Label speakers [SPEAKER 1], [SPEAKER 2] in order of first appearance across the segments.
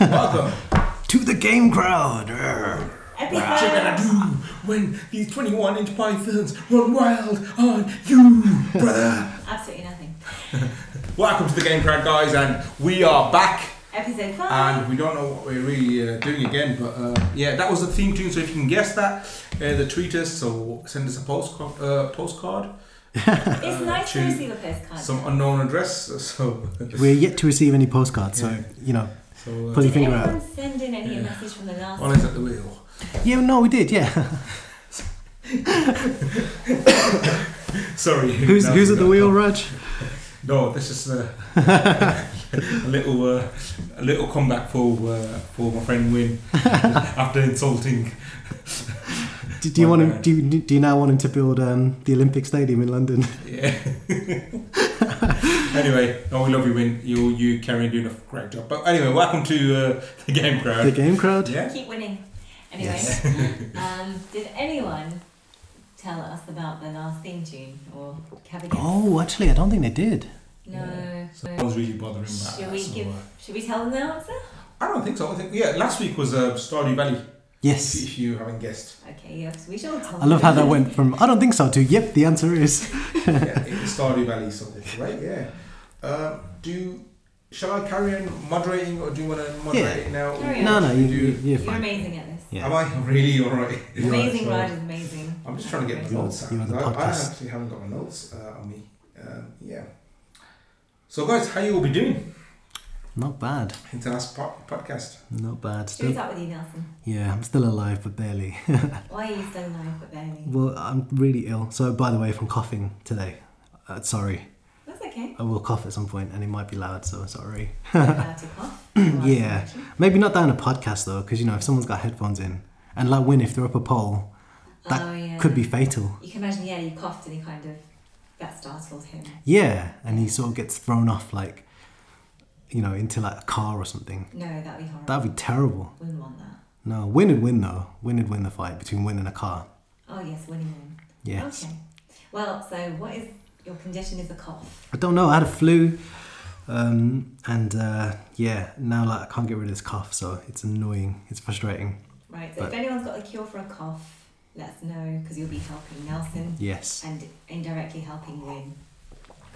[SPEAKER 1] Welcome.
[SPEAKER 2] To the game crowd. Arr.
[SPEAKER 3] Epic
[SPEAKER 1] What you gonna do when these 21 inch pythons run wild on you, brother?
[SPEAKER 3] Absolutely nothing.
[SPEAKER 1] Welcome to the Game Crowd, guys, and we are back.
[SPEAKER 3] Episode 5.
[SPEAKER 1] And we don't know what we're really uh, doing again, but uh, yeah, that was the theme tune. So if you can guess that, uh, the tweet us, so send us a postcard. Uh, postcard
[SPEAKER 3] it's
[SPEAKER 2] uh,
[SPEAKER 3] nice to
[SPEAKER 1] to
[SPEAKER 3] receive a postcard.
[SPEAKER 1] some unknown address. So, uh,
[SPEAKER 2] We're yet to receive any postcards, so
[SPEAKER 1] Yeah.
[SPEAKER 2] you know.
[SPEAKER 1] so uh,
[SPEAKER 2] Put
[SPEAKER 3] Did
[SPEAKER 2] your finger
[SPEAKER 3] anyone
[SPEAKER 2] out.
[SPEAKER 3] send in any
[SPEAKER 1] Yeah.
[SPEAKER 3] message from the last
[SPEAKER 1] Ollie's at the wheel.
[SPEAKER 2] Yeah, no, we did. Yeah.
[SPEAKER 1] Sorry.
[SPEAKER 2] who's
[SPEAKER 1] Now
[SPEAKER 2] who's at
[SPEAKER 1] forgot.
[SPEAKER 2] the wheel, Raj?
[SPEAKER 1] No, this is uh, a little uh, a little comeback for uh, for my friend Win after insulting.
[SPEAKER 2] Do, do you
[SPEAKER 1] My
[SPEAKER 2] want him?
[SPEAKER 1] bad.
[SPEAKER 2] Do you, do you now want him to build um, the Olympic Stadium in London?
[SPEAKER 1] Yeah. anyway, no, we love you, Win. You you carry on doing a great job. But anyway, welcome to uh, the game
[SPEAKER 2] The
[SPEAKER 1] crowd.
[SPEAKER 2] game crowd.
[SPEAKER 1] Yeah.
[SPEAKER 3] Keep winning. Anyway, um, did anyone tell us about the last theme tune or have a guess?
[SPEAKER 2] Oh, actually, I don't think they did.
[SPEAKER 3] No.
[SPEAKER 1] I was really bothering about
[SPEAKER 3] Should
[SPEAKER 1] that.
[SPEAKER 3] we
[SPEAKER 1] so,
[SPEAKER 3] give?
[SPEAKER 1] uh,
[SPEAKER 3] Should we tell them the answer?
[SPEAKER 1] I don't think so. I think yeah. Last week was uh, Stardew Valley. If,
[SPEAKER 2] Yes.
[SPEAKER 1] if you haven't guessed,
[SPEAKER 3] Okay. Yes, we shall tell.
[SPEAKER 2] I love how
[SPEAKER 3] them.
[SPEAKER 2] that went from I don't think so to yep. The answer is
[SPEAKER 1] yeah, it's Stardew Valley. So right, yeah. Um, do shall I carry on moderating, or do you want to moderate
[SPEAKER 2] Yeah.
[SPEAKER 1] it now?
[SPEAKER 3] Carry on.
[SPEAKER 2] no, no. You,
[SPEAKER 1] We do-
[SPEAKER 2] you, you're
[SPEAKER 3] You're
[SPEAKER 2] fine.
[SPEAKER 3] amazing at this.
[SPEAKER 2] Yeah.
[SPEAKER 1] Am I really alright?
[SPEAKER 3] Amazing Raj is amazing.
[SPEAKER 1] I'm just trying to get my
[SPEAKER 3] Amazing.
[SPEAKER 1] notes out.
[SPEAKER 2] You're on the
[SPEAKER 1] I, I
[SPEAKER 2] podcast.
[SPEAKER 1] actually haven't got my notes uh, on me. Um, yeah. So, guys, how you all be doing?
[SPEAKER 2] Not bad.
[SPEAKER 1] It's our last po- podcast.
[SPEAKER 2] Not bad.
[SPEAKER 3] Should we
[SPEAKER 2] Still,
[SPEAKER 3] start with you, Nelson?
[SPEAKER 2] yeah, I'm still alive, but barely.
[SPEAKER 3] Why are you so alive but barely?
[SPEAKER 2] well, I'm really ill. So, by the way, from coughing today. Uh, sorry,
[SPEAKER 3] That's okay.
[SPEAKER 2] I will cough at some point, and it might be loud. So sorry.
[SPEAKER 3] You're allowed to cough. You're
[SPEAKER 2] Yeah.
[SPEAKER 3] allowed to cough.
[SPEAKER 2] Maybe not down a podcast though, because you know if someone's got headphones in, and like when if they're up a pole, that
[SPEAKER 3] Oh, yeah.
[SPEAKER 2] could be fatal.
[SPEAKER 3] You can imagine, yeah, you coughed and he kind of that startled him.
[SPEAKER 2] Yeah, and he sort of gets thrown off, like you know, into like a car or something.
[SPEAKER 3] No, that'd be horrible.
[SPEAKER 2] That'd be terrible.
[SPEAKER 3] Wouldn't want that.
[SPEAKER 2] No, Win would win though. Win would win the fight between Win and a car.
[SPEAKER 3] Oh yes, winning one.
[SPEAKER 2] Yes.
[SPEAKER 3] Okay. Well, so what is your condition? Is a cough.
[SPEAKER 2] I don't know. I had a flu, um, and uh, yeah, now like I can't get rid of this cough, so it's annoying. It's frustrating.
[SPEAKER 3] Right. So
[SPEAKER 2] Right.
[SPEAKER 3] if anyone's got a cure for a cough, let us know because you'll be helping Nelson
[SPEAKER 2] Yes,
[SPEAKER 3] and indirectly helping Win.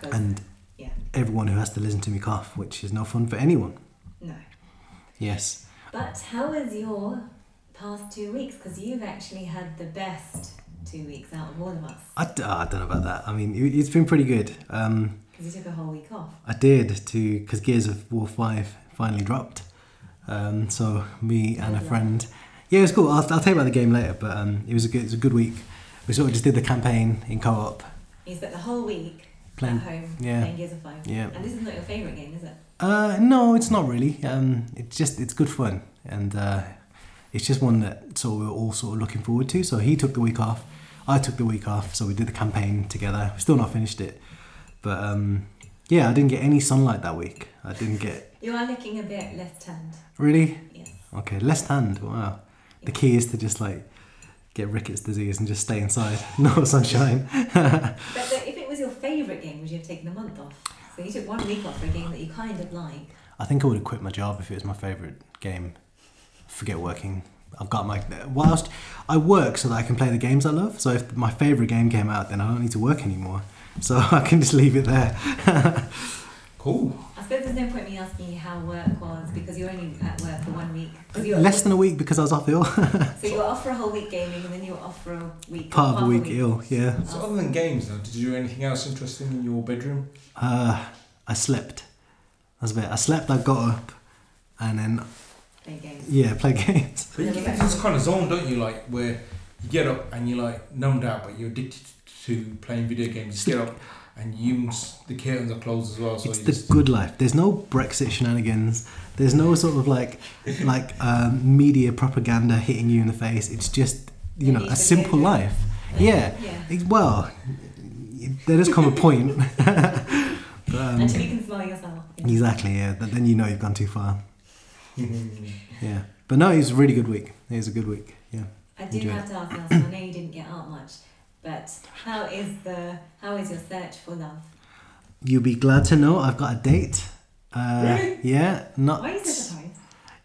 [SPEAKER 3] 'Cause-
[SPEAKER 2] and
[SPEAKER 3] yeah,
[SPEAKER 2] everyone who has to listen to me cough, which is no fun for anyone.
[SPEAKER 3] no.
[SPEAKER 2] Yes.
[SPEAKER 3] But how was your past two weeks? Because you've actually had the best two weeks out of all of us
[SPEAKER 2] I, d- ah, I don't know about that. I mean, it, it's been pretty good. Um,
[SPEAKER 3] because you took a whole week off.
[SPEAKER 2] I did to because Gears of War Five finally dropped. Um, so me and a friend, yeah, it was cool. I'll, I'll tell you about the game later, but um, it was a good, it was a good week. We sort of just did the campaign in co-op.
[SPEAKER 3] You spent the whole week
[SPEAKER 2] Playing-
[SPEAKER 3] at home
[SPEAKER 2] yeah.
[SPEAKER 3] playing Gears of War.
[SPEAKER 2] Yeah.
[SPEAKER 3] And this is not your favourite game, is it?
[SPEAKER 2] Uh, no, it's not really. Um, it's just it's good fun, and uh, it's just one that sort of we were all sort of looking forward to. So he took the week off, I took the week off, so we did the campaign together. We've still not finished it, but um, yeah, I didn't get any sunlight that week. I didn't get
[SPEAKER 3] You are looking a bit less tanned.
[SPEAKER 2] really
[SPEAKER 3] Yes.
[SPEAKER 2] okay. Left hand, wow. The key is to just like get rickets disease and just stay inside, no sunshine.
[SPEAKER 3] But the, if it was your favourite game, would you have taken a month off? So you took one week off for a game that you kind of like.
[SPEAKER 2] I think I would have quit my job if it was my favorite game. Forget working. I've got my whilst I work so that I can play the games I love. So if my favorite game came out, then I don't need to work anymore. So I can just leave it there.
[SPEAKER 1] Cool.
[SPEAKER 3] I suppose there's no point in me asking you how work was because you're only at work for one week. 'Cause you were-
[SPEAKER 2] Less than a week because I was off ill.
[SPEAKER 3] so you were off for a whole week gaming and then you were off for a week.
[SPEAKER 2] Part
[SPEAKER 3] half
[SPEAKER 2] of a week ill. Yeah.
[SPEAKER 1] So, other than games, now, did you do anything else interesting in your bedroom?
[SPEAKER 2] Uh, I slept. That's about it. I slept. I got up, and then
[SPEAKER 3] Playing games.
[SPEAKER 2] yeah, play games.
[SPEAKER 1] But you get into this kind of zone, don't you? Like where you get up and you're like numbed out, but you're addicted to playing video games. You get up and you the curtains are closed as well. So
[SPEAKER 2] It's
[SPEAKER 1] you
[SPEAKER 2] the good life. There's no Brexit shenanigans. There's no sort of like like um, media propaganda hitting you in the face. It's just you know a simple life. Yeah.
[SPEAKER 3] Yeah.
[SPEAKER 2] It- Well, there does come a point. But, um,
[SPEAKER 3] Until you can smell yourself. Yeah.
[SPEAKER 2] exactly. Yeah. But then you know you've gone too far.
[SPEAKER 1] just-
[SPEAKER 2] Yeah. But no, it was a really good week. It was a good week. Yeah.
[SPEAKER 3] I do
[SPEAKER 2] Enjoy
[SPEAKER 3] have to ask Nelson, I know you didn't get out much, But how is the how is your search for love?
[SPEAKER 2] You'll be glad to know I've got a date. Uh,
[SPEAKER 1] Really?
[SPEAKER 2] Yeah, not.
[SPEAKER 3] Why are you so surprised?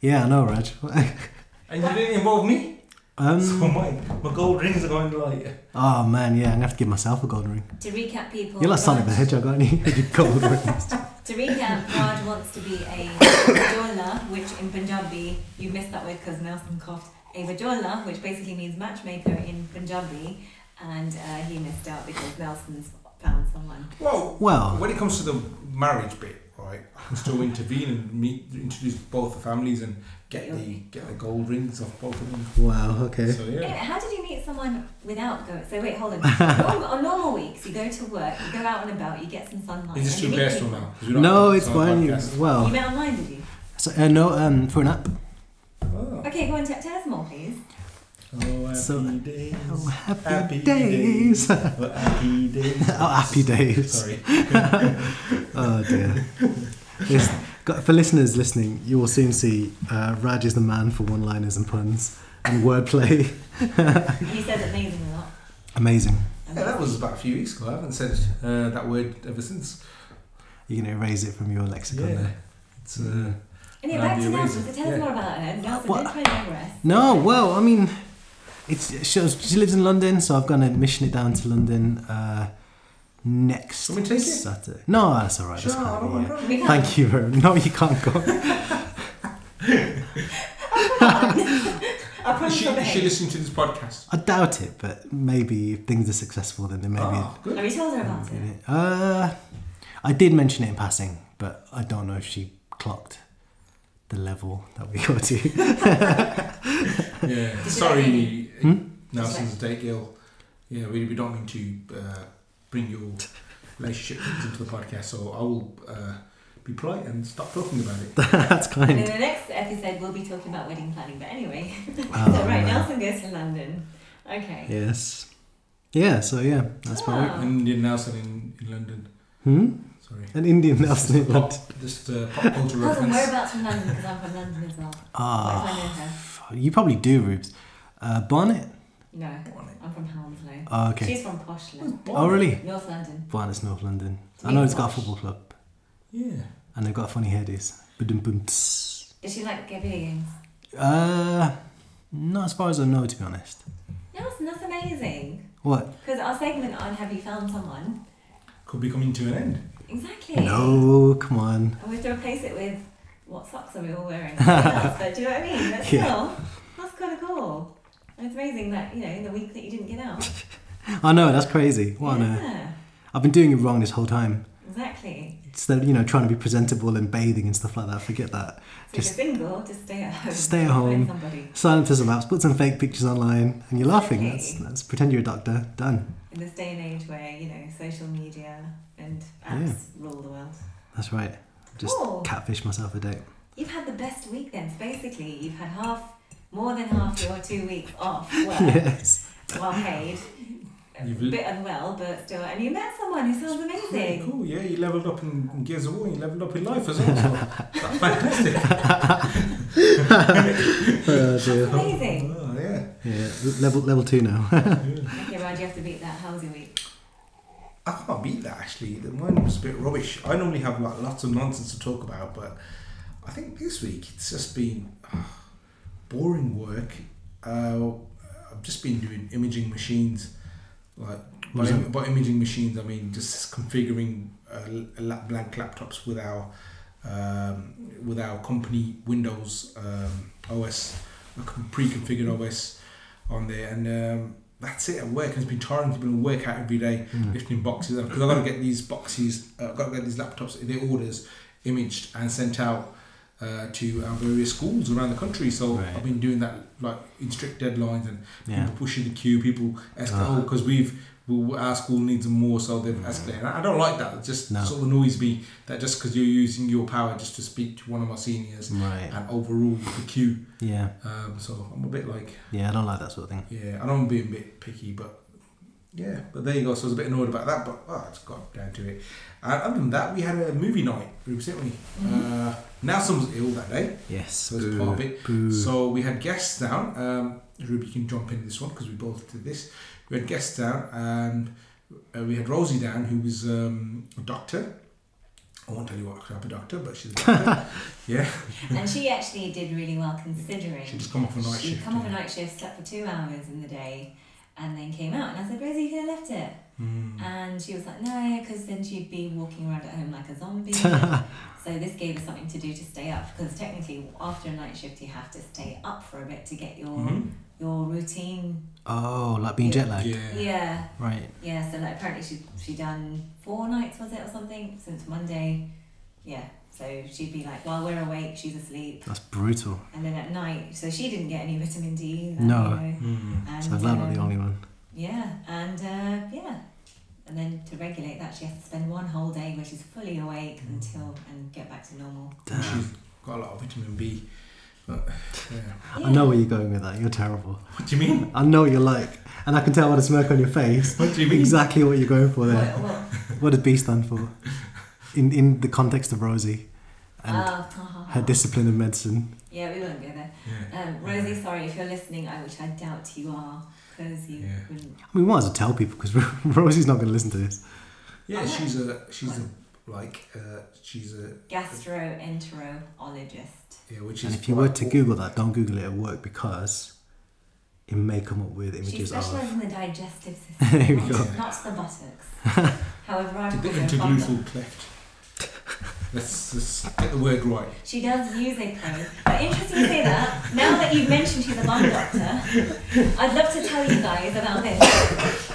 [SPEAKER 2] Yeah, I know, Raj.
[SPEAKER 1] And you didn't involve me? so
[SPEAKER 2] um,
[SPEAKER 1] my, my gold rings are going like.
[SPEAKER 2] oh man, yeah, I'm gonna have to give myself a gold ring.
[SPEAKER 3] To recap, people.
[SPEAKER 2] You're like Sonic the
[SPEAKER 3] Raj-
[SPEAKER 2] Hedgehog, aren't you? You gold rings.
[SPEAKER 3] To recap, Raj wants to be a bajola, which in Punjabi, you missed that word because Nelson coughed. A bajola, which basically means matchmaker in Punjabi, and uh, he missed out because Nelson's found someone.
[SPEAKER 1] Well,
[SPEAKER 2] Well-
[SPEAKER 1] uh, when it comes to the marriage bit, right, I can still intervene and meet, introduce both the families and get the get the gold rings off both of them.
[SPEAKER 2] Wow. Okay.
[SPEAKER 1] So
[SPEAKER 3] Anyway,
[SPEAKER 1] yeah,
[SPEAKER 3] how did you meet someone without going? So wait, hold on. Normal- on normal weeks, you go to work, you go out and about, you get some sunlight.
[SPEAKER 1] is this
[SPEAKER 3] and
[SPEAKER 1] too
[SPEAKER 3] you meet
[SPEAKER 1] personal
[SPEAKER 3] people.
[SPEAKER 1] now? 'Cause we don't
[SPEAKER 2] No,
[SPEAKER 1] have-
[SPEAKER 2] it's
[SPEAKER 1] on our
[SPEAKER 2] fine. You,
[SPEAKER 1] podcast.
[SPEAKER 3] You
[SPEAKER 2] well,
[SPEAKER 3] met online, did you?
[SPEAKER 2] so, uh, no, um, for an app.
[SPEAKER 1] Oh,
[SPEAKER 3] Okay, go on, t- tell us more, please.
[SPEAKER 1] oh happy
[SPEAKER 2] So-
[SPEAKER 1] days.
[SPEAKER 2] Oh, happy,
[SPEAKER 1] Happy
[SPEAKER 2] days.
[SPEAKER 1] Oh, happy days.
[SPEAKER 2] oh, happy days.
[SPEAKER 1] Sorry.
[SPEAKER 2] Oh dear. This, got- for listeners listening, you will soon see uh, Raj is the man for one-liners and puns and wordplay.
[SPEAKER 3] You said amazing a lot.
[SPEAKER 2] Amazing.
[SPEAKER 1] Yeah, that was about a few weeks ago. I haven't said uh, that word ever since.
[SPEAKER 2] You're gonna erase it from your lexicon.
[SPEAKER 1] Yeah.
[SPEAKER 2] there.
[SPEAKER 1] It's, uh,
[SPEAKER 3] Anyway,
[SPEAKER 1] That'd
[SPEAKER 3] back
[SPEAKER 1] be
[SPEAKER 3] to Nelson.
[SPEAKER 1] amazing.
[SPEAKER 3] So tell us
[SPEAKER 1] Yeah.
[SPEAKER 3] more about her. Nelson,
[SPEAKER 2] Well,
[SPEAKER 3] don't try and digress.
[SPEAKER 2] No, well, I mean, it's it shows she lives in London, so I've got to mission it down to London uh, next
[SPEAKER 1] Want me to take it?
[SPEAKER 2] Saturday. No, that's all right.
[SPEAKER 1] sure,
[SPEAKER 2] that's
[SPEAKER 1] I
[SPEAKER 2] fine,
[SPEAKER 1] don't want
[SPEAKER 2] yeah.
[SPEAKER 1] to-
[SPEAKER 3] We can't
[SPEAKER 2] Thank you very No, you can't go.
[SPEAKER 3] I promise I'll
[SPEAKER 1] She,
[SPEAKER 3] behave.
[SPEAKER 1] she listened to this podcast.
[SPEAKER 2] I doubt it, but maybe if things are successful, then there may be
[SPEAKER 1] Ah, good.
[SPEAKER 3] Have you told her about it?
[SPEAKER 2] Uh, I did mention it in passing, but I don't know if she clocked the level that we got to.
[SPEAKER 1] Yeah.
[SPEAKER 3] Did you
[SPEAKER 1] Sorry, uh,
[SPEAKER 2] Hmm?
[SPEAKER 1] Nelson's date, Gil. Yeah, we, we don't mean to uh, bring your relationship things into the podcast, so I will uh, be polite and stop talking about it.
[SPEAKER 2] That's
[SPEAKER 3] And in
[SPEAKER 2] kind.
[SPEAKER 3] the next episode, we'll be talking about wedding planning. But anyway,
[SPEAKER 1] Oh,
[SPEAKER 2] Um,
[SPEAKER 3] so right, Nelson goes to London. Okay.
[SPEAKER 2] Yes. Yeah. So yeah, that's probably.
[SPEAKER 3] Ah.
[SPEAKER 1] And Indian Nelson in, in London.
[SPEAKER 2] Hmm.
[SPEAKER 1] Sorry.
[SPEAKER 2] An Indian Nelson
[SPEAKER 1] Just a pop-
[SPEAKER 2] England.
[SPEAKER 1] Just uh, pop culture
[SPEAKER 3] Nelson,
[SPEAKER 1] reference.
[SPEAKER 3] whereabouts in London? Because I'm from London as well. Where do I know
[SPEAKER 2] Ah,
[SPEAKER 3] her?
[SPEAKER 2] you probably do, Rubes. Uh, Barnet.
[SPEAKER 3] No,
[SPEAKER 1] Bonnet.
[SPEAKER 3] I'm from Hounslow.
[SPEAKER 2] Oh, okay.
[SPEAKER 3] She's from posh London,
[SPEAKER 2] Oh really?
[SPEAKER 3] North London.
[SPEAKER 2] Barnet's North London.
[SPEAKER 3] It's
[SPEAKER 2] I know
[SPEAKER 3] really
[SPEAKER 2] it's got a
[SPEAKER 3] posh.
[SPEAKER 2] football club,
[SPEAKER 1] Yeah.
[SPEAKER 2] and they've got funny hairdos. Ba-dum-bum-ts.
[SPEAKER 3] Does she like video games?
[SPEAKER 2] Uh, not as far as I know, to be honest.
[SPEAKER 3] Nelson, that's amazing.
[SPEAKER 2] What?
[SPEAKER 3] Because our segment on Have You Found Someone?
[SPEAKER 1] Could be coming to an end.
[SPEAKER 3] Exactly.
[SPEAKER 2] No, come on.
[SPEAKER 3] And we have to replace it with what socks are we all wearing? but do you know what I mean? That's
[SPEAKER 2] Yeah.
[SPEAKER 3] still, that's kind of cool. And it's amazing that, you know, in the week that you didn't get out.
[SPEAKER 2] I know that's crazy. What on earth?
[SPEAKER 3] yeah,
[SPEAKER 2] I've been doing it wrong this whole time.
[SPEAKER 3] exactly.
[SPEAKER 2] Instead of you know trying to be presentable and bathing and stuff like that, forget that.
[SPEAKER 3] So
[SPEAKER 2] Just-
[SPEAKER 3] if you're single, just stay at home.
[SPEAKER 2] Stay at
[SPEAKER 3] Find
[SPEAKER 2] home.
[SPEAKER 3] somebody.
[SPEAKER 2] Sign up to some apps, put some fake pictures online, and you're laughing. That's
[SPEAKER 3] Exactly.
[SPEAKER 2] that's pretend you're a doctor. Done.
[SPEAKER 3] In this day and age where, you know, social media and
[SPEAKER 2] Yeah.
[SPEAKER 3] apps rule the world.
[SPEAKER 2] That's right. Just
[SPEAKER 3] Cool.
[SPEAKER 2] catfish myself a date.
[SPEAKER 3] You've had the best week then. So basically, you've had half, more than half your two weeks off work,
[SPEAKER 2] Yes.
[SPEAKER 3] well paid. A
[SPEAKER 1] You've l-
[SPEAKER 3] bit unwell, but still. And you met someone who sounds amazing.
[SPEAKER 1] Yeah, cool, yeah, you leveled up in in Gears of War, you leveled up in life as well. So that's fantastic.
[SPEAKER 2] Oh, dear.
[SPEAKER 3] That's amazing.
[SPEAKER 1] Oh, yeah.
[SPEAKER 2] Yeah. Level level two now.
[SPEAKER 3] Okay, Raj, you have to beat that. How was your week?
[SPEAKER 1] I can't beat that actually. The mine was a bit rubbish. I normally have like lots of nonsense to talk about, but I think this week it's just been ah, boring work. Uh, I've just been doing imaging machines. Like by,
[SPEAKER 2] Was that-
[SPEAKER 1] by imaging machines, I mean just configuring uh, la- blank laptops with our um, with our company Windows um, OS, a con- pre-configured OS on there, and um, that's it. At work, and it's been tiring. It's been work out every day
[SPEAKER 2] Mm.
[SPEAKER 1] lifting boxes up because I've got to get these boxes, uh, I've got to get these laptops, their orders imaged and sent out uh, to our various schools around the country. So
[SPEAKER 2] Right.
[SPEAKER 1] I've been doing that like in strict deadlines and
[SPEAKER 2] Yeah.
[SPEAKER 1] people pushing the queue, people
[SPEAKER 2] Ah.
[SPEAKER 1] escalating because we've we, our school needs them more, so they've escalated. And I don't like that. It just
[SPEAKER 2] Mm. No.
[SPEAKER 1] sort of annoys me that just because you're using your power just to speak to one of my seniors
[SPEAKER 2] Right.
[SPEAKER 1] and overrule the queue.
[SPEAKER 2] Yeah.
[SPEAKER 1] Um, so I'm a bit like
[SPEAKER 2] Yeah. I don't like that sort of thing.
[SPEAKER 1] yeah, I know I'm being a bit picky, but yeah, but there you go. So I was a bit annoyed about that, but oh, it's got down to it. And other than that, we had a movie night, Rubes, didn't we?
[SPEAKER 3] Mm-hmm.
[SPEAKER 1] Uh, Nelson was ill that day,
[SPEAKER 2] Yes.
[SPEAKER 1] so it's part of it.
[SPEAKER 2] Boo.
[SPEAKER 1] So we had guests down. Um, Ruby can jump in this one because we both did this. we had guests down, and uh, we had Rosie down, who was um, a doctor. I won't tell you what type of doctor, but she's a doctor. yeah,
[SPEAKER 3] And she actually did really well considering.
[SPEAKER 1] she'd just come off a night
[SPEAKER 3] She'd
[SPEAKER 1] shift.
[SPEAKER 3] come off a
[SPEAKER 1] yeah.
[SPEAKER 3] night shift, slept for two hours in the day, and then came out. And I said, Rosie, you could have left it.
[SPEAKER 1] Mm.
[SPEAKER 3] And she was like, no, because then she'd be walking around at home like a zombie. so this gave us something to do to stay up, because technically, after a night shift, you have to stay up for a bit to get your
[SPEAKER 2] Mm-hmm.
[SPEAKER 1] Mhm.
[SPEAKER 3] your routine.
[SPEAKER 2] Oh, like being jet lagged.
[SPEAKER 1] Yeah.
[SPEAKER 3] Yeah,
[SPEAKER 2] Right.
[SPEAKER 3] yeah. So like, apparently she she done four nights was it or something since Monday. Yeah. So she'd be like, while we're awake, she's asleep,
[SPEAKER 2] That's brutal.
[SPEAKER 3] and then at night, so she didn't get any vitamin D. Either,
[SPEAKER 2] No.
[SPEAKER 3] You know?
[SPEAKER 1] Mm.
[SPEAKER 3] And,
[SPEAKER 2] So I'm not
[SPEAKER 3] um,
[SPEAKER 2] the only one.
[SPEAKER 3] Yeah, and uh, yeah, and then to regulate that, she has to spend one whole day where she's fully awake
[SPEAKER 2] Mm.
[SPEAKER 3] until and get back to normal.
[SPEAKER 1] And
[SPEAKER 2] Damn.
[SPEAKER 1] She's got a lot of vitamin B. But, yeah.
[SPEAKER 3] Yeah.
[SPEAKER 2] I know where you're going with that. You're terrible.
[SPEAKER 1] What do you mean?
[SPEAKER 2] I know what you're like, and I can tell by the smirk on your face
[SPEAKER 1] What do you mean?
[SPEAKER 2] exactly what you're going for there.
[SPEAKER 3] What, what,
[SPEAKER 2] What does B stand for? In in the context of Rosie, and
[SPEAKER 3] oh,
[SPEAKER 2] her discipline in medicine.
[SPEAKER 3] yeah, we won't go there.
[SPEAKER 1] Yeah.
[SPEAKER 3] Um, Rosie, sorry if you're listening, I which I doubt you are, because you
[SPEAKER 1] Yeah.
[SPEAKER 3] wouldn't.
[SPEAKER 2] I mean, we might as well tell people because Rosie's not going to listen to this.
[SPEAKER 1] Yeah,
[SPEAKER 3] Oh.
[SPEAKER 1] she's a she's a like uh, she's a
[SPEAKER 3] Gastroenterologist.
[SPEAKER 1] yeah, which is
[SPEAKER 2] And if you were to Google that, don't Google it at work because it may come up with
[SPEAKER 3] She
[SPEAKER 2] images
[SPEAKER 3] specialises
[SPEAKER 2] of.
[SPEAKER 3] in the digestive
[SPEAKER 2] There
[SPEAKER 3] system,
[SPEAKER 2] we
[SPEAKER 1] go.
[SPEAKER 3] not, not the buttocks. However, I
[SPEAKER 1] to the
[SPEAKER 3] call her buttock.
[SPEAKER 1] intergluteal cleft. let's, let's get the word right.
[SPEAKER 3] She does use a cone. But interesting you say that. Now that you've mentioned she's a bum doctor, I'd love to tell you guys about this.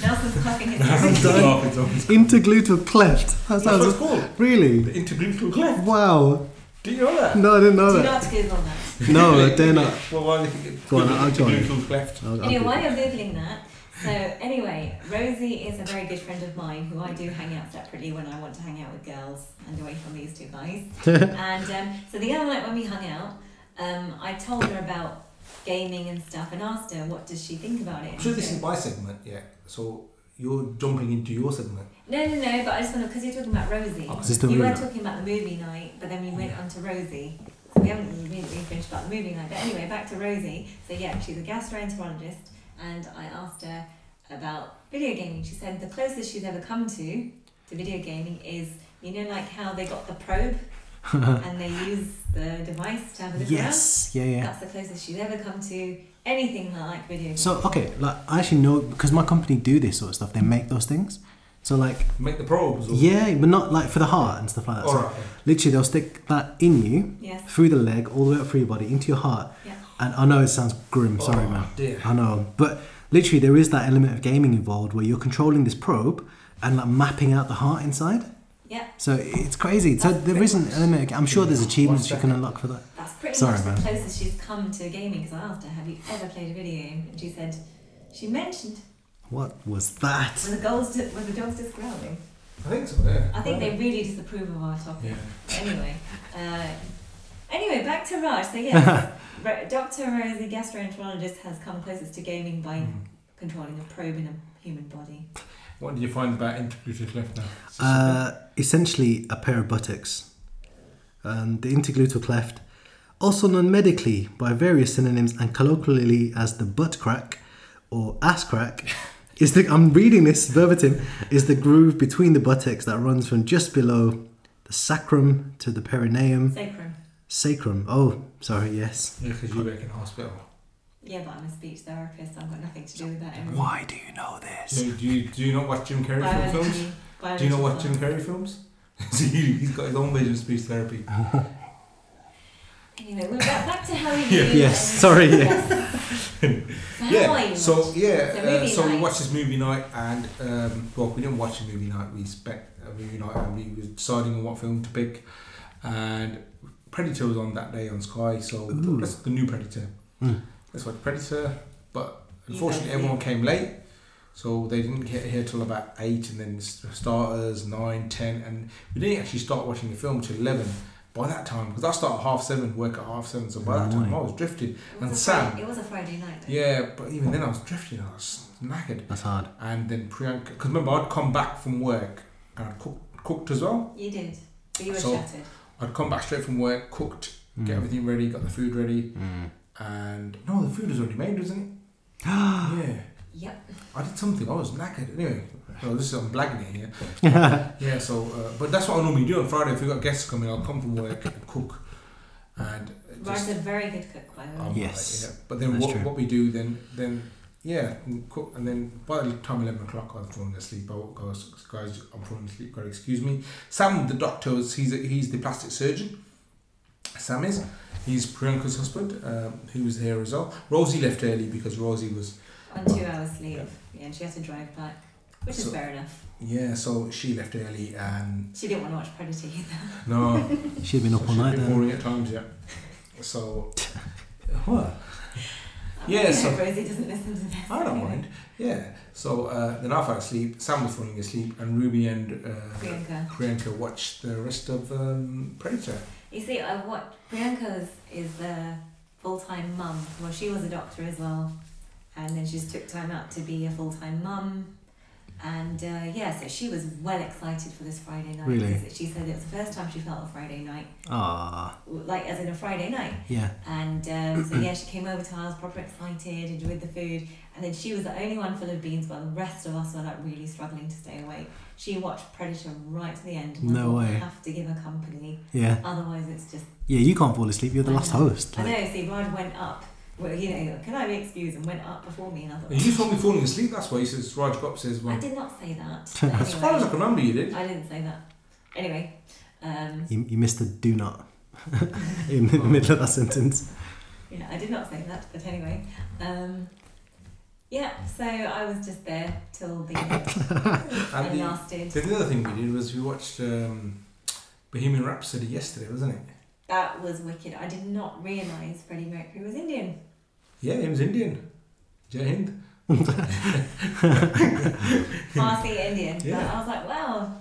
[SPEAKER 3] Nelson's clapping his
[SPEAKER 1] It's
[SPEAKER 3] hands.
[SPEAKER 2] done.
[SPEAKER 1] off, it's off, it's off.
[SPEAKER 2] Intergluteal cleft.
[SPEAKER 1] That's
[SPEAKER 2] That
[SPEAKER 1] what it's
[SPEAKER 2] sounds
[SPEAKER 1] called. The
[SPEAKER 2] really.
[SPEAKER 1] intergluteal cleft.
[SPEAKER 2] Wow.
[SPEAKER 1] Do you know that?
[SPEAKER 2] No, I didn't know
[SPEAKER 3] Do
[SPEAKER 2] that.
[SPEAKER 3] not Google that.
[SPEAKER 2] No, I dare not.
[SPEAKER 1] Well, why do
[SPEAKER 2] Go on, I'll join.
[SPEAKER 1] Intergluteal cleft.
[SPEAKER 2] I'll- I'll
[SPEAKER 3] Anyway,
[SPEAKER 2] Google
[SPEAKER 3] while
[SPEAKER 2] it.
[SPEAKER 3] you're Googling that, so anyway, Rosie is a very good friend of mine who I do hang out separately when I want to hang out with girls and away from these two guys. and um, so the other night when we hung out, um, I told her about gaming and stuff and asked her what does she think about it.
[SPEAKER 1] I'm sure this is my segment. Yeah, so you're jumping into your segment.
[SPEAKER 3] No, no, no. But I just want to because you're talking about Rosie.
[SPEAKER 1] Oh,
[SPEAKER 2] Is this the
[SPEAKER 3] you were
[SPEAKER 2] movie?
[SPEAKER 3] talking about the movie night, but then we went
[SPEAKER 1] Yeah.
[SPEAKER 3] on to Rosie. So we haven't really finished about the movie night. But anyway, back to Rosie. So yeah, she's a gastroenterologist, and I asked her about video gaming. She said the closest she's ever come to to video gaming is you know like how they got the probe and they use the device to have a look
[SPEAKER 2] Yes. Yeah,
[SPEAKER 3] around?
[SPEAKER 2] yeah.
[SPEAKER 3] That's the closest she's ever come to anything like video gaming.
[SPEAKER 2] So okay, like I actually know because my company do this sort of stuff. They make those things. So like
[SPEAKER 1] Make the probes. Or,
[SPEAKER 2] yeah, but not like for the heart and stuff like that.
[SPEAKER 1] All
[SPEAKER 2] So
[SPEAKER 1] right.
[SPEAKER 2] literally, they'll stick that in you
[SPEAKER 3] yes.
[SPEAKER 2] through the leg, all the way up through your body into your heart.
[SPEAKER 3] Yeah.
[SPEAKER 2] And I know it sounds grim. Sorry,
[SPEAKER 1] Oh,
[SPEAKER 2] man.
[SPEAKER 1] Dear.
[SPEAKER 2] I know, but literally there is that element of gaming involved where you're controlling this probe and like mapping out the heart inside.
[SPEAKER 3] Yeah.
[SPEAKER 2] So it's crazy. So there is an element. Of, I'm sure there's achievements you can unlock for that.
[SPEAKER 3] That's pretty
[SPEAKER 2] Sorry,
[SPEAKER 3] much
[SPEAKER 2] man.
[SPEAKER 3] the closest she's come to gaming because I asked her, Have you ever played a video game? And she said, She mentioned
[SPEAKER 2] What was that?
[SPEAKER 3] were the, goals di- were the dogs just growling?
[SPEAKER 1] I think so. Yeah.
[SPEAKER 3] I think they really disapprove of our topic.
[SPEAKER 1] Yeah.
[SPEAKER 3] But Anyway, uh, anyway, back to Raj. So, yes, Ro- Dr. Rosie, gastroenterologist, has come closest to gaming by
[SPEAKER 1] Mm.
[SPEAKER 3] controlling a probe in a human body.
[SPEAKER 1] What did you find about intergluteal cleft now?
[SPEAKER 2] Uh, essentially, a pair of buttocks. Um, the intergluteal cleft, also known medically by various synonyms and colloquially as the butt crack or ass crack, is the I'm reading this verbatim is the groove between the buttocks that runs from just below the sacrum to the
[SPEAKER 1] Mm-hmm.
[SPEAKER 2] perineum.
[SPEAKER 3] Sacrum.
[SPEAKER 2] Sacrum. Oh, sorry. Yes.
[SPEAKER 1] yeah, because you work in a hospital.
[SPEAKER 3] Yeah, but I'm a speech therapist, I've got nothing to do with that. anyway.
[SPEAKER 2] Why do you know this?
[SPEAKER 1] Do you, do you, do you not watch Jim Carrey film films?
[SPEAKER 3] Biology-
[SPEAKER 1] Do you know what
[SPEAKER 3] biology-
[SPEAKER 1] Jim Carrey films? See, he- he's got his own vision of speech therapy.
[SPEAKER 3] Uh, Anyway, we're back, back to how we
[SPEAKER 1] Yeah.
[SPEAKER 3] do
[SPEAKER 2] Yes.
[SPEAKER 3] and-
[SPEAKER 2] Sorry. Yeah.
[SPEAKER 3] So how are
[SPEAKER 1] Yeah.
[SPEAKER 3] you?
[SPEAKER 1] So yeah.
[SPEAKER 3] So
[SPEAKER 1] uh,
[SPEAKER 3] movie
[SPEAKER 1] so we
[SPEAKER 3] night.
[SPEAKER 1] watched this movie night, and um, well, we didn't watch a movie night. We spent a movie night, and we were deciding on what film to pick. And Predator was on that day on Sky, so we
[SPEAKER 2] Ooh.
[SPEAKER 1] thought, that's the new Predator.
[SPEAKER 2] Mm.
[SPEAKER 1] Let's watch Predator. But
[SPEAKER 3] You
[SPEAKER 1] unfortunately,
[SPEAKER 3] don't
[SPEAKER 1] everyone came late, so they didn't get here till about eight, and then s- starters nine, ten, and we didn't actually start watching the film till eleven. By that time, because I start at half seven, work at half seven, so by that time I
[SPEAKER 2] Right.
[SPEAKER 1] was drifting.
[SPEAKER 3] It was
[SPEAKER 1] and
[SPEAKER 3] a
[SPEAKER 1] Sam.
[SPEAKER 3] Friday, it was a Friday night. though.
[SPEAKER 1] Yeah, but even then I was drifting. I was knackered.
[SPEAKER 2] That's hard.
[SPEAKER 1] And then Priyanka, because remember I'd come back from work and I cook, cooked as well.
[SPEAKER 3] You did. But you were
[SPEAKER 1] So-
[SPEAKER 3] shattered.
[SPEAKER 1] I'd come back straight from work, cooked, get
[SPEAKER 2] Mm.
[SPEAKER 1] everything ready, got the food ready,
[SPEAKER 2] Mm. Ah.
[SPEAKER 1] and no, the food was already made, wasn't it? yeah.
[SPEAKER 3] Yep.
[SPEAKER 1] I did something. I was knackered. Anyway, no, this is I'm blagging it here.
[SPEAKER 2] yeah.
[SPEAKER 1] Yeah. So, uh, but that's what I normally do on Friday. If we got guests coming, I'll come from work and cook, and it
[SPEAKER 3] Rod's
[SPEAKER 1] just
[SPEAKER 3] a very good cook, by the way.
[SPEAKER 1] um,
[SPEAKER 2] Yes.
[SPEAKER 1] yeah. But then
[SPEAKER 2] That's
[SPEAKER 1] what,
[SPEAKER 2] true.
[SPEAKER 1] what we do then then yeah and cook and then by the time eleven o'clock I've fallen asleep. I woke- guys guys I'm falling asleep. God excuse me. Sam the doctor was he's a, he's the plastic surgeon. Sam is. He's Priyanka's husband, um, who was here as well. Rosie left early because Rosie was
[SPEAKER 3] On two hours sleep.
[SPEAKER 1] Yeah.
[SPEAKER 3] Yeah. and she had to drive back, which
[SPEAKER 1] So-
[SPEAKER 3] is fair enough.
[SPEAKER 1] yeah, so she left early and
[SPEAKER 3] She didn't want to watch Predator either.
[SPEAKER 1] no
[SPEAKER 2] She'd been up all
[SPEAKER 1] She's
[SPEAKER 2] night
[SPEAKER 1] been
[SPEAKER 2] then.
[SPEAKER 1] boring at times, yeah. So,
[SPEAKER 3] Um,
[SPEAKER 1] Yeah,
[SPEAKER 3] I
[SPEAKER 1] so-
[SPEAKER 3] hope Rosie doesn't listen to this.
[SPEAKER 1] I don't mind. Yeah. So uh, then I fell asleep. Sam was falling asleep, and Ruby and uh,
[SPEAKER 3] Priyanka.
[SPEAKER 1] Priyanka watched the rest of um, Predator.
[SPEAKER 3] You see, I what Priyanka's is a full time mum. Well, she was a doctor as well, and then she just took time out to be a full time mum. And uh, yeah, so she was well excited for this Friday night.
[SPEAKER 2] Really?
[SPEAKER 3] 'cause She said it was the first time she felt a Friday night,
[SPEAKER 2] Ah,
[SPEAKER 3] like as in a Friday night.
[SPEAKER 2] yeah.
[SPEAKER 3] And um, so yeah, she came over to us, proper excited, enjoyed the food, and then she was the only one full of beans, while the rest of us were like really struggling to stay awake. She watched Predator right to the end. and I
[SPEAKER 2] No
[SPEAKER 3] thought,
[SPEAKER 2] way.
[SPEAKER 3] "I Have to give her company,
[SPEAKER 2] Yeah.
[SPEAKER 3] otherwise it's just.
[SPEAKER 2] Yeah, you can't fall asleep. You're the
[SPEAKER 3] I
[SPEAKER 2] last
[SPEAKER 3] know.
[SPEAKER 2] host.
[SPEAKER 3] I
[SPEAKER 2] like-
[SPEAKER 3] know. See, Rod went up. Well, you know, can I be excused? And went up before me, and I thought.
[SPEAKER 1] And you saw me falling asleep. That's why he says Raj Gop says,
[SPEAKER 3] I
[SPEAKER 1] "Well,
[SPEAKER 3] did not say that. but
[SPEAKER 1] as far as I
[SPEAKER 3] anyway,
[SPEAKER 1] can remember, you did."
[SPEAKER 3] I didn't say that. Anyway, um,
[SPEAKER 2] You, you missed the do not in the
[SPEAKER 1] Oh.
[SPEAKER 2] middle of that sentence.
[SPEAKER 3] yeah, I did not say that. But anyway, um, yeah. So I was just there till the end
[SPEAKER 1] And
[SPEAKER 3] and
[SPEAKER 1] the,
[SPEAKER 3] lasted.
[SPEAKER 1] the other thing we did was we watched um, Bohemian Rhapsody yesterday, wasn't it?
[SPEAKER 3] That was wicked. I did not realise Freddie Mercury was Indian.
[SPEAKER 1] Yeah, he was Indian. Jai Hind.
[SPEAKER 3] Farsi Indian. But
[SPEAKER 1] Yeah.
[SPEAKER 3] I was like, wow,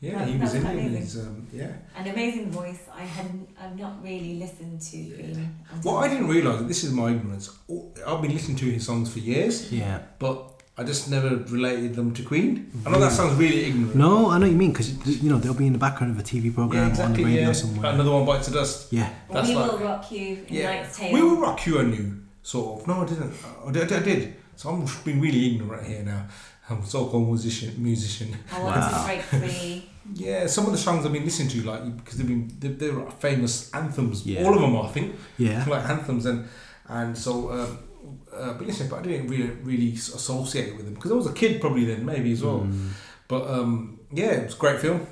[SPEAKER 1] Yeah,
[SPEAKER 3] That-
[SPEAKER 1] he was
[SPEAKER 3] that's
[SPEAKER 1] Indian.
[SPEAKER 3] amazing.
[SPEAKER 1] He's, um, yeah.
[SPEAKER 3] an amazing voice. I hadn't. I've not really listened to. Bean until-
[SPEAKER 1] What I didn't realise, this is my ignorance. all- I've been listening to his songs for years,
[SPEAKER 2] Yeah.
[SPEAKER 1] but I just never related them to Queen. I know that sounds really ignorant.
[SPEAKER 2] No, I know what you mean because you know they'll be in the background of a TV program
[SPEAKER 1] yeah,
[SPEAKER 2] or on the
[SPEAKER 1] exactly.
[SPEAKER 2] radio
[SPEAKER 1] Yeah.
[SPEAKER 2] somewhere.
[SPEAKER 1] Another one bites the dust.
[SPEAKER 2] Yeah.
[SPEAKER 1] That's
[SPEAKER 3] we
[SPEAKER 1] like-
[SPEAKER 3] will rock you in
[SPEAKER 1] Yeah.
[SPEAKER 3] Knight's Tale.
[SPEAKER 1] We will rock you. I knew sort of. No, I didn't. I did. I did. So I'm being really ignorant here now. I'm a so-called musician. Musician.
[SPEAKER 3] I want
[SPEAKER 2] Wow.
[SPEAKER 3] to break free.
[SPEAKER 1] Yeah, some of the songs I've been listening to, like because they've been they- they're like famous anthems.
[SPEAKER 2] Yeah.
[SPEAKER 1] All of them, are, I think.
[SPEAKER 2] Yeah.
[SPEAKER 1] like anthems and and so um, uh, but listen, but I didn't really really associate it with them because I was a kid probably then maybe as well.
[SPEAKER 2] Mm.
[SPEAKER 1] But um, yeah, it was a great film.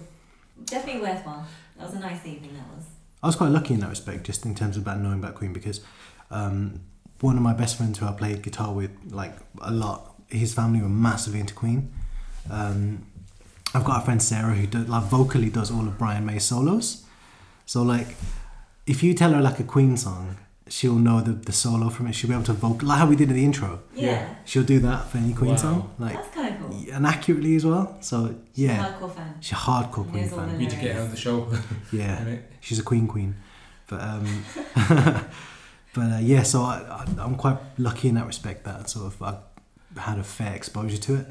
[SPEAKER 3] Definitely worthwhile. That was a nice evening. That was.
[SPEAKER 2] I was quite lucky in that respect, just in terms of about knowing about Queen, because um, one of my best friends who I played guitar with, like a lot, his family were massively into Queen. Um, I've got a friend Sarah who do, like vocally does all of Brian May's solos. So like, if you tell her like a Queen song, she'll know the, the solo from it. She'll be able to vocal like how we did in the intro.
[SPEAKER 3] Yeah,
[SPEAKER 1] Yeah.
[SPEAKER 2] She'll do that for any Queen
[SPEAKER 1] Wow.
[SPEAKER 2] song, like
[SPEAKER 3] that's kind of cool.
[SPEAKER 2] and accurately as well. So yeah,
[SPEAKER 3] Hardcore fan.
[SPEAKER 2] she's a hardcore Queen
[SPEAKER 3] Knows all
[SPEAKER 1] We
[SPEAKER 2] fan.
[SPEAKER 1] need to get her on the show.
[SPEAKER 2] Yeah.
[SPEAKER 1] innit?
[SPEAKER 2] She's a queen queen, but um, but uh, yeah. So I, I, I'm quite lucky in that respect that sort of I had a fair exposure to it.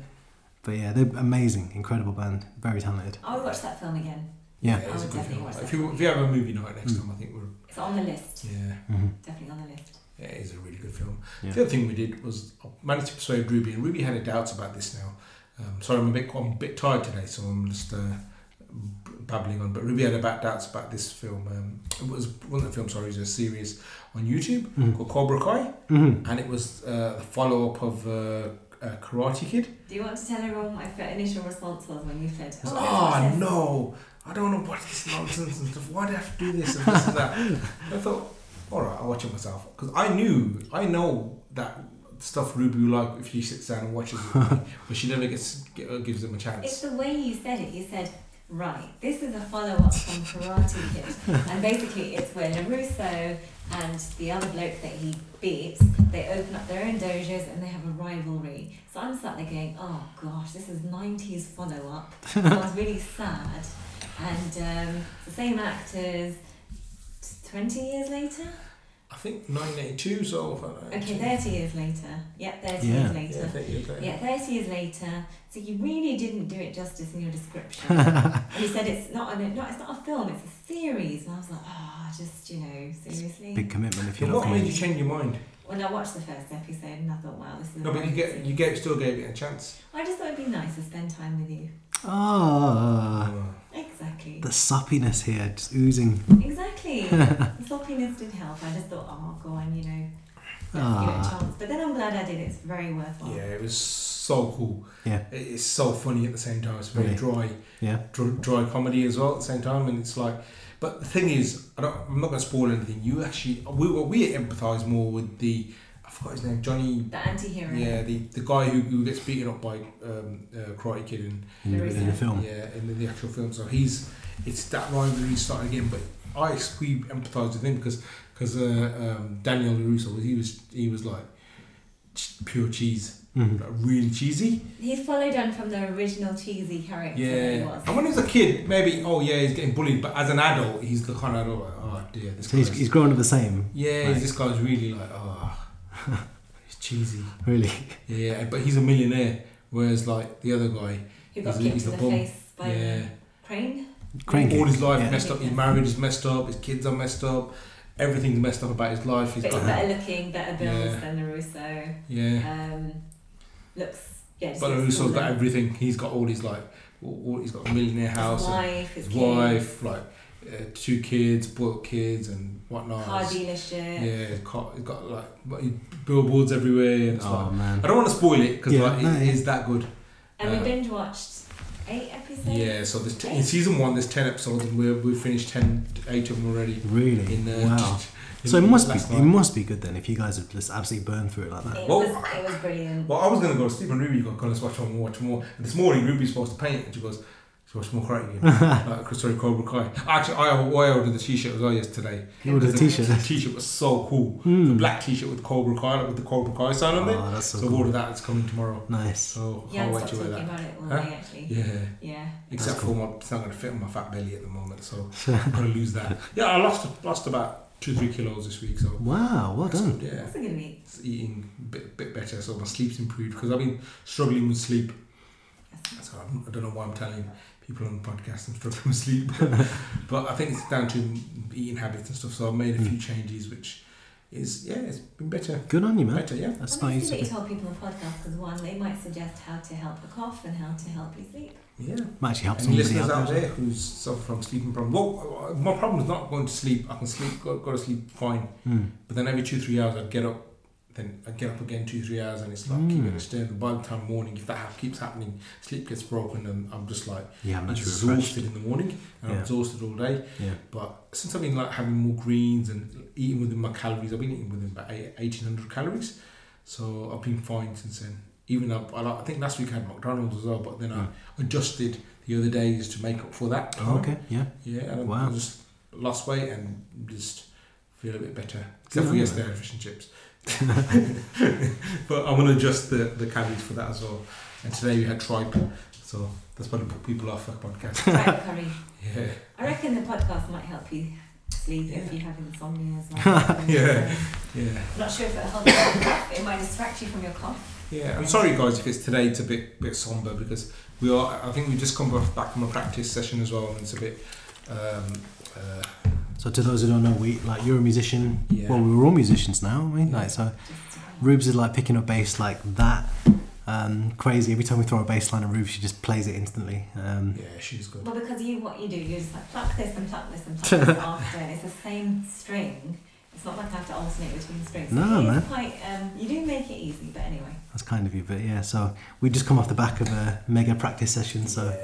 [SPEAKER 2] But yeah, they're amazing, incredible band, very talented.
[SPEAKER 3] I would watch that film again.
[SPEAKER 2] Yeah. Mm.
[SPEAKER 1] it's a
[SPEAKER 3] I would
[SPEAKER 1] good
[SPEAKER 3] definitely
[SPEAKER 1] film.
[SPEAKER 3] watch that.
[SPEAKER 1] If you if you have a movie night next time, I think we're
[SPEAKER 3] It's on the list.
[SPEAKER 1] yeah.
[SPEAKER 2] hmm
[SPEAKER 3] Definitely on the list.
[SPEAKER 1] Yeah, it is a really good film.
[SPEAKER 2] Yeah.
[SPEAKER 1] The other thing we did was I managed to persuade Ruby, and Ruby had her doubts about this now. Um, sorry, I'm a bit I'm a bit tired today, so I'm just uh, b- babbling on. But Ruby had about doubts about this film. Um, it was wasn't a film, sorry, it was a series on YouTube
[SPEAKER 2] Mhm.
[SPEAKER 1] called Cobra Kai,
[SPEAKER 2] hmm
[SPEAKER 1] and it was uh, a follow up of uh, uh, Karate Kid.
[SPEAKER 3] Do you want to tell everyone what my fir- initial response was when you said,
[SPEAKER 1] It
[SPEAKER 3] "Oh,
[SPEAKER 1] was,
[SPEAKER 3] let's
[SPEAKER 1] oh,
[SPEAKER 3] watch this."
[SPEAKER 1] no, I don't want to watch this nonsense and stuff. Why do I have to do this and this and that? I thought, all right, I'll watch it myself because I knew, I know that stuff Ruby will like if she sits down and watches it, with me, but she never gets gi- uh, gives them a
[SPEAKER 3] It's
[SPEAKER 1] chance.
[SPEAKER 3] the way you said it. You said, right, this is a follow up from Karate Kid. and basically, it's where LaRusso and the other bloke that he beats, they open up their own dojos and they have a rivalry. So I'm sat there going, oh gosh, this is 90s follow up. I was really sad. And um, the same actors. 20 years later?
[SPEAKER 1] I think 1982, so "Oh,
[SPEAKER 3] Okay,
[SPEAKER 1] 1982.
[SPEAKER 3] 30 years later. Yep, 30
[SPEAKER 2] Yeah.
[SPEAKER 3] years later.
[SPEAKER 1] yeah, 30 years later.
[SPEAKER 3] Yeah, 30 years later. So you really didn't do it justice in your description. and you said it's not, an, not, it's not a film, it's a series. And I was like, oh, just, you know, seriously?
[SPEAKER 2] Big commitment if
[SPEAKER 1] But
[SPEAKER 2] you're
[SPEAKER 1] what
[SPEAKER 2] not.
[SPEAKER 1] made
[SPEAKER 2] Made
[SPEAKER 1] you change your mind?
[SPEAKER 3] When I watched the first episode and I thought, wow, this is
[SPEAKER 1] No, but you
[SPEAKER 3] amazing.
[SPEAKER 1] get you get still gave it a chance.
[SPEAKER 3] I just thought it'd be nice to spend time with you. Uh,
[SPEAKER 2] Ah,
[SPEAKER 1] Oh,
[SPEAKER 3] Exactly.
[SPEAKER 2] the soppiness here, just oozing.
[SPEAKER 3] Exactly. the sloppiness did help. I just thought, oh, go on, you know, let's give it a
[SPEAKER 2] Ah,
[SPEAKER 3] chance. But then I'm glad I did. It's very worthwhile.
[SPEAKER 1] yeah, it was so cool.
[SPEAKER 2] Yeah.
[SPEAKER 1] It- it's so funny at the same time. It's very
[SPEAKER 2] Really?
[SPEAKER 1] dry,
[SPEAKER 2] yeah.
[SPEAKER 1] dr- dry comedy as well at the same time, and it's like. But the thing is, I don't, I'm not going to spoil anything. You actually, we we empathise more with the, I forgot his name, Johnny.
[SPEAKER 3] The anti-hero.
[SPEAKER 1] Yeah, the, the guy who, who gets beaten up by um, uh, Karate Kid and
[SPEAKER 2] In, the- in the film.
[SPEAKER 1] Yeah, in the, the actual film. So he's it's that rivalry starting again. But I we empathise with him because because uh, um, Daniel Larusso he was he was like ch- pure cheese,
[SPEAKER 2] Mhm.
[SPEAKER 1] like really cheesy.
[SPEAKER 3] He's followed on from the original cheesy character that he
[SPEAKER 1] Yeah,
[SPEAKER 3] was.
[SPEAKER 1] and when he was a kid, maybe oh yeah, he's getting bullied. But as an adult, he's the kind of adult, like, oh dear, this
[SPEAKER 2] So he's,
[SPEAKER 1] guy's-
[SPEAKER 2] he's grown up the same,
[SPEAKER 1] yeah,
[SPEAKER 2] Right.
[SPEAKER 1] this guy's really like oh, he's cheesy.
[SPEAKER 2] really.
[SPEAKER 1] Yeah, but he's a millionaire. Whereas like the other guy,
[SPEAKER 3] Who got
[SPEAKER 1] he's-
[SPEAKER 3] kicked
[SPEAKER 1] he's
[SPEAKER 3] in
[SPEAKER 1] the
[SPEAKER 3] the
[SPEAKER 1] bum.
[SPEAKER 3] face by
[SPEAKER 1] yeah.
[SPEAKER 3] the crane.
[SPEAKER 2] Crane
[SPEAKER 1] all
[SPEAKER 2] kick.
[SPEAKER 1] his life
[SPEAKER 2] Yeah.
[SPEAKER 1] messed up. His marriage is messed up. His kids are messed up. Everything's messed up about his life. He's
[SPEAKER 3] But he's
[SPEAKER 1] got
[SPEAKER 3] better looking, better built
[SPEAKER 1] Yeah.
[SPEAKER 3] than LaRusso.
[SPEAKER 1] yeah.
[SPEAKER 3] Um, looks... Yeah, just
[SPEAKER 1] But
[SPEAKER 3] looks
[SPEAKER 1] Russo's got
[SPEAKER 3] cooler.
[SPEAKER 1] everything. He's got all his like, all, all- he's got a millionaire house,
[SPEAKER 3] His
[SPEAKER 1] and
[SPEAKER 3] wife, his,
[SPEAKER 1] his
[SPEAKER 3] kids,
[SPEAKER 1] wife, like uh, two kids, bought kids and whatnot.
[SPEAKER 3] car
[SPEAKER 1] It's-
[SPEAKER 3] dealership.
[SPEAKER 1] yeah, car, he's got like but he- billboards everywhere. And it's
[SPEAKER 2] Oh
[SPEAKER 1] like,
[SPEAKER 2] man.
[SPEAKER 1] I don't want to spoil it because
[SPEAKER 2] Yeah,
[SPEAKER 1] like,
[SPEAKER 2] no,
[SPEAKER 1] it
[SPEAKER 2] yeah.
[SPEAKER 1] is that good.
[SPEAKER 3] And
[SPEAKER 1] Uh,
[SPEAKER 3] we binge watched eight episodes.
[SPEAKER 1] Yeah. So there's t- in season one, there's ten episodes, and we're, we've finished ten, eight of them already.
[SPEAKER 2] Really?
[SPEAKER 1] In uh,
[SPEAKER 2] wow.
[SPEAKER 1] in
[SPEAKER 2] So it must
[SPEAKER 1] last
[SPEAKER 2] be
[SPEAKER 1] night.
[SPEAKER 2] it must be good then if you guys have just absolutely burned through it like that.
[SPEAKER 3] It,
[SPEAKER 1] Well-
[SPEAKER 3] was, it was brilliant.
[SPEAKER 1] Well, I was gonna go to sleep, and Ruby got gonna watch one, watch more. And this morning, Ruby's supposed to paint, and she goes, "She watch more karate again." like, sorry, Cobra Kai. Actually, I, I ordered the t-shirt as well yesterday.
[SPEAKER 2] You ordered a t-shirt.
[SPEAKER 1] The t-shirt was so cool. The
[SPEAKER 2] Mm.
[SPEAKER 1] black t-shirt with Cobra Kai, like, with the Cobra Kai sign on it.
[SPEAKER 2] Oh, that's
[SPEAKER 1] So,
[SPEAKER 2] so
[SPEAKER 1] I've
[SPEAKER 2] cool.
[SPEAKER 1] ordered that. It's coming tomorrow.
[SPEAKER 2] Nice.
[SPEAKER 1] So I
[SPEAKER 3] Jan
[SPEAKER 1] can't wait
[SPEAKER 3] stopped
[SPEAKER 1] to
[SPEAKER 3] talking
[SPEAKER 1] wear that.
[SPEAKER 3] about it all
[SPEAKER 1] Huh?
[SPEAKER 3] day, actually.
[SPEAKER 1] Yeah,
[SPEAKER 3] Yeah.
[SPEAKER 1] except
[SPEAKER 2] cool.
[SPEAKER 1] for my, it's not gonna fit on my fat belly at the moment, so I'm gonna lose that. Yeah, I lost lost about two three kilos this week, so
[SPEAKER 2] Wow, well done.
[SPEAKER 1] yeah,
[SPEAKER 3] That's a good week.
[SPEAKER 1] it's eating a bit, bit better, so my sleep's improved because I've been struggling with sleep. So I'm, I don't know why I'm telling people on the podcast I'm struggling with sleep, but I think it's down to eating habits and stuff. So I've made a
[SPEAKER 2] Mm.
[SPEAKER 1] few changes, which is yeah, it's been better,
[SPEAKER 2] Good on you, man.
[SPEAKER 1] better, yeah.
[SPEAKER 2] That's
[SPEAKER 3] Well,
[SPEAKER 2] not
[SPEAKER 3] it's good
[SPEAKER 2] easy.
[SPEAKER 3] that you tell people on the podcast because one, they might suggest how to help a cough and how to help you sleep.
[SPEAKER 1] Yeah,
[SPEAKER 2] Might actually help
[SPEAKER 1] any
[SPEAKER 2] somebody
[SPEAKER 1] listeners out
[SPEAKER 2] out there.
[SPEAKER 1] there who's suffer from sleeping problems? Well, uh, my problem is not going to sleep. I can sleep, go, go to sleep fine,
[SPEAKER 2] Mm.
[SPEAKER 1] but then every two three hours I'd get up. Then I get up again two three hours and it's like
[SPEAKER 2] Mm.
[SPEAKER 1] keeping a stir. By the time morning, if that ha- keeps happening, sleep gets broken and I'm just like
[SPEAKER 2] You haven't actually refreshed.
[SPEAKER 1] exhausted in the morning and I'm
[SPEAKER 2] Yeah.
[SPEAKER 1] exhausted all day.
[SPEAKER 2] Yeah.
[SPEAKER 1] But since I've been like having more greens and eating within my calories, I've been eating within about eight- 1800 calories. So I've been fine since then. Even up, I, like- I think last week I had McDonald's as well, but then I adjusted the other days to make up for that.
[SPEAKER 2] Hmm. Oh,
[SPEAKER 1] time.
[SPEAKER 2] okay. Yeah.
[SPEAKER 1] Yeah, and I-
[SPEAKER 2] Wow.
[SPEAKER 1] I just lost weight and just feel a bit better.
[SPEAKER 2] Good
[SPEAKER 1] Except
[SPEAKER 2] on
[SPEAKER 1] for
[SPEAKER 2] you,
[SPEAKER 1] yesterday, I had fish and chips. but I'm going to adjust the, the calories for that as well. And today we had tripe, so that's probably put people off our podcast.
[SPEAKER 3] Right, Curry.
[SPEAKER 1] Yeah.
[SPEAKER 3] I reckon the podcast might help you sleep if
[SPEAKER 1] Yeah.
[SPEAKER 3] you have insomnia as well.
[SPEAKER 1] Yeah. Yeah.
[SPEAKER 3] I'm not sure if it'll help you with your cough. It might distract you from your cough.
[SPEAKER 1] Yeah, I'm sorry guys if it's today it's a bit bit somber because we are. I think we just come back back from a practice session as well, and it's a bit. Um, uh,
[SPEAKER 2] So to those who don't know, we like you're a musician.
[SPEAKER 1] Yeah.
[SPEAKER 2] Well, we were all musicians now, aren't we?
[SPEAKER 1] Yeah.
[SPEAKER 2] Like so,
[SPEAKER 3] Just
[SPEAKER 2] Rubes is like picking up bass like that, um, crazy. Every time we throw a bass line at Rubes, she just plays it instantly. Um,
[SPEAKER 1] yeah, she's good.
[SPEAKER 3] well, because you, what you do, you're just like pluck this and pluck this and pluck this after, and it's the same string. It's not like I have to alternate between strings.
[SPEAKER 2] No,
[SPEAKER 3] it's
[SPEAKER 2] man.
[SPEAKER 3] quite. Um, you do make it easy, but anyway.
[SPEAKER 2] That's kind of you, but yeah. So we just come off the back of a mega practice session. So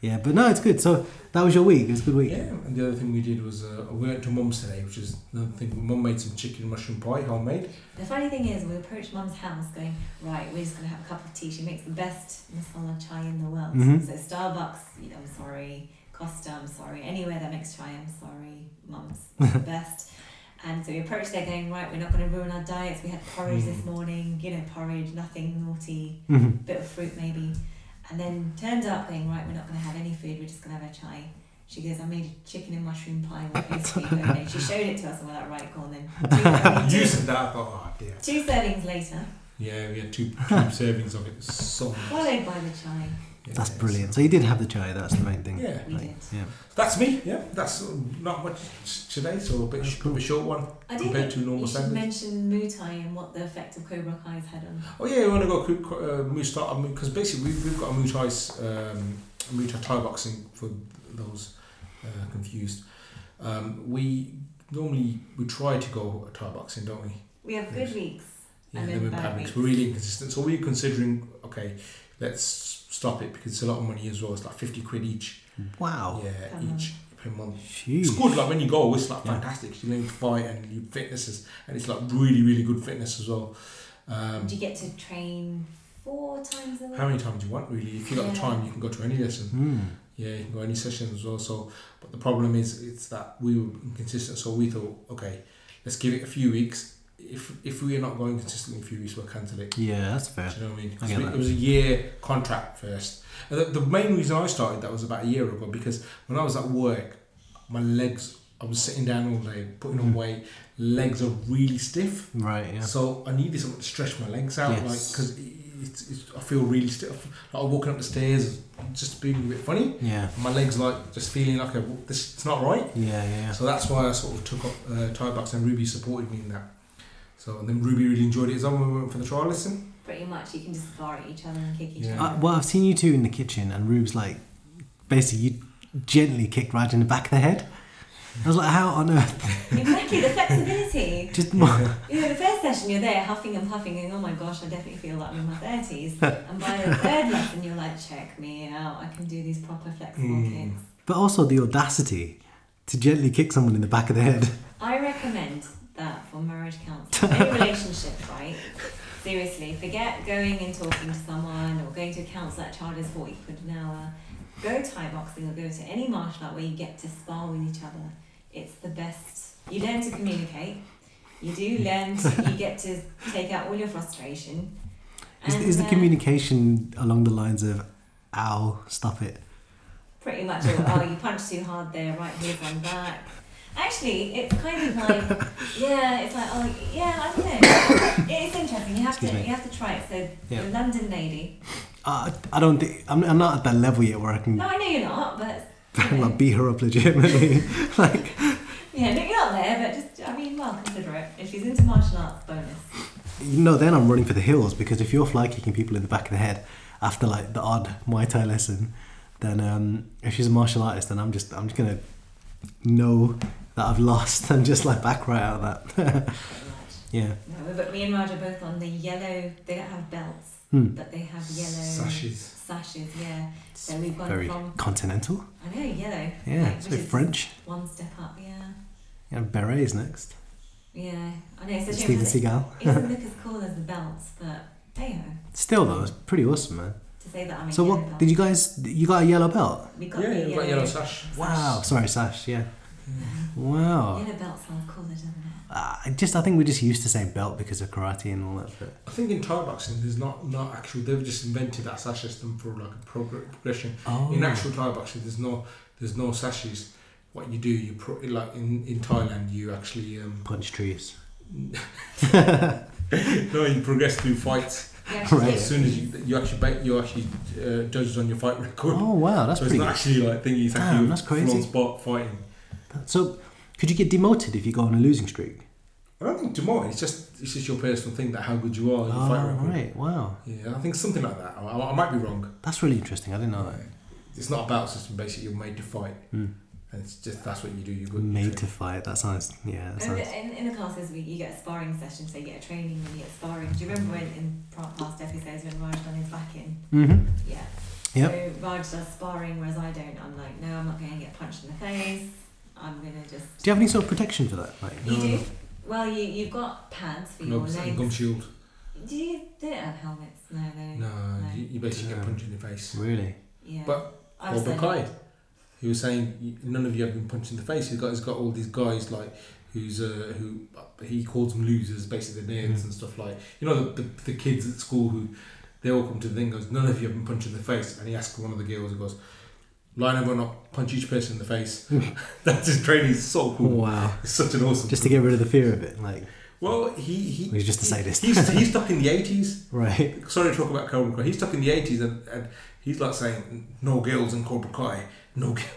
[SPEAKER 2] yeah, but no, it's good. So that was your week. It was a good week.
[SPEAKER 1] yeah, and the other thing we did was uh, we went to mum's today, which is another thing. Mum made some chicken mushroom pie, homemade.
[SPEAKER 3] The funny thing is, we approached Mum's house going, right, we're just going to have a cup of tea. She makes the best masala chai in the world.
[SPEAKER 2] Mhm.
[SPEAKER 3] So Starbucks, you know, I'm sorry. Costa, I'm sorry. Anywhere that makes chai, I'm sorry. Mum's the best. And so we approached there going, right, we're not going to ruin our diets. We had porridge this morning, you know, porridge, nothing naughty,
[SPEAKER 2] Mhm.
[SPEAKER 3] bit of fruit maybe. And then turned up going, right, we're not going to have any food. We're just going to have a chai. She goes, I made a chicken and mushroom pie with pastry. homemade." she showed it to us and we're like, right, go on then. Do that.
[SPEAKER 1] you said that, I thought, oh dear.
[SPEAKER 3] Two servings later,
[SPEAKER 1] Yeah, we had two, two servings of it. It was So nice.
[SPEAKER 3] Followed by the chai.
[SPEAKER 1] Yeah,
[SPEAKER 2] That's
[SPEAKER 1] so-
[SPEAKER 2] brilliant. So you did have the chai. That's the main thing.
[SPEAKER 1] Yeah.
[SPEAKER 3] We did.
[SPEAKER 2] Yeah.
[SPEAKER 1] That's me. Yeah, that's uh, not much today, so a bit,
[SPEAKER 2] That's
[SPEAKER 1] sh- a bit short one.
[SPEAKER 3] I do
[SPEAKER 1] Compared
[SPEAKER 3] think
[SPEAKER 1] to normal
[SPEAKER 3] you should
[SPEAKER 1] sandwich.
[SPEAKER 3] mention Mutai and what the effect of Cobra Kai's had on
[SPEAKER 1] Oh yeah, we want to go quick uh, Muay Thai because basically we've, we've got a Muay Thai um, Muay Thai Thai boxing for those uh, confused. Um, we normally we try to go Thai boxing, don't we?
[SPEAKER 3] We have good weeks.
[SPEAKER 1] Yeah,
[SPEAKER 3] And
[SPEAKER 1] then
[SPEAKER 3] then
[SPEAKER 1] we're
[SPEAKER 3] bad
[SPEAKER 1] bad weeks.
[SPEAKER 3] weeks.
[SPEAKER 1] We're really inconsistent. So we're considering okay, let's stop it because it's a lot of money as well. It's like fifty quid each.
[SPEAKER 2] Wow.
[SPEAKER 1] yeah,
[SPEAKER 3] Mhm.
[SPEAKER 1] each per month.
[SPEAKER 2] Huge.
[SPEAKER 1] It's good, like when you go, it's like
[SPEAKER 2] Yeah.
[SPEAKER 1] fantastic. You learn to fight and you fitness is, and it's like really, really good fitness as well. Um,
[SPEAKER 3] Do you get to train four times a week?
[SPEAKER 1] how many times do you want really? If you got the
[SPEAKER 3] Yeah.
[SPEAKER 1] time, you can go to any lesson.
[SPEAKER 2] Mm.
[SPEAKER 1] Yeah, you can go any session as well. So, but the problem is, it's that we were inconsistent. So we thought, okay, let's give it a few weeks. If if we are not going consistently in a few weeks, we'll cancel it.
[SPEAKER 2] Yeah, that's fair.
[SPEAKER 1] Do you know what I mean?
[SPEAKER 2] I
[SPEAKER 1] 'Cause
[SPEAKER 2] get
[SPEAKER 1] we-
[SPEAKER 2] that.
[SPEAKER 1] it was a year contract first. And the, the main reason I started that was about a year ago because when I was at work, my legs, I was sitting down all day, putting on
[SPEAKER 2] Mm.
[SPEAKER 1] weight, legs are really stiff.
[SPEAKER 2] Right. Yeah.
[SPEAKER 1] So I needed something to stretch my legs out, like 'cause like
[SPEAKER 2] Yes.
[SPEAKER 1] because it's, it's, I feel really stiff. Like walking up the stairs, just being a bit funny.
[SPEAKER 2] Yeah.
[SPEAKER 1] My legs like just feeling like a, this, it's not right.
[SPEAKER 2] Yeah. Yeah.
[SPEAKER 1] So that's why I sort of took up uh, Thai box and Ruby supported me in that. So and then Ruby really enjoyed it as well when we went for the trial lesson.
[SPEAKER 3] Pretty much, you can just bar at each other and kick each
[SPEAKER 1] Yeah.
[SPEAKER 2] Uh,
[SPEAKER 3] other.
[SPEAKER 2] well, I've seen you two in the kitchen, and Rube's like, basically, you gently kicked Raj in the back of the head. I was like, how on earth?
[SPEAKER 3] exactly, the flexibility.
[SPEAKER 2] Just
[SPEAKER 3] You know, the first session you're there huffing and puffing, and oh my gosh, I definitely feel like I'm in my 30s. and by the third lesson, you're like, check me out, I can do these proper flexible
[SPEAKER 1] Mm.
[SPEAKER 3] kicks.
[SPEAKER 2] But also the audacity to gently kick someone in the back of the head.
[SPEAKER 3] I recommend that for marriage counseling, any relationship, right? Seriously, forget going and talking to someone or going to a counsellor that charges 40 quid an hour. Go Thai boxing or go to any martial art where you get to spar with each other. It's the best. You learn to communicate. You do learn, to, you get to take out all your frustration.
[SPEAKER 2] Is,
[SPEAKER 3] And,
[SPEAKER 2] is the
[SPEAKER 3] uh,
[SPEAKER 2] communication along the lines of, ow, stop it?
[SPEAKER 3] Pretty much, all, oh, you punch too hard there, right, here's one back. Actually, it's kind of like, yeah, it's like, oh, yeah, I don't know. It's interesting, you have
[SPEAKER 2] Excuse
[SPEAKER 3] to
[SPEAKER 2] me.
[SPEAKER 3] you have to try it. So,
[SPEAKER 2] Yeah.
[SPEAKER 3] the London lady.
[SPEAKER 2] Uh, I don't think, I'm, I'm not at that level yet where I can
[SPEAKER 3] No, I know you're not, but. you know.
[SPEAKER 2] like, beat her up legitimately. like,
[SPEAKER 3] yeah, no, you're not there, but just, I mean, well, consider it. If she's into martial arts, bonus.
[SPEAKER 2] you know, then I'm running for the hills because if you're fly kicking people in the back of the head after like the odd Muay Thai lesson, then um, if she's a martial artist, then I'm just I'm just gonna know that I've lost and just like back right out of that.
[SPEAKER 3] Pretty much.
[SPEAKER 2] yeah.
[SPEAKER 3] No, but me and Raj are both on the yellow, they don't have belts,
[SPEAKER 2] Hmm.
[SPEAKER 3] but they have yellow
[SPEAKER 1] Sashes.
[SPEAKER 3] sashes, yeah. So, we've gone
[SPEAKER 2] Very
[SPEAKER 3] from.
[SPEAKER 2] continental.
[SPEAKER 3] I know, yellow.
[SPEAKER 2] Yeah.
[SPEAKER 3] like,
[SPEAKER 2] it's a
[SPEAKER 3] which
[SPEAKER 2] bit
[SPEAKER 3] is
[SPEAKER 2] French.
[SPEAKER 3] One step up, yeah.
[SPEAKER 2] Yeah, berets next.
[SPEAKER 3] Yeah, I know. It's a shame
[SPEAKER 2] Steven
[SPEAKER 3] that it
[SPEAKER 2] Seagal.
[SPEAKER 3] it doesn't look as cool as the belts, but hey ho,
[SPEAKER 2] Still though, it's pretty awesome, man.
[SPEAKER 3] to say that I'm a
[SPEAKER 2] So
[SPEAKER 3] yellow
[SPEAKER 2] what
[SPEAKER 3] belt.
[SPEAKER 2] did you guys? You got a yellow belt?
[SPEAKER 3] We got
[SPEAKER 1] Yeah,
[SPEAKER 3] the uh,
[SPEAKER 1] you've got yellow sash.
[SPEAKER 2] Wow. Sorry, Sash. Yeah.
[SPEAKER 1] Yeah.
[SPEAKER 2] Wow.
[SPEAKER 3] Yellow belt sounds cooler, doesn't it?
[SPEAKER 2] Uh, I just I think we're just used to saying belt because of karate and all that. But
[SPEAKER 1] I think in Thai boxing, there's not not actual. They've just invented that sash system for like a progr- progression.
[SPEAKER 2] oh,
[SPEAKER 1] In actual Thai boxing, there's no there's no sashes. What you do, you pro- like in, in Thailand, you actually um,
[SPEAKER 2] punch trees.
[SPEAKER 1] no, you progress through fights.
[SPEAKER 3] You actually
[SPEAKER 2] Right.
[SPEAKER 3] do.
[SPEAKER 1] As soon as you you actually ba- you actually uh, judges on your fight record.
[SPEAKER 2] Oh wow, that's
[SPEAKER 1] so it's
[SPEAKER 2] pretty.
[SPEAKER 1] not actually like thinking it's
[SPEAKER 2] Damn,
[SPEAKER 1] actually
[SPEAKER 2] that's crazy.
[SPEAKER 1] full on spot fighting.
[SPEAKER 2] that- So, could you get demoted if you go on a losing streak?
[SPEAKER 1] I don't think tomorrow. It's just it's just your personal thing that how good you are. Your fight record.
[SPEAKER 2] Ah, right, wow,
[SPEAKER 1] Yeah, I think something like that. I, I, I might be wrong.
[SPEAKER 2] that's really interesting. I didn't know that.
[SPEAKER 1] It's not about system. Basically, you're made to fight.
[SPEAKER 2] Mm.
[SPEAKER 1] And it's just that's what you do. You go
[SPEAKER 2] Made to fight. That sounds yeah. That
[SPEAKER 3] And
[SPEAKER 2] sounds.
[SPEAKER 3] the- in, in the classes, we, you get a sparring session, so you get a training and you get sparring. Do you remember when in pro- past episodes when Raj done his back in?
[SPEAKER 2] Mm-hmm.
[SPEAKER 3] Yeah.
[SPEAKER 2] Yep.
[SPEAKER 3] So Raj does sparring, whereas I don't. I'm like, no, I'm not going to get punched in the face. I'm going to just.
[SPEAKER 2] Do you have any sort Mm. of protection for that? Like,
[SPEAKER 1] No,
[SPEAKER 3] you do?
[SPEAKER 1] no.
[SPEAKER 3] Well, you, you've got pads for your
[SPEAKER 1] gloves and gum
[SPEAKER 3] legs.
[SPEAKER 1] shield.
[SPEAKER 3] Do you they don't have helmets? No, they don't.
[SPEAKER 1] No, You, you basically
[SPEAKER 2] Yeah.
[SPEAKER 1] get punched in the face.
[SPEAKER 2] really?
[SPEAKER 3] Yeah.
[SPEAKER 1] But-
[SPEAKER 3] I've
[SPEAKER 1] Or
[SPEAKER 3] said
[SPEAKER 1] Bukai, he was saying "You- none of you have been punched in the face. He's got he's got all these guys like who's uh, who he calls them losers, basically their names
[SPEAKER 2] Mm.
[SPEAKER 1] and stuff like you know the, the, the kids at school who they all come to the thing and goes none of you have been punched in the face, and he asks one of the girls and goes line everyone up, punch each person in
[SPEAKER 2] Mm.
[SPEAKER 1] the face. That's his training. It's so cool.
[SPEAKER 2] Wow.
[SPEAKER 1] It's such an awesome.
[SPEAKER 2] Just to get rid of the fear of it, like
[SPEAKER 1] Well, he, he
[SPEAKER 2] He's just a sadist.
[SPEAKER 1] He's, he's stuck in the eighties.
[SPEAKER 2] Right.
[SPEAKER 1] Sorry to talk about Cobra Kai. He's stuck in the eighties, and, and he's like saying no girls in Cobra Kai, no girl.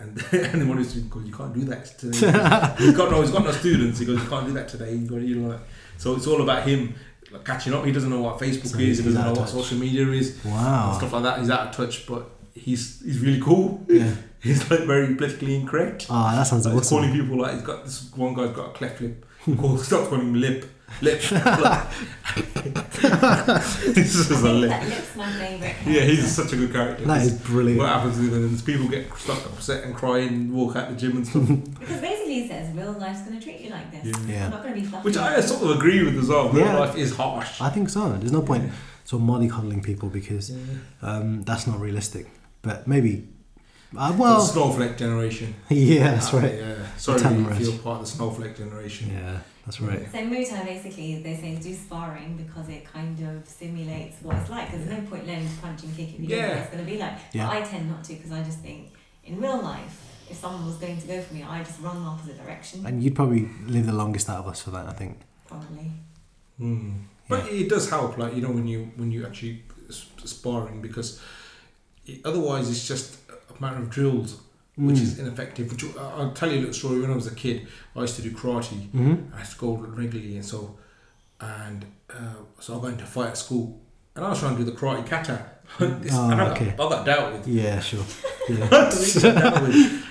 [SPEAKER 1] And anyone who's goes, you can't do that today. he's got no, he's got no students. He goes, you can't do that today. You got you know, like, so it's all about him like, catching up. He doesn't know what Facebook is.
[SPEAKER 2] So he's-
[SPEAKER 1] He
[SPEAKER 2] he's
[SPEAKER 1] doesn't
[SPEAKER 2] out
[SPEAKER 1] know
[SPEAKER 2] of
[SPEAKER 1] what
[SPEAKER 2] touch. Ah.
[SPEAKER 1] social media is. and
[SPEAKER 2] Wow.
[SPEAKER 1] Stuff like that. He's out of touch, but he's he's really cool.
[SPEAKER 2] Yeah.
[SPEAKER 1] He's like very politically incorrect.
[SPEAKER 2] Ah, that sounds
[SPEAKER 1] Like, he's calling
[SPEAKER 2] awesome.
[SPEAKER 1] people like he's got this one guy's got a cleft lip. He calls, stop calling him lip, lip. Like- this is a lip.
[SPEAKER 3] That lip's my favourite.
[SPEAKER 1] Yeah, he's such a good character.
[SPEAKER 2] That is
[SPEAKER 1] what
[SPEAKER 2] brilliant.
[SPEAKER 1] happens is then is people get stuck upset and cry and walk out the gym and stuff.
[SPEAKER 3] Because basically he says, real life's going to treat you like this.
[SPEAKER 1] Yeah.
[SPEAKER 3] You're
[SPEAKER 2] Yeah.
[SPEAKER 3] not going to be fluffy.
[SPEAKER 1] Which I sort of agree with as well. Real
[SPEAKER 2] Yeah.
[SPEAKER 1] life is harsh.
[SPEAKER 2] I think so. There's no point sort of mollycoddling people because um, that's not realistic. But maybe. Uh,
[SPEAKER 1] The
[SPEAKER 2] well,
[SPEAKER 1] snowflake generation. Uh,
[SPEAKER 2] yeah, that's right.
[SPEAKER 1] Yeah. Sorry
[SPEAKER 2] Tell
[SPEAKER 1] if
[SPEAKER 2] them,
[SPEAKER 1] you
[SPEAKER 2] Raj.
[SPEAKER 1] feel part of the snowflake generation.
[SPEAKER 2] Yeah, that's right.
[SPEAKER 3] So Muay Thai basically they say do sparring because it kind of simulates what it's like. There's no point learning to punch and kick if you don't know
[SPEAKER 1] Yeah.
[SPEAKER 3] what it's going to be like.
[SPEAKER 2] Yeah.
[SPEAKER 3] But I tend not to because I just think in real life if someone was going to go for me, I just run the opposite direction.
[SPEAKER 2] And you'd probably live the longest out of us for that, I think.
[SPEAKER 3] Probably.
[SPEAKER 1] Hmm. But it does help, like you know, when you when you actually s- sparring because it, otherwise it's just a matter of drills. which is ineffective. Which I- I'll tell you a little story. When I was a kid, I used to do karate.
[SPEAKER 2] hmm
[SPEAKER 1] I used to go regularly, and so and uh, so I got into fight at school, and I was trying to do the karate kata. This-
[SPEAKER 2] Oh,
[SPEAKER 1] and I,
[SPEAKER 2] okay.
[SPEAKER 1] got, I got dealt with.
[SPEAKER 2] Yeah, sure. Yeah.
[SPEAKER 1] I got dealt with.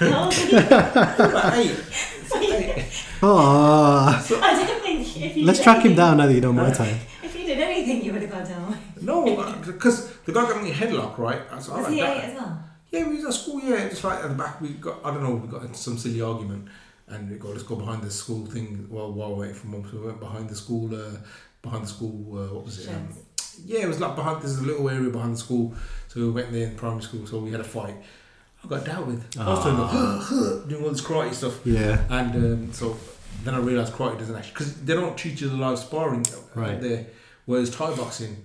[SPEAKER 3] No, I
[SPEAKER 1] Like, hey,
[SPEAKER 2] Oh,
[SPEAKER 3] don't think if you
[SPEAKER 2] let's
[SPEAKER 3] did
[SPEAKER 2] track him
[SPEAKER 3] anything-
[SPEAKER 2] down now that you know my time.
[SPEAKER 3] If you did anything, you would have got down.
[SPEAKER 1] no, because the guy got me a headlock, right? I was like,
[SPEAKER 3] Was
[SPEAKER 1] "Alright,
[SPEAKER 3] he
[SPEAKER 1] that-
[SPEAKER 3] eight as well?
[SPEAKER 1] Yeah, we was at school. Yeah, it's right at the back. We got I don't know. We got into some silly argument, and we go let's go behind the school thing while while waiting for mum. So we went behind the school, uh, behind the school. Uh, what was it? Um,
[SPEAKER 3] Sheds.
[SPEAKER 1] yeah, it was like behind. There's a little area behind the school, so we went there in primary school. So we had a fight. I got dealt with. I was doing, the, doing all this karate stuff,
[SPEAKER 2] Yeah.
[SPEAKER 1] and um, so then I realised karate doesn't actually because they don't teach you the live sparring uh,
[SPEAKER 2] Right.
[SPEAKER 1] there, whereas Thai boxing,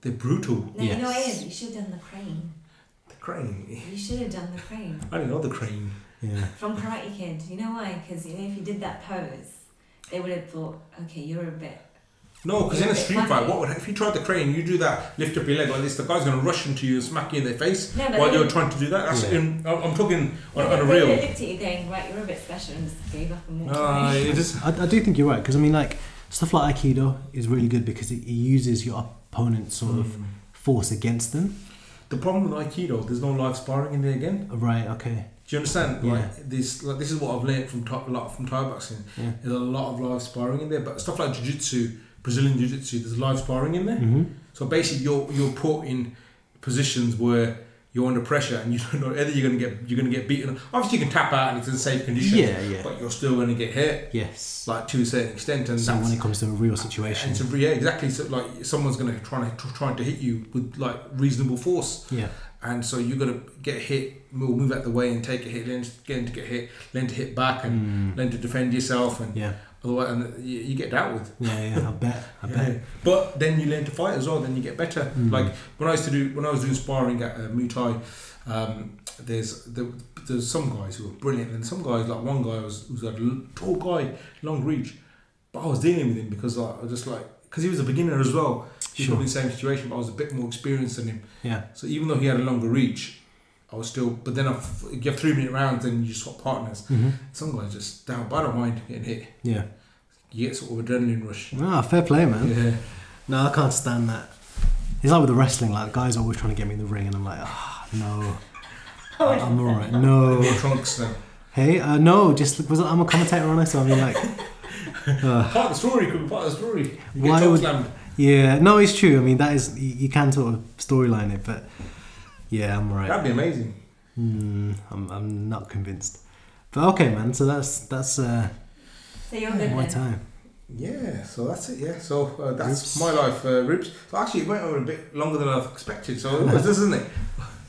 [SPEAKER 1] they're brutal.
[SPEAKER 3] No, you know what it
[SPEAKER 2] Yes.
[SPEAKER 3] is? You should have done the crane.
[SPEAKER 1] The crane.
[SPEAKER 3] You should have done the crane.
[SPEAKER 1] I didn't know the crane.
[SPEAKER 2] Yeah.
[SPEAKER 3] From Karate Kid. You know why? Because you know, if you did that pose, they would have thought, okay, you're a bit
[SPEAKER 1] No, because in a
[SPEAKER 3] It's
[SPEAKER 1] street
[SPEAKER 3] funny.
[SPEAKER 1] fight, what would if you tried the crane, you do that, lift up your leg like this, the guy's gonna rush into you and smack you in the face
[SPEAKER 3] No, but
[SPEAKER 1] while
[SPEAKER 3] they-
[SPEAKER 1] you're trying to do that. That's
[SPEAKER 2] Yeah.
[SPEAKER 1] in, I'm I'm talking
[SPEAKER 3] They
[SPEAKER 1] on, on a
[SPEAKER 3] they
[SPEAKER 1] real.
[SPEAKER 3] looked at you going, right, you're a bit special, and just gave up and walked
[SPEAKER 1] Uh,
[SPEAKER 3] away.
[SPEAKER 1] it is.
[SPEAKER 2] I, I do think you're right because I mean, like stuff like Aikido is really good because it, it uses your opponent's sort of force against them.
[SPEAKER 1] The problem with Aikido, there's no live sparring in there again.
[SPEAKER 2] Right. Okay.
[SPEAKER 1] Do you understand?
[SPEAKER 2] Yeah.
[SPEAKER 1] Like this, like this is what I've learned from Thai- a lot from Thai boxing.
[SPEAKER 2] Yeah.
[SPEAKER 1] There's a lot of live sparring in there, but stuff like jiu-jitsu, Brazilian jiu-jitsu, there's live sparring in there.
[SPEAKER 2] hmm
[SPEAKER 1] So basically, you're you're put in positions where you're under pressure, and you don't know whether you're gonna get you're gonna get beaten. Obviously, you can tap out, and it's in safe condition.
[SPEAKER 2] Yeah. Yeah.
[SPEAKER 1] but you're still going to get hurt,
[SPEAKER 2] Yes.
[SPEAKER 1] like to a certain extent, and
[SPEAKER 2] so when
[SPEAKER 1] that's,
[SPEAKER 2] it comes to a real
[SPEAKER 1] and
[SPEAKER 2] situation.
[SPEAKER 1] to, yeah, exactly. So like someone's going to try to trying to hit you with like reasonable force,
[SPEAKER 2] Yeah.
[SPEAKER 1] and so you're going to get hit, move, move out the way, and take a hit, learn to, learn to get hit, learn to hit back, and
[SPEAKER 2] Mm.
[SPEAKER 1] learn to defend yourself, and
[SPEAKER 2] Yeah.
[SPEAKER 1] otherwise, and you, you get dealt with.
[SPEAKER 2] Yeah. Yeah. I bet. I bet.
[SPEAKER 1] Yeah. But then you learn to fight as well. Then you get better.
[SPEAKER 2] Mm.
[SPEAKER 1] Like when I used to do when I was doing sparring at uh, Muay Thai, um, there's there, there's some guys who were brilliant, and some guys like one guy was was a l- tall guy, long reach, but I was dealing with him because like, I was just like because he was a beginner as well. He was
[SPEAKER 2] Sure.
[SPEAKER 1] probably in the same situation, but I was a bit more experienced than him.
[SPEAKER 2] Yeah.
[SPEAKER 1] So even though he had a longer reach, I was still. But then if you have three minute rounds, then you swap partners.
[SPEAKER 2] hmm
[SPEAKER 1] Some guys just down, but I don't mind getting hit.
[SPEAKER 2] Yeah.
[SPEAKER 1] You get sort of adrenaline rush.
[SPEAKER 2] Ah, fair play, man.
[SPEAKER 1] Yeah.
[SPEAKER 2] No, I can't stand that. It's like with the wrestling. Like guys always trying to get me in the ring, and I'm like, ah, no.
[SPEAKER 1] Oh,
[SPEAKER 2] I'm alright. No.
[SPEAKER 1] Your trunks then.
[SPEAKER 2] Hey, uh, no, just was I'm a commentator on it, so I mean, like, uh,
[SPEAKER 1] Part of the story could be part of the story. You
[SPEAKER 2] Why
[SPEAKER 1] get
[SPEAKER 2] would-
[SPEAKER 1] would... slammed.
[SPEAKER 2] yeah, no, it's true. I mean, that is you, you can sort of storyline it, but yeah, I'm right.
[SPEAKER 1] That'd be amazing.
[SPEAKER 2] Mm, I'm, I'm not convinced. But okay, man. So that's that's uh,
[SPEAKER 3] So you're good
[SPEAKER 2] my
[SPEAKER 3] then.
[SPEAKER 2] time.
[SPEAKER 1] Yeah, so that's it. Yeah, so uh, that's
[SPEAKER 2] Ribs.
[SPEAKER 1] my life, uh, ribs. So actually, it went on a bit longer than I've expected. So it was, isn't it?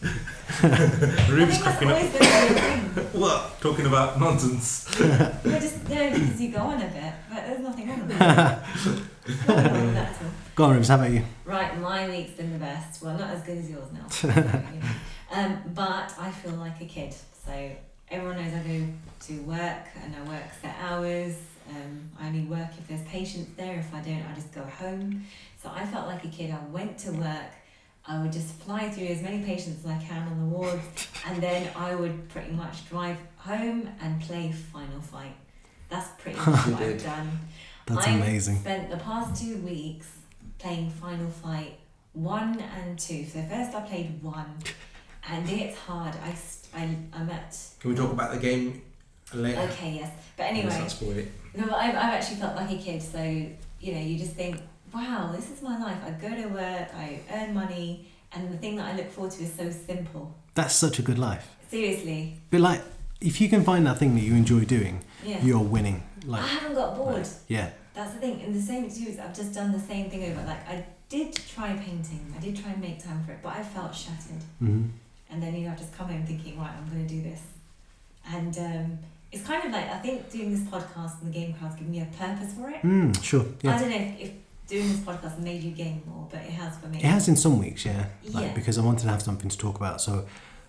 [SPEAKER 3] I
[SPEAKER 1] ribs
[SPEAKER 3] think that's
[SPEAKER 1] cracking up.
[SPEAKER 3] always going to be a thing.
[SPEAKER 1] Well, talking about nonsense.
[SPEAKER 3] You're just there because you go on a bit, but there's nothing wrong with that. There's nothing wrong with that at all.
[SPEAKER 2] Go on, Ribs. How about you?
[SPEAKER 3] Right, my week's been the best. Well, not as good as yours now. um, but I feel like a kid. So everyone knows I go to work and I work set hours Um, I only work if there's patients there. If I don't, I just go home. So I felt like a kid. I went to work. I would just fly through as many patients as I can on the wards, and then I would pretty much drive home and play Final Fight. That's pretty much
[SPEAKER 4] You
[SPEAKER 3] what
[SPEAKER 4] did.
[SPEAKER 3] I've done.
[SPEAKER 2] That's
[SPEAKER 3] I
[SPEAKER 2] amazing.
[SPEAKER 3] Spent the past two weeks playing Final Fight one and two. So first I played one, and it's hard. I st- I I'm at
[SPEAKER 1] Can we talk about the game later?
[SPEAKER 3] okay yes, but
[SPEAKER 1] Let's
[SPEAKER 3] anyway,
[SPEAKER 1] not spoil it.
[SPEAKER 3] no, but I've I've actually felt like a kid. So you know you just think, wow, this is my life. I go to work, I earn money, and the thing that I look forward to is so simple.
[SPEAKER 2] That's such a good life.
[SPEAKER 3] Seriously,
[SPEAKER 2] But like, if you can find that thing that you enjoy doing,
[SPEAKER 3] yeah.
[SPEAKER 2] you're winning.
[SPEAKER 3] I
[SPEAKER 2] Like,
[SPEAKER 3] haven't got bored.
[SPEAKER 2] yeah,
[SPEAKER 3] That's the thing. In the same two weeks, I've just done the same thing over. Like I did try painting. I did try and make time for it, but I felt shattered.
[SPEAKER 2] hmm
[SPEAKER 3] and then you know I've just come home thinking right I'm going to do this and um, it's kind of like I think doing this podcast and the game crowd's given me a purpose for it
[SPEAKER 2] mm, sure.
[SPEAKER 3] I
[SPEAKER 2] Yeah,
[SPEAKER 3] don't know if, if doing this podcast made you game more but it has for me
[SPEAKER 2] it has in some weeks. Yeah, like
[SPEAKER 3] Yeah.
[SPEAKER 2] because I wanted to have something to talk about, so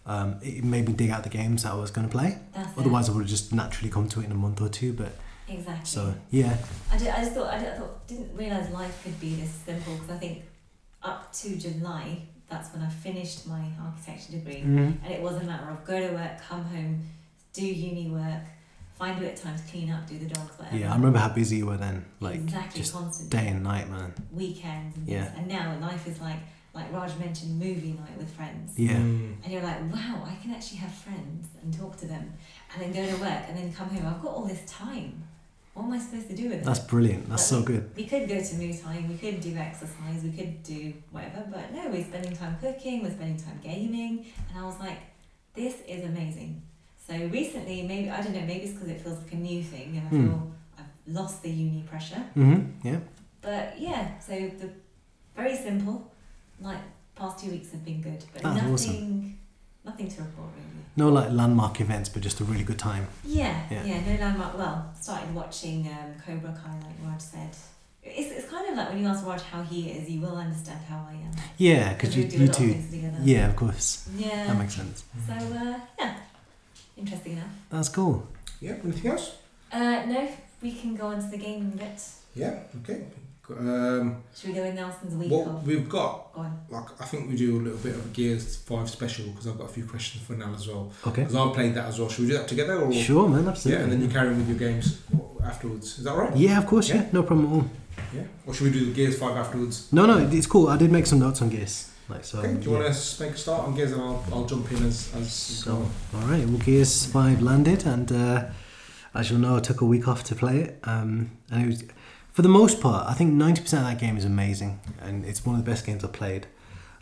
[SPEAKER 2] um, it made me dig out the games that I was going to play.
[SPEAKER 3] That's
[SPEAKER 2] Otherwise, I would have just naturally come to it in a month or two. But
[SPEAKER 3] it. exactly
[SPEAKER 2] so yeah,
[SPEAKER 3] I, did, I just thought I, did, I thought didn't realise life could be this simple because I think up to July that's when I finished my architecture degree
[SPEAKER 2] Mhm.
[SPEAKER 3] and it was a matter of go to work come home do uni work find a bit of time to clean up do the dogs whatever
[SPEAKER 2] yeah, I remember how busy you were then. Like
[SPEAKER 3] exactly
[SPEAKER 2] just
[SPEAKER 3] constantly
[SPEAKER 2] day and night, man.
[SPEAKER 3] weekends and,
[SPEAKER 2] Yeah.
[SPEAKER 3] things. and now life is like like Raj mentioned movie night with friends
[SPEAKER 2] Yeah.
[SPEAKER 1] Mm.
[SPEAKER 3] and you're like wow I can actually have friends and talk to them and then go to work and then come home I've got all this time what am I supposed to do with it
[SPEAKER 2] That's brilliant. That's so good.
[SPEAKER 3] we could go to moo time we could do exercise we could do whatever but no we're spending time cooking we're spending time gaming and I was like this is amazing so recently maybe I don't know maybe it's because it feels like a new thing and I
[SPEAKER 2] Hmm.
[SPEAKER 3] feel I've lost the uni pressure
[SPEAKER 2] Mm-hmm. Yeah.
[SPEAKER 3] but yeah, so the very simple, like past two weeks have been good, but
[SPEAKER 2] That's
[SPEAKER 3] nothing,
[SPEAKER 2] Ah, awesome.
[SPEAKER 3] nothing to report really.
[SPEAKER 2] No like landmark events, but just a really good time.
[SPEAKER 3] Yeah,
[SPEAKER 2] Yeah.
[SPEAKER 3] yeah, no landmark. Well, started watching um, Cobra Kai, like Raj said. It's, it's kind of like when you ask Raj how he is, you will understand how I am.
[SPEAKER 2] Yeah, because you,
[SPEAKER 3] we do a
[SPEAKER 2] you
[SPEAKER 3] lot of
[SPEAKER 2] two.
[SPEAKER 3] things together.
[SPEAKER 2] Yeah, of course.
[SPEAKER 3] Yeah.
[SPEAKER 2] That makes sense.
[SPEAKER 3] so uh, yeah, interesting enough.
[SPEAKER 2] That's cool.
[SPEAKER 1] Yeah, anything else?
[SPEAKER 3] Uh, no, we can go on to the gaming bit.
[SPEAKER 1] Yeah, okay. Um,
[SPEAKER 3] Should we go in Nelson's week
[SPEAKER 1] what
[SPEAKER 3] off?
[SPEAKER 1] we've got
[SPEAKER 3] Go on.
[SPEAKER 1] like I think we do a little bit of a Gears Five special because I've got a few questions for now as well.
[SPEAKER 2] Okay.
[SPEAKER 1] Because I've played that as well. Should we do that together? Or
[SPEAKER 2] Sure, man.
[SPEAKER 1] yeah, and
[SPEAKER 2] Absolutely.
[SPEAKER 1] then you carry on with your games afterwards. Is that right?
[SPEAKER 2] yeah, of course. Yeah.
[SPEAKER 1] Yeah.
[SPEAKER 2] No problem at all.
[SPEAKER 1] Yeah. Or should we do the Gears Five afterwards?
[SPEAKER 2] No, no, it's cool. I did make some notes on Gears. Like so.
[SPEAKER 1] okay. Do you
[SPEAKER 2] Um, yeah.
[SPEAKER 1] want to make a start on Gears and I'll, I'll jump in as as
[SPEAKER 2] So, all right. Well, Gears Five landed, and uh, as you'll know, I took a week off to play it. Um, and it was, for the most part, I think ninety percent of that game is amazing, and it's one of the best games I've played.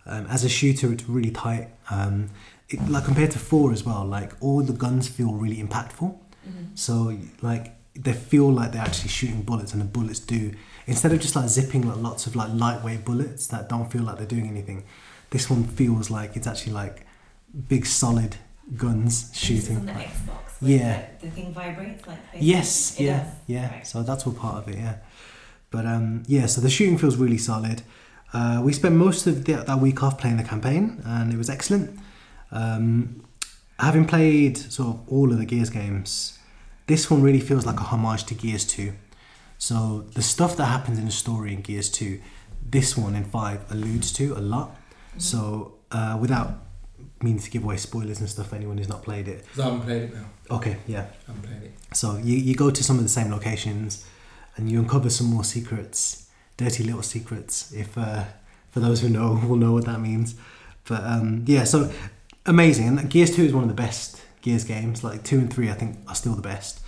[SPEAKER 2] Um, as a shooter, it's really tight. Um, it, like compared to four as well, like all the guns feel really impactful.
[SPEAKER 3] Mhm.
[SPEAKER 2] So like they feel like they're actually shooting bullets, and the bullets do instead of just like zipping like lots of like lightweight bullets that don't feel like they're doing anything. This one feels like it's actually like big solid guns
[SPEAKER 3] This is on
[SPEAKER 2] shooting.
[SPEAKER 3] the
[SPEAKER 2] Like-
[SPEAKER 3] Xbox. where
[SPEAKER 2] Yeah.
[SPEAKER 3] The, the thing vibrates like. this.
[SPEAKER 2] yes,
[SPEAKER 3] It
[SPEAKER 2] yeah,
[SPEAKER 3] does.
[SPEAKER 2] yeah.
[SPEAKER 3] Right.
[SPEAKER 2] So that's all part of it, yeah. But um, yeah, so the shooting feels really solid. Uh, we spent most of the, that week off playing the campaign, and it was excellent. Um, having played sort of all of the Gears games, this one really feels like a homage to Gears 2. So the stuff that happens in the story in Gears 2, this one in 5 alludes to a lot.
[SPEAKER 3] Mm-hmm.
[SPEAKER 2] So uh, without meaning to give away spoilers and stuff, anyone who's not played it.
[SPEAKER 1] 'Cause I haven't played it now.
[SPEAKER 2] Okay, yeah.
[SPEAKER 1] I haven't played it.
[SPEAKER 2] So you, you go to some of the same locations and you uncover some more secrets, dirty little secrets, if uh, for those who know will know what that means. But um, yeah, so amazing. And Gears 2 is one of the best Gears games. Like 2 and 3 I think are still the best.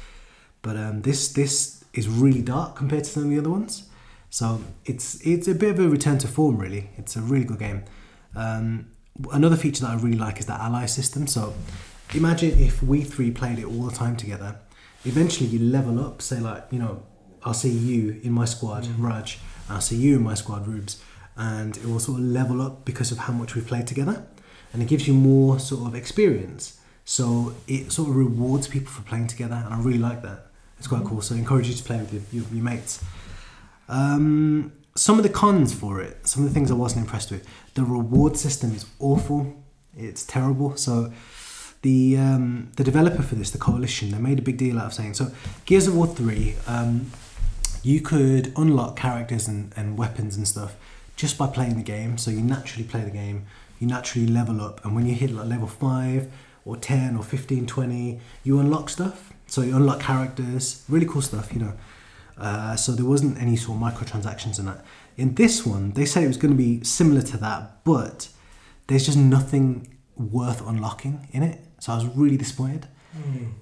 [SPEAKER 2] But um, this this is really dark compared to some of the other ones. So it's it's a bit of a return to form really. It's a really good game. Um, another feature that I really like is the ally system. So imagine if we three played it all the time together. Eventually, you level up. Say like you know, I'll see you in my squad, Raj. and I'll see you in my squad, Rubes, and it will sort of level up because of how much we've played together, and it gives you more sort of experience. So it sort of rewards people for playing together, and I really like that. It's quite cool. So I encourage you to play with your, your, your mates. Um, some of the cons for it, some of the things I wasn't impressed with. The reward system is awful. It's terrible. So the um, the developer for this, the coalition, they made a big deal out of saying so. Gears of War three, um, you could unlock characters and, and weapons and stuff just by playing the game. So you naturally play the game, you naturally level up, and when you hit like level five or ten or 15, 20, you unlock stuff. So you unlock characters, really cool stuff, you know. Uh, so there wasn't any sort of microtransactions in that. In this one, they said it was going to be similar to that, but there's just nothing worth unlocking in it. So I was really disappointed.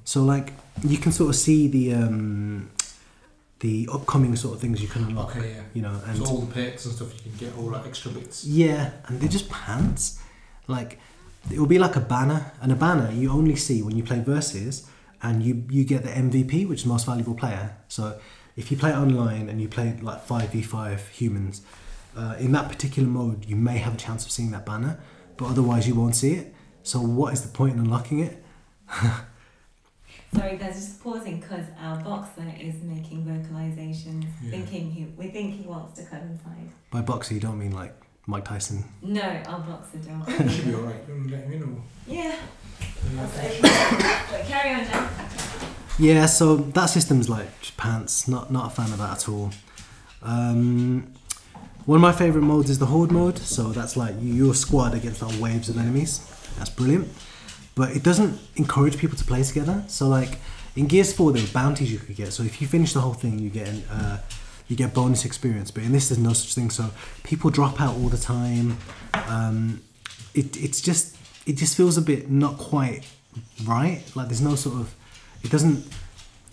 [SPEAKER 2] So like you can sort of see the um, the upcoming sort of things you can unlock.
[SPEAKER 1] Okay, yeah.
[SPEAKER 2] You know, and
[SPEAKER 1] So all the perks and stuff you can get, all that extra bits.
[SPEAKER 2] yeah, and they're just pants. Like it will be like a banner, and a banner you only see when you play versus, and you you get the MVP, which is most valuable player. So if you play online and you play like five v five humans, uh, in that particular mode you may have a chance of seeing that banner, but otherwise you won't see it. So what is the point in unlocking it?
[SPEAKER 3] Sorry, guys, just pausing because our boxer is making vocalizations,
[SPEAKER 1] Yeah.
[SPEAKER 3] thinking he, we think he wants to cut inside.
[SPEAKER 2] By boxer you don't mean like Mike Tyson.
[SPEAKER 3] No, our boxer don't.
[SPEAKER 1] I think it should be alright. You wanna let him in or?
[SPEAKER 3] yeah.
[SPEAKER 1] Yeah.
[SPEAKER 3] That's okay. but carry on, Jen.
[SPEAKER 2] Yeah, so that system's like just pants. Not not a fan of that at all. Um, one of my favorite modes is the horde mode. So that's like you- your squad against like waves of enemies. That's brilliant. But it doesn't encourage people to play together. So like in Gears Four, there were bounties you could get. So if you finish the whole thing, you get an, uh, you get bonus experience. But in this, there's no such thing. So people drop out all the time. Um, it it's just it just feels a bit not quite right. Like there's no sort of it doesn't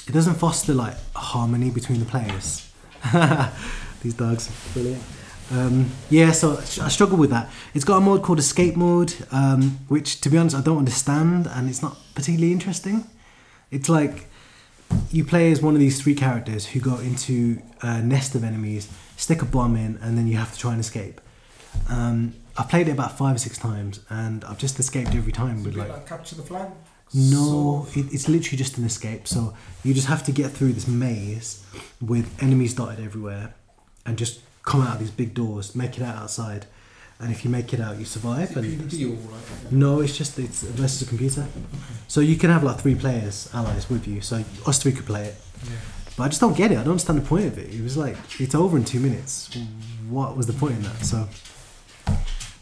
[SPEAKER 2] it doesn't foster like harmony between the players. These dogs are brilliant. Um, yeah, so I s- I struggle with that. It's got a mode called Escape Mode, um, which to be honest I don't understand, and it's not particularly interesting. It's like you play as one of these three characters who go into a nest of enemies, stick a bomb in, and then you have to try and escape. Um, I've played it about five or six times, and I've just escaped every time
[SPEAKER 1] It's a
[SPEAKER 2] with
[SPEAKER 1] bit
[SPEAKER 2] like
[SPEAKER 1] like capture the flag.
[SPEAKER 2] no, it, it's literally just an escape. So you just have to get through this maze with enemies dotted everywhere, and just come out of these big doors, make it out outside, and if you make it out, you survive.
[SPEAKER 1] Sort of.
[SPEAKER 2] And
[SPEAKER 1] Is it PvP or like?
[SPEAKER 2] no, it's just it's versus a computer. So you can have like three players, allies with you. So us three could play it,
[SPEAKER 1] Yeah.
[SPEAKER 2] but I just don't get it. I don't understand the point of it. It was like it's over in two minutes. What was the point in that? So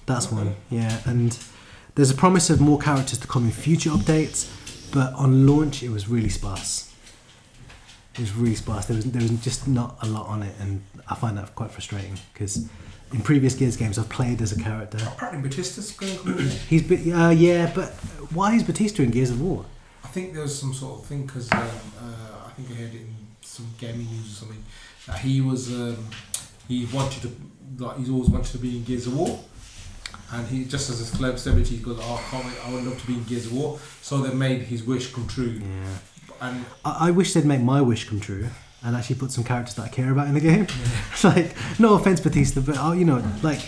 [SPEAKER 2] that's one. Yeah, and there's a promise of more characters to come in future updates, but on launch it was really sparse. It was really sparse. There was there was just not a lot on it, and I find that quite frustrating because in previous Gears games I've played as a character.
[SPEAKER 1] Apparently Batista's going to come in.
[SPEAKER 2] He's been, uh, yeah, but why is Batista in Gears of War?
[SPEAKER 1] I think there was some sort of thing because um, uh, I think I heard it in some gaming news or something that he was um, he wanted to like he's always wanted to be in Gears of War, and he just as a celebrity he goes, "Oh, I can't wait, I would love to be in Gears of War." So they made his wish come true,
[SPEAKER 2] Yeah,
[SPEAKER 1] and
[SPEAKER 2] I, I wish they'd make my wish come true and actually put some characters that I care about in the game. like, no offense, Batista, but oh, you know, like,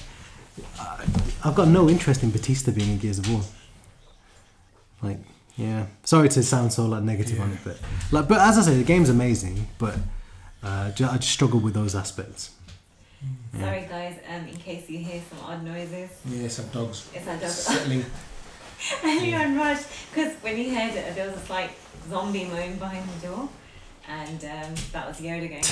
[SPEAKER 2] I, I've got no interest in Batista being in Gears of War. Like, yeah, sorry to sound so like negative on it, but like, but as I say, the game's amazing, but uh, ju- I just struggle with those aspects.
[SPEAKER 1] Mm.
[SPEAKER 2] Yeah.
[SPEAKER 3] Sorry, guys, um, in case you hear some odd noises.
[SPEAKER 1] yeah, some dogs
[SPEAKER 3] It's our dog.
[SPEAKER 1] settling.
[SPEAKER 3] Earlier on Raj, because when he heard it, there was a slight zombie moan behind the door, and um, that was Yoda going,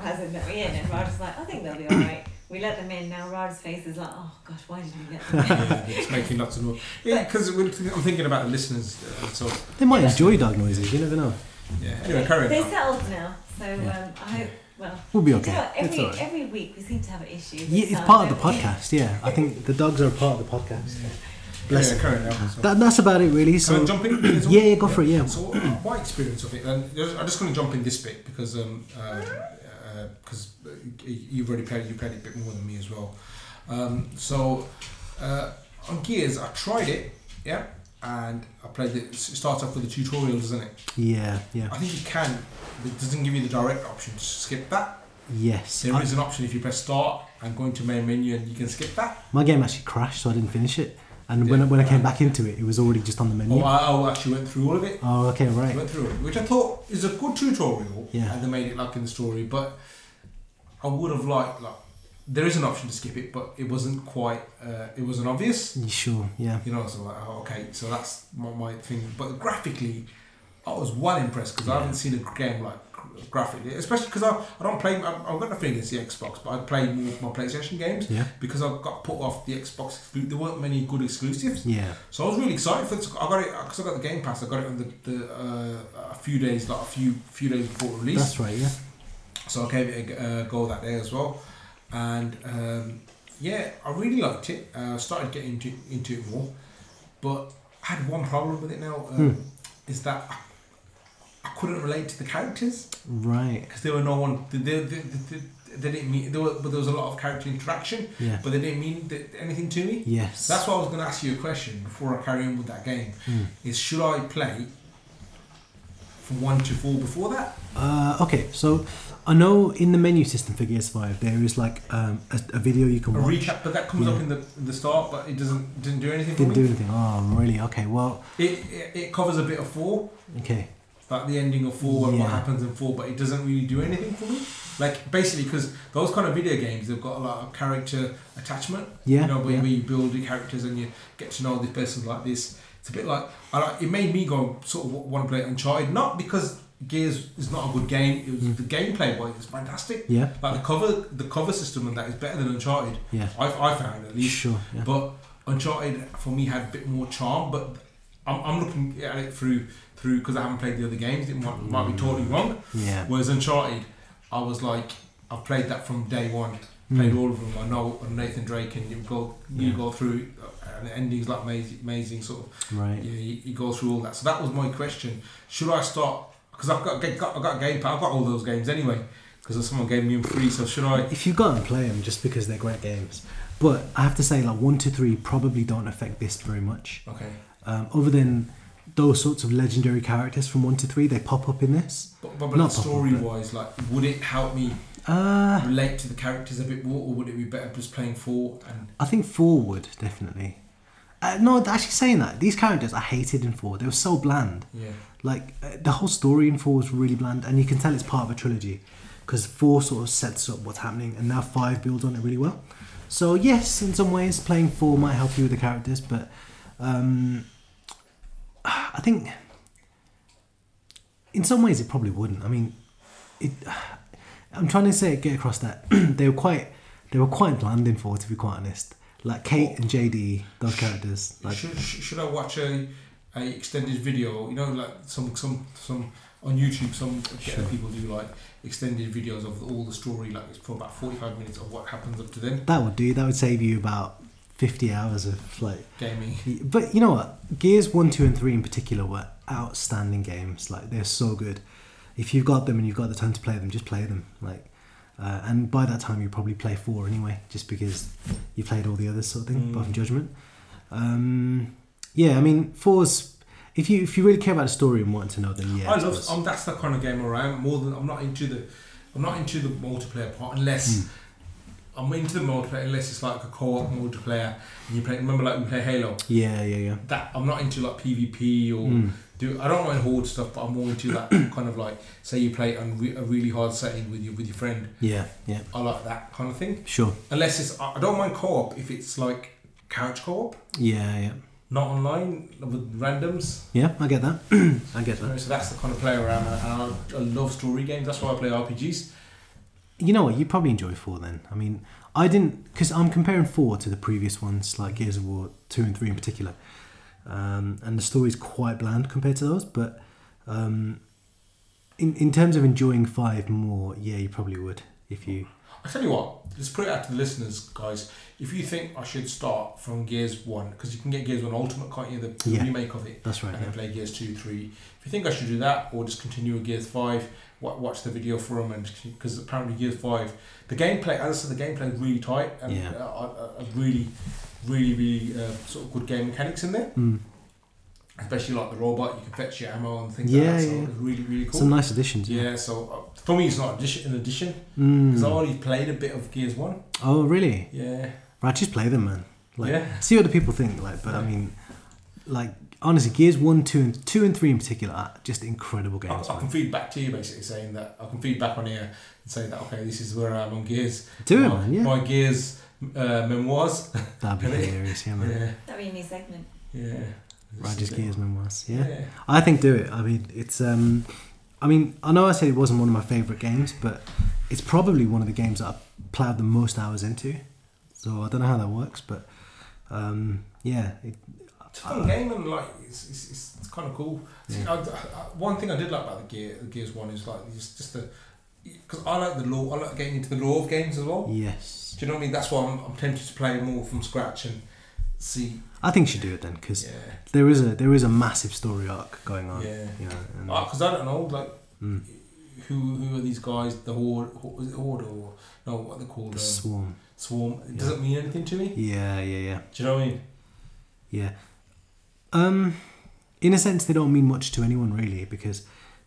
[SPEAKER 3] hasn't let me in, and Raj was like, I think they'll be alright. We let them in, now Raj's face is like, oh gosh, why did we let them in?
[SPEAKER 1] yeah, it's making lots of noise. Yeah, because I'm thinking about the listeners. Uh, so
[SPEAKER 2] They might enjoy dog noises, you never know.
[SPEAKER 1] yeah, anyway, carry
[SPEAKER 3] They
[SPEAKER 1] on.
[SPEAKER 3] settled now, so
[SPEAKER 2] Yeah.
[SPEAKER 3] um, I hope, well,
[SPEAKER 2] We'll be
[SPEAKER 3] you know
[SPEAKER 2] okay.
[SPEAKER 3] what,
[SPEAKER 2] It's
[SPEAKER 3] every,
[SPEAKER 2] alright.
[SPEAKER 3] every week we seem to have an issue. with
[SPEAKER 2] Yeah, it's
[SPEAKER 3] sound,
[SPEAKER 2] part of the
[SPEAKER 3] don't we?
[SPEAKER 2] podcast. Yeah, I think the dogs are a part of the podcast. Bless
[SPEAKER 1] Bless yeah,
[SPEAKER 2] him.
[SPEAKER 1] carry on. So-
[SPEAKER 2] That, that's about it, really.
[SPEAKER 1] Can I
[SPEAKER 2] So
[SPEAKER 1] jump in? as well?
[SPEAKER 2] Yeah, yeah, go for it, yeah.
[SPEAKER 1] So, uh, my experience of it, and there's- I'm just going to jump in this bit because um, uh, uh 'cause you've already played, you played it a bit more than me as well. Um, so, uh, on Gears, I tried it, yeah, and I played it. It starts off with the tutorial, doesn't it?
[SPEAKER 2] yeah, yeah,
[SPEAKER 1] I think you can. It doesn't give you the direct option to skip that.
[SPEAKER 2] yes.
[SPEAKER 1] There
[SPEAKER 2] I-
[SPEAKER 1] is an option if you press start and go into main menu, and you can skip that.
[SPEAKER 2] my game actually crashed, so I didn't finish it. And
[SPEAKER 1] Yeah.
[SPEAKER 2] when I, when I came back into it, it was already just on the
[SPEAKER 1] Oh,
[SPEAKER 2] menu.
[SPEAKER 1] I, I actually went through all of it.
[SPEAKER 2] Oh, okay, right.
[SPEAKER 1] went through it, which I thought is a good tutorial,
[SPEAKER 2] Yeah.
[SPEAKER 1] and they made it like in the story. But I would have liked like there is an option to skip it, but it wasn't quite. Uh, it wasn't obvious.
[SPEAKER 2] You Sure, yeah.
[SPEAKER 1] You know, so like, oh, okay, so that's my, my thing. But graphically, I was well impressed because I haven't seen a game like gra- graphically, especially because I, I don't play. I've I've got nothing against the Xbox, but I play more of my PlayStation games
[SPEAKER 2] Yeah.
[SPEAKER 1] because I got put off the Xbox. exclu- There weren't many good exclusives,
[SPEAKER 2] Yeah.
[SPEAKER 1] so I was really excited for this. I got it because I got the Game Pass. I got it on the, the uh, a few days, like a few few days before release.
[SPEAKER 2] That's right, yeah.
[SPEAKER 1] So I gave it a g- a go that day as well, and um, yeah, I really liked it. Uh, started getting into, into it more, but I had one problem with it now. Um, Is that I, I couldn't relate to the characters
[SPEAKER 2] Right.
[SPEAKER 1] because there were no one. They, they, they, they, they didn't mean there were, but there was a lot of character interaction,
[SPEAKER 2] Yeah.
[SPEAKER 1] but they didn't mean th- anything to me.
[SPEAKER 2] Yes.
[SPEAKER 1] That's why I was going to ask you a question before I carry on with that game.
[SPEAKER 2] Hmm.
[SPEAKER 1] Is should I play from one to four before that?
[SPEAKER 2] Uh, okay, so I know in the menu system for Gears 5 there is like um, a, a video you can
[SPEAKER 1] a
[SPEAKER 2] watch.
[SPEAKER 1] recap, but that comes
[SPEAKER 2] Yeah.
[SPEAKER 1] up in the in the start, but it doesn't didn't do anything for
[SPEAKER 2] Didn't do
[SPEAKER 1] me.
[SPEAKER 2] anything. Oh, really? Okay, well,
[SPEAKER 1] It, it it covers a bit of four,
[SPEAKER 2] okay.
[SPEAKER 1] like the ending of four and what
[SPEAKER 2] Yeah.
[SPEAKER 1] happens in four, but it doesn't really do anything for me. Like basically, because those kind of video games, they've got a lot of character attachment.
[SPEAKER 2] Yeah.
[SPEAKER 1] you know, where,
[SPEAKER 2] yeah.
[SPEAKER 1] where you build your characters and you get to know this person like this. It's a bit like I like, it made me go sort of want to play Uncharted, not because Gears is not a good game. It was
[SPEAKER 2] Mm.
[SPEAKER 1] the gameplay, but it's fantastic.
[SPEAKER 2] yeah,
[SPEAKER 1] Like the cover, the cover system and that is better than Uncharted.
[SPEAKER 2] yeah.
[SPEAKER 1] I I found at least.
[SPEAKER 2] Sure. Yeah.
[SPEAKER 1] But Uncharted for me had a bit more charm, but I'm, I'm looking at it through through because I haven't played the other games. It might, might be totally wrong.
[SPEAKER 2] Mm. yeah.
[SPEAKER 1] Whereas Uncharted, I was like, I've played that from day one.
[SPEAKER 2] Mm.
[SPEAKER 1] Played all of them. I know Nathan Drake, and you go you
[SPEAKER 2] Yeah.
[SPEAKER 1] go through, uh, and the ending's like amazing, amazing sort of
[SPEAKER 2] Right.
[SPEAKER 1] yeah, you, you go through all that. So that was my question. Should I start? Because I've got, got I've got a game pass. I've got all those games anyway. Because someone gave me them free. So should I?
[SPEAKER 2] If you go and play them just because they're great games. But I have to say, like, 1 to 3 probably don't affect this very much.
[SPEAKER 1] Okay.
[SPEAKER 2] Um, other than those sorts of legendary characters from 1 to 3, they pop up in this.
[SPEAKER 1] But, but, but
[SPEAKER 2] Not
[SPEAKER 1] story wise, like, would it help me
[SPEAKER 2] Uh,
[SPEAKER 1] relate to the characters a bit more, or would it be better just playing four? And
[SPEAKER 2] I think four would definitely. Uh, no, actually, saying that these characters I hated in four. They were so bland.
[SPEAKER 1] yeah,
[SPEAKER 2] Like uh, the whole story in four was really bland, and you can tell it's part of a trilogy because four sort of sets up what's happening, and now five builds on it really well. So yes, in some ways, playing four might help you with the characters, but um, I think in some ways it probably wouldn't. I mean, it. I'm trying to say get across that they were quite they were quite bland in four to be quite honest. Like Kate and JD, those characters. Like,
[SPEAKER 1] should, should should I watch a, a extended video? You know, like some some some on YouTube, some
[SPEAKER 2] Sure.
[SPEAKER 1] people do like extended videos of all the story, like it's for about forty five minutes of what happens up to then.
[SPEAKER 2] That would do. That would save you about 50 hours of like.
[SPEAKER 1] Gaming.
[SPEAKER 2] But you know what? Gears 1, 2, and 3 in particular were outstanding games. Like, they're so good. If you've got them and you've got the time to play them, just play them. Like, uh, and by that time, you probably play 4 anyway, just because you played all the others sort of thing,
[SPEAKER 1] Mm.
[SPEAKER 2] apart from Judgment. Um, yeah, I mean, 4's. If you, if you really care about the story and want to know, then yeah.
[SPEAKER 1] I
[SPEAKER 2] it's
[SPEAKER 1] love.
[SPEAKER 2] four's-
[SPEAKER 1] Um, that's the kind of game where I am more than I'm not into the, I'm not into the multiplayer part unless. I'm into the multiplayer unless it's like a co-op multiplayer. And you play, remember, like we play Halo.
[SPEAKER 2] yeah, yeah, yeah.
[SPEAKER 1] That I'm not into like PvP or
[SPEAKER 2] Mm.
[SPEAKER 1] do I don't mind horde stuff, but I'm more into that kind of like say you play on re- a really hard setting with your with your friend.
[SPEAKER 2] Yeah, yeah.
[SPEAKER 1] I like that kind of thing.
[SPEAKER 2] Sure.
[SPEAKER 1] Unless it's I I don't mind co-op if it's like couch co-op,
[SPEAKER 2] Yeah, yeah.
[SPEAKER 1] not online with randoms.
[SPEAKER 2] Yeah, I get that. I get
[SPEAKER 1] You
[SPEAKER 2] that.
[SPEAKER 1] know, so that's the kind of player I'm at, and I, I love story games. That's why I play RPGs.
[SPEAKER 2] You know what? You probably enjoy four then. I mean, I didn't because I'm comparing four to the previous ones, like Gears of War two and three in particular, um, and the story's quite bland compared to those. But um, in in terms of enjoying five more, yeah, you probably would if you.
[SPEAKER 1] I tell you what, let's put it out to the listeners, guys. If you think I should start from Gears One, because you can get Gears One Ultimate, can't you? The, the
[SPEAKER 2] Yeah.
[SPEAKER 1] remake of it.
[SPEAKER 2] That's right.
[SPEAKER 1] and then
[SPEAKER 2] Yeah.
[SPEAKER 1] play Gears 2, 3. If you think I should do that, or just continue with Gears 5, wa- watch the video for them, and because apparently Gears 5, the gameplay, as I said, the gameplay is really tight and
[SPEAKER 2] Yeah.
[SPEAKER 1] uh, uh, uh, really, really, really uh, sort of good game mechanics in there.
[SPEAKER 2] Mm.
[SPEAKER 1] Especially like the robot, you can fetch your ammo and things
[SPEAKER 2] Yeah,
[SPEAKER 1] like that. So
[SPEAKER 2] yeah.
[SPEAKER 1] it's really, really cool.
[SPEAKER 2] Some nice additions.
[SPEAKER 1] yeah. so uh, for me, it's not addition, an addition
[SPEAKER 2] Mm.
[SPEAKER 1] because I already played a bit of Gears 1.
[SPEAKER 2] Oh really?
[SPEAKER 1] Yeah.
[SPEAKER 2] Right, just play them, man. Like,
[SPEAKER 1] Yeah.
[SPEAKER 2] see what the people think. Like, but I
[SPEAKER 1] Yeah.
[SPEAKER 2] mean, like honestly, Gears one, two, and two and three in particular are just incredible
[SPEAKER 1] I,
[SPEAKER 2] games.
[SPEAKER 1] I can feed back to you basically saying that I can feed back on here and say that okay, this is where I'm on Gears.
[SPEAKER 2] Do it,
[SPEAKER 1] my,
[SPEAKER 2] man. Yeah,
[SPEAKER 1] my Gears uh, memoirs.
[SPEAKER 2] that'd be hilarious. Yeah, man.
[SPEAKER 1] yeah,
[SPEAKER 3] That'd be a new segment.
[SPEAKER 1] yeah.
[SPEAKER 2] Roger's Gears memoirs. Yeah.
[SPEAKER 1] yeah.
[SPEAKER 2] I think do it. I mean, it's. Um, I mean, I know I said it wasn't one of my favorite games, but it's probably one of the games that I plowed the most hours into. So I don't know how that works, but um, yeah, it,
[SPEAKER 1] It's a fun game and like it's, it's, it's, it's kind of cool. See, I, I- one thing I did like about the Gear the Gears One is like it's just the because I like the law. I like getting into the law of games as well.
[SPEAKER 2] yes.
[SPEAKER 1] Do you know what I mean? That's why I'm, I'm tempted to play more from scratch and see.
[SPEAKER 2] I think you should do it then because
[SPEAKER 1] Yeah,
[SPEAKER 2] there is a there is a massive story arc going on.
[SPEAKER 1] yeah. Ah.
[SPEAKER 2] You know, and,
[SPEAKER 1] Because I don't know, like
[SPEAKER 2] Mm.
[SPEAKER 1] who who are these guys? The horde, Ho- is it horde or no? What they called
[SPEAKER 2] the
[SPEAKER 1] um,
[SPEAKER 2] swarm.
[SPEAKER 1] swarm? It
[SPEAKER 2] yeah.
[SPEAKER 1] doesn't mean anything to me.
[SPEAKER 2] Yeah, yeah, yeah,
[SPEAKER 1] Do you know what I mean?
[SPEAKER 2] yeah. Um, in a sense, they don't mean much to anyone really because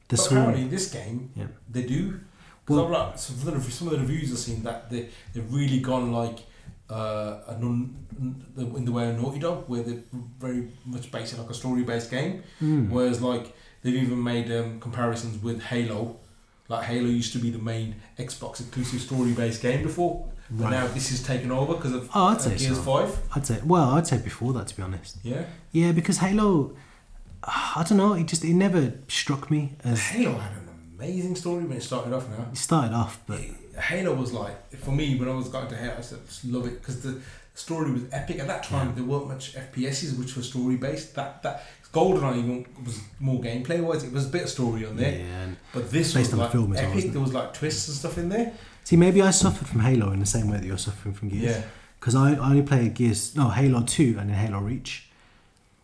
[SPEAKER 2] the
[SPEAKER 1] But
[SPEAKER 2] swarm.
[SPEAKER 1] apparently in this game,
[SPEAKER 2] Yeah.
[SPEAKER 1] they do.
[SPEAKER 2] Well-
[SPEAKER 1] Well, like, some, of the, rev- some of the reviews I've seen that they they've really gone like uh, a non, in the way of Naughty Dog, where they're very much based it like a story based game.
[SPEAKER 2] Mm.
[SPEAKER 1] Whereas like they've even made um, comparisons with Halo. Like Halo used to be the main Xbox exclusive story based game before, but
[SPEAKER 2] Right.
[SPEAKER 1] now this is taken over because of
[SPEAKER 2] Oh, I'd
[SPEAKER 1] uh,
[SPEAKER 2] say
[SPEAKER 1] Gears
[SPEAKER 2] so.
[SPEAKER 1] Five.
[SPEAKER 2] I'd say well, I'd say before that to be honest.
[SPEAKER 1] Yeah,
[SPEAKER 2] Yeah, because Halo, I don't know. It just it never struck me as
[SPEAKER 1] Halo had an amazing story when it started off. Now
[SPEAKER 2] it started off, but
[SPEAKER 1] Halo was like for me when I was got into Halo, I said just love it because the story was epic. At that time, there weren't much FPSs which were story based. That that GoldenEye even was more gameplay wise. It was a bit of story on
[SPEAKER 2] yeah.
[SPEAKER 1] there,
[SPEAKER 2] and-
[SPEAKER 1] but this
[SPEAKER 2] Based
[SPEAKER 1] was
[SPEAKER 2] on the
[SPEAKER 1] like
[SPEAKER 2] film as well,
[SPEAKER 1] epic.
[SPEAKER 2] wasn't it?
[SPEAKER 1] there was like twists and stuff in there.
[SPEAKER 2] See, maybe I suffered from Halo in the same way that you're suffering from Gears.
[SPEAKER 1] Yeah,
[SPEAKER 2] Because I, I only played Gears, no Halo Two, and then Halo Reach.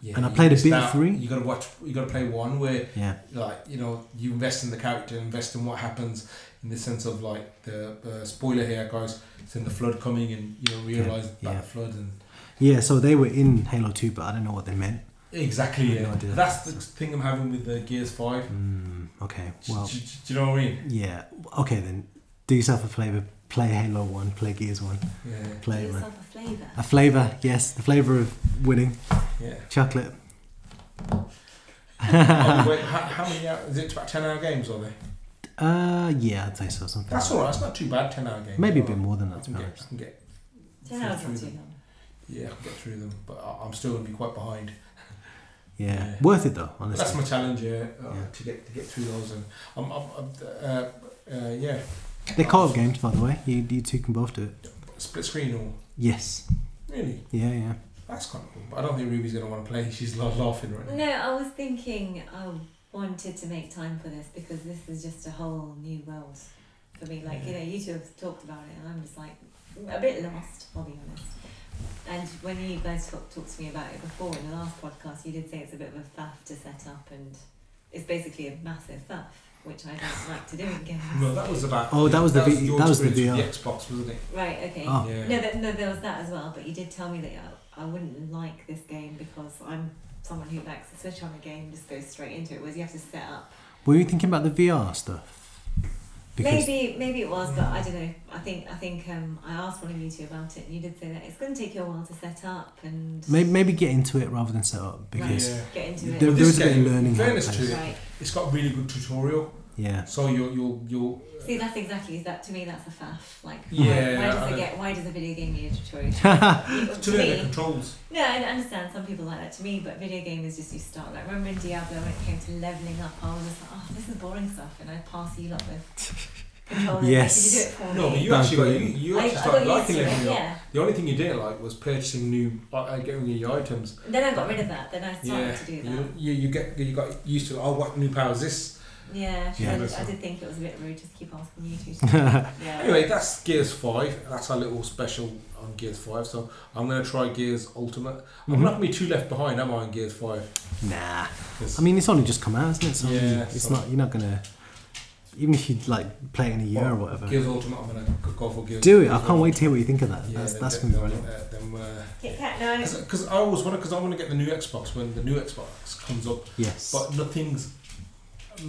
[SPEAKER 1] yeah.
[SPEAKER 2] And I
[SPEAKER 1] you
[SPEAKER 2] played a
[SPEAKER 1] missed
[SPEAKER 2] bit
[SPEAKER 1] out.
[SPEAKER 2] three.
[SPEAKER 1] You got to watch. You got to play one where
[SPEAKER 2] Yeah,
[SPEAKER 1] like you know you invest in the character, invest in what happens in the sense of like the uh, spoiler here, guys. It's in the flood coming, and you know realize about
[SPEAKER 2] yeah.
[SPEAKER 1] the flood and.
[SPEAKER 2] yeah. So they were in Halo Two, but I don't know what they meant. I
[SPEAKER 1] Exactly.
[SPEAKER 2] had
[SPEAKER 1] Yeah.
[SPEAKER 2] no idea.
[SPEAKER 1] That's the thing I'm having with the Gears Five.
[SPEAKER 2] Mm, okay,
[SPEAKER 1] Do-
[SPEAKER 2] well,
[SPEAKER 1] do, do you know what I mean?
[SPEAKER 2] yeah. Okay then, do yourself a flavor. Play Halo One. Play Gears One.
[SPEAKER 1] Yeah.
[SPEAKER 2] Play
[SPEAKER 3] Give
[SPEAKER 2] it, man.
[SPEAKER 3] yourself a flavour.
[SPEAKER 2] A flavor, yes, the flavor of winning.
[SPEAKER 1] Yeah.
[SPEAKER 2] Chocolate.
[SPEAKER 1] Oh, wait, how, how many hours? Is it about ten hour games are they?
[SPEAKER 2] Uh, yeah, I'd say so. Something.
[SPEAKER 1] That's all right. It's not too bad. Ten hour games.
[SPEAKER 2] Maybe a
[SPEAKER 1] All
[SPEAKER 2] bit
[SPEAKER 1] right.
[SPEAKER 2] more than
[SPEAKER 1] I
[SPEAKER 2] that, to
[SPEAKER 1] can
[SPEAKER 2] be
[SPEAKER 1] get. I
[SPEAKER 2] honest.
[SPEAKER 1] can get.
[SPEAKER 3] Ten hours
[SPEAKER 1] through
[SPEAKER 3] not too
[SPEAKER 1] them.
[SPEAKER 3] long.
[SPEAKER 1] Yeah, I can get through them, but I- I'm still gonna be quite behind.
[SPEAKER 2] Yeah.
[SPEAKER 1] Yeah.
[SPEAKER 2] worth it though,
[SPEAKER 1] But
[SPEAKER 2] honestly.
[SPEAKER 1] that's my challenge. Yeah, uh,
[SPEAKER 2] Yeah.
[SPEAKER 1] to get to get through those, and I'm. I'm, I'm uh, uh, yeah.
[SPEAKER 2] They're co-op games, by the way. You, you two can both do it.
[SPEAKER 1] Split screen or
[SPEAKER 2] Yes.
[SPEAKER 1] really?
[SPEAKER 2] Yeah, yeah.
[SPEAKER 1] That's kind of cool. But I don't think Ruby's gonna want to play. She's la- laughing right now.
[SPEAKER 3] No, I was thinking I wanted to make time for this because this is just a whole new world for me. Like, you know, you two have talked about it, and I'm just like a bit lost, I'll be honest. And when you guys talk, talked to me about it before in the last podcast, you did say it's a bit of a faff to set up, and it's basically a massive faff, which I don't like to do in games.
[SPEAKER 1] No, that was about.
[SPEAKER 2] Oh, that was the V-
[SPEAKER 1] your
[SPEAKER 2] that was the
[SPEAKER 1] experience
[SPEAKER 2] VR.
[SPEAKER 1] with the Xbox, wasn't it?
[SPEAKER 3] Right, okay.
[SPEAKER 2] Oh.
[SPEAKER 1] Yeah.
[SPEAKER 3] No, there, no, there was that as well. But you did tell me that I, I wouldn't like this game because I'm someone who likes to switch on a game, just go straight into it. Whereas you have to set up.
[SPEAKER 2] Were you thinking about the VR stuff?
[SPEAKER 3] maybe, maybe it was, but I don't know. I think, I think um, I asked one of you two about it, and you did say that it's going to take you a while to set up and
[SPEAKER 2] maybe maybe get into it rather than set up because
[SPEAKER 1] Yeah.
[SPEAKER 3] get into it.
[SPEAKER 2] there,
[SPEAKER 1] With
[SPEAKER 2] there
[SPEAKER 1] this
[SPEAKER 2] was a bit
[SPEAKER 1] game,
[SPEAKER 2] of learning.
[SPEAKER 1] in
[SPEAKER 2] how to
[SPEAKER 1] fairness
[SPEAKER 2] play
[SPEAKER 1] to
[SPEAKER 2] this.
[SPEAKER 1] it.
[SPEAKER 3] Right.
[SPEAKER 1] It's got a really good tutorial,
[SPEAKER 2] Yeah.
[SPEAKER 1] so you'll you'll you'll.
[SPEAKER 3] See, that's exactly that. To me, that's a faff. Like,
[SPEAKER 1] Yeah,
[SPEAKER 3] why, why
[SPEAKER 1] I
[SPEAKER 3] does
[SPEAKER 1] know.
[SPEAKER 3] it get? Why does a video game need a tutorial?
[SPEAKER 1] To
[SPEAKER 3] to
[SPEAKER 1] learn the
[SPEAKER 3] me,
[SPEAKER 1] controls.
[SPEAKER 3] No, I understand some people like that to me, but video game is just you start. Like remember in Diablo when it came to leveling up, I was just like, oh, this is boring stuff, and I pass you lot with controllers.
[SPEAKER 2] Yes.
[SPEAKER 3] Like, Could you do it for
[SPEAKER 1] No,
[SPEAKER 3] me?
[SPEAKER 1] but you
[SPEAKER 2] No,
[SPEAKER 1] actually got, you,
[SPEAKER 2] brilliant.
[SPEAKER 1] you
[SPEAKER 3] I,
[SPEAKER 1] actually
[SPEAKER 3] I got
[SPEAKER 1] started
[SPEAKER 3] used
[SPEAKER 1] liking
[SPEAKER 3] to it.
[SPEAKER 1] leveling up.
[SPEAKER 3] Yeah.
[SPEAKER 1] The only thing you didn't like was purchasing new, uh, uh, getting new items.
[SPEAKER 3] Then I got rid of that. Then I started
[SPEAKER 1] Yeah,
[SPEAKER 3] to do that.
[SPEAKER 1] you, you you get you got used to. Oh, what new power is this?
[SPEAKER 3] Yeah.
[SPEAKER 2] Yeah.
[SPEAKER 3] I, did, I did think it was a bit rude just keep asking you two. To yeah.
[SPEAKER 1] Anyway, that's Gears Five. That's our little special on Gears Five. So I'm gonna try Gears Ultimate. I'm
[SPEAKER 2] Mhm.
[SPEAKER 1] not gonna be too left behind, am I? On Gears Five?
[SPEAKER 2] nah.
[SPEAKER 1] 'Cause-
[SPEAKER 2] I mean, it's only just come out, isn't it? So
[SPEAKER 1] Yeah,
[SPEAKER 2] it's
[SPEAKER 1] so-
[SPEAKER 2] not. You're not gonna. Even if you like play it in a year or
[SPEAKER 1] Well,
[SPEAKER 2] whatever,
[SPEAKER 1] Gears Ultimate. I'm gonna go for Gears.
[SPEAKER 2] do it.
[SPEAKER 1] Gears
[SPEAKER 2] I can't wait to hear what you think of
[SPEAKER 1] Ultimate.
[SPEAKER 2] that.
[SPEAKER 1] Yeah,
[SPEAKER 2] that's
[SPEAKER 1] then-
[SPEAKER 2] that's gonna be
[SPEAKER 1] then-
[SPEAKER 2] brilliant.
[SPEAKER 1] then, uh, then, uh,
[SPEAKER 3] Kit Kat, no.
[SPEAKER 1] Because I always want to, because I want to get the new Xbox when the new Xbox comes up,
[SPEAKER 2] Yes.
[SPEAKER 1] but nothing's,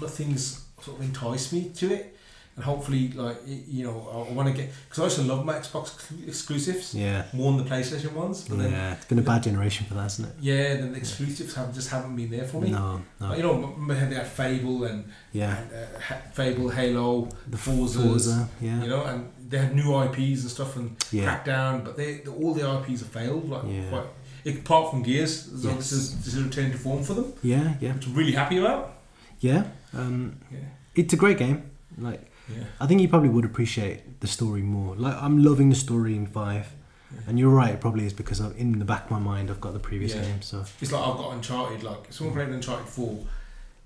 [SPEAKER 1] nothing's sort of enticed me to it. and hopefully, like y- you know, I- I want to get because I also love my Xbox cl- exclusives
[SPEAKER 2] Yeah.
[SPEAKER 1] more than the PlayStation ones, but then
[SPEAKER 2] Yeah. It's been a bad generation for that, hasn't it?
[SPEAKER 1] yeah, then the exclusives have just haven't been there for me.
[SPEAKER 2] No,
[SPEAKER 1] Like,
[SPEAKER 2] no.
[SPEAKER 1] you know, m- m- they had Fable and,
[SPEAKER 2] Yeah.
[SPEAKER 1] and, uh, Ha- Fable, Halo,
[SPEAKER 2] The
[SPEAKER 1] Forzas,
[SPEAKER 2] Forza. Yeah.
[SPEAKER 1] you know, and they had new IPs and stuff and
[SPEAKER 2] Yeah.
[SPEAKER 1] Crackdown, but they, the- all the IPs have failed. Like
[SPEAKER 2] Yeah.
[SPEAKER 1] quite, apart from Gears, so
[SPEAKER 2] Yes.
[SPEAKER 1] this is this is a return to form for them,
[SPEAKER 2] Yeah. Yeah.
[SPEAKER 1] which I'm really happy about.
[SPEAKER 2] Yeah. Um,
[SPEAKER 1] Yeah,
[SPEAKER 2] it's a great game. Like,
[SPEAKER 1] yeah.
[SPEAKER 2] I think you probably would appreciate the story more. Like I'm loving the story in five, and you're right. It probably is because I'm, in the back of my mind I've got the previous
[SPEAKER 1] Yeah.
[SPEAKER 2] game. So
[SPEAKER 1] It's like I've got Uncharted. Like if
[SPEAKER 2] Mm.
[SPEAKER 1] someone played Uncharted Four,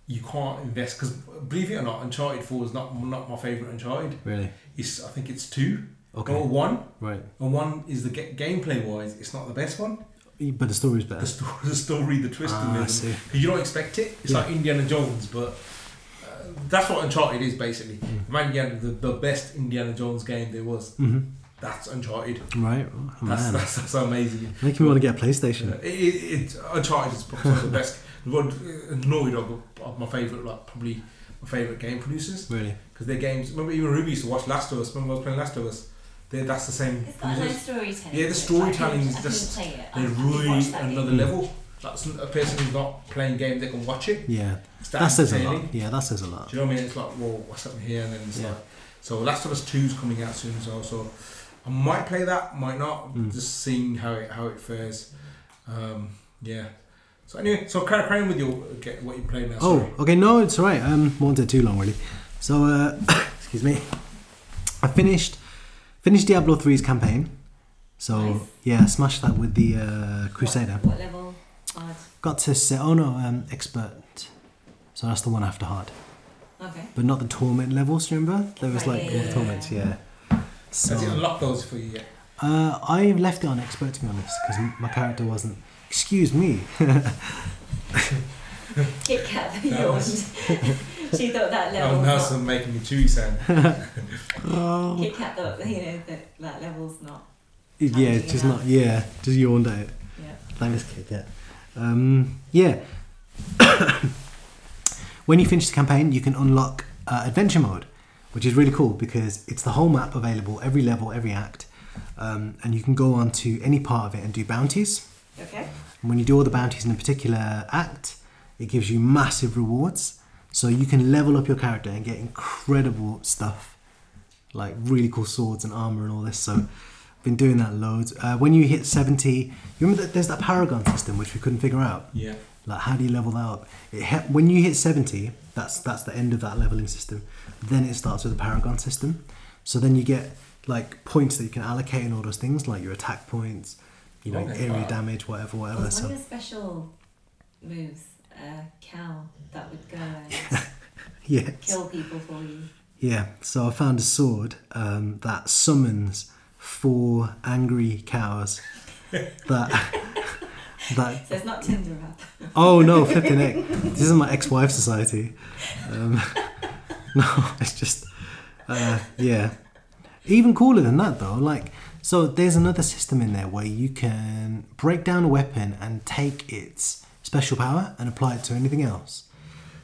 [SPEAKER 1] you can't invest because believe it or not, Uncharted Four is not not my favorite Uncharted.
[SPEAKER 2] really,
[SPEAKER 1] It's I think it's two
[SPEAKER 2] okay,
[SPEAKER 1] or one,
[SPEAKER 2] right.
[SPEAKER 1] and one is the ga- gameplay wise, it's not the best one.
[SPEAKER 2] But the story's
[SPEAKER 1] The
[SPEAKER 2] better.
[SPEAKER 1] story, the story, the twist,
[SPEAKER 2] Ah,
[SPEAKER 1] in
[SPEAKER 2] I
[SPEAKER 1] it,
[SPEAKER 2] see.
[SPEAKER 1] because you don't expect it. It's
[SPEAKER 2] Yeah.
[SPEAKER 1] like Indiana Jones, but. uh, That's what Uncharted is basically. Man, yeah, the, the best Indiana Jones game there was.
[SPEAKER 2] hmm
[SPEAKER 1] That's Uncharted.
[SPEAKER 2] Right, oh,
[SPEAKER 1] That's,
[SPEAKER 2] man,
[SPEAKER 1] that's, that's amazing.
[SPEAKER 2] making me want to get a
[SPEAKER 1] Yeah,
[SPEAKER 2] PlayStation.
[SPEAKER 1] it, it, it, Uncharted is probably one of the best. One, uh, Naughty Dog are- are my favourite, like probably my favourite game producers
[SPEAKER 2] Really,
[SPEAKER 1] because their games. Remember, even Ruby used to watch Last of Us. Remember, I was playing Last of Us. They, that's the same.
[SPEAKER 3] It's got a
[SPEAKER 1] producers.
[SPEAKER 3] nice storytelling.
[SPEAKER 1] Yeah,
[SPEAKER 3] to
[SPEAKER 1] the
[SPEAKER 3] it, so I
[SPEAKER 1] storytelling
[SPEAKER 3] can-
[SPEAKER 1] is
[SPEAKER 3] I can
[SPEAKER 1] just-
[SPEAKER 3] play it. I- I
[SPEAKER 1] They're
[SPEAKER 3] can
[SPEAKER 1] really
[SPEAKER 3] watch that
[SPEAKER 1] another
[SPEAKER 3] game.
[SPEAKER 2] Hmm.
[SPEAKER 1] level. That's a person who's not playing game. They can watch it.
[SPEAKER 2] yeah,
[SPEAKER 1] It's
[SPEAKER 2] that says a
[SPEAKER 1] entertaining.
[SPEAKER 2] lot. Yeah, that says a lot.
[SPEAKER 1] Do you know what I mean? It's like, whoa, what's up here? And then it's
[SPEAKER 2] Yeah.
[SPEAKER 1] like, so Last of Us Two is coming out soon as well. So I might play that, might not.
[SPEAKER 2] Mm.
[SPEAKER 1] Just seeing how it how it fares. Um, yeah. So anyway, so carry carry on with your get what you play now.
[SPEAKER 2] Oh,
[SPEAKER 1] sorry.
[SPEAKER 2] okay, no, it's all right. Um, won't take too long, really. So, uh, excuse me. I finished finished Diablo 3's campaign. So
[SPEAKER 3] Nice.
[SPEAKER 2] yeah, smashed that with the uh, Crusader.
[SPEAKER 3] What, what level? Hard.
[SPEAKER 2] Got to say, oh no, um, expert. So that's the one after hard,
[SPEAKER 3] Okay.
[SPEAKER 2] but not the torment levels. Remember, there was
[SPEAKER 3] Right, yeah,
[SPEAKER 2] like all the
[SPEAKER 3] yeah,
[SPEAKER 2] torments.
[SPEAKER 3] yeah.
[SPEAKER 2] Yeah.
[SPEAKER 1] Has it
[SPEAKER 2] So
[SPEAKER 1] unlocked those for you yet?
[SPEAKER 2] uh, I left it on expert to be honest, because my character wasn't. Excuse me.
[SPEAKER 3] Kit Kat
[SPEAKER 1] That
[SPEAKER 3] yawned.
[SPEAKER 1] was-
[SPEAKER 3] she thought that level.
[SPEAKER 1] Oh, now some making me chewy sound.
[SPEAKER 2] oh.
[SPEAKER 3] Kit Kat thought you know that that level's not.
[SPEAKER 2] Yeah, it's just not. Yeah, just yawned at it.
[SPEAKER 3] Yeah.
[SPEAKER 2] Thanks, kid. Yeah. Um, yeah. when you finish the campaign, you can unlock uh, adventure mode, which is really cool because it's the whole map available, every level, every act, um, and you can go on to any part of it and do bounties.
[SPEAKER 3] Okay.
[SPEAKER 2] And when you do all the bounties in a particular act, it gives you massive rewards. So you can level up your character and get incredible stuff, like really cool swords and armor and all this. So I've been doing that loads. Uh, when you hit 70, you remember that there's that paragon system which we couldn't figure out.
[SPEAKER 1] Yeah.
[SPEAKER 2] Like, how do you level that up? It he- when you hit 70, that's that's the end of that leveling system. Then it starts with the paragon system. So then you get like points that you can allocate and all those things, like your attack points, you know,
[SPEAKER 1] Okay,
[SPEAKER 2] area
[SPEAKER 1] wow.
[SPEAKER 2] damage, whatever,
[SPEAKER 3] Well,
[SPEAKER 2] whatever.
[SPEAKER 3] one
[SPEAKER 2] so
[SPEAKER 3] of the special moves, uh, cow that would go and
[SPEAKER 2] yeah,
[SPEAKER 3] kill people for you.
[SPEAKER 2] yeah. So I found a sword um, that summons four angry cows. that that
[SPEAKER 3] So it's not Tinder rap.
[SPEAKER 2] Oh no, flipping heck. This is my ex wife society. Um, no, it's just, uh, yeah. Even cooler than that though, like, so there's another system in there where you can break down a weapon and take its special power and apply it to anything else.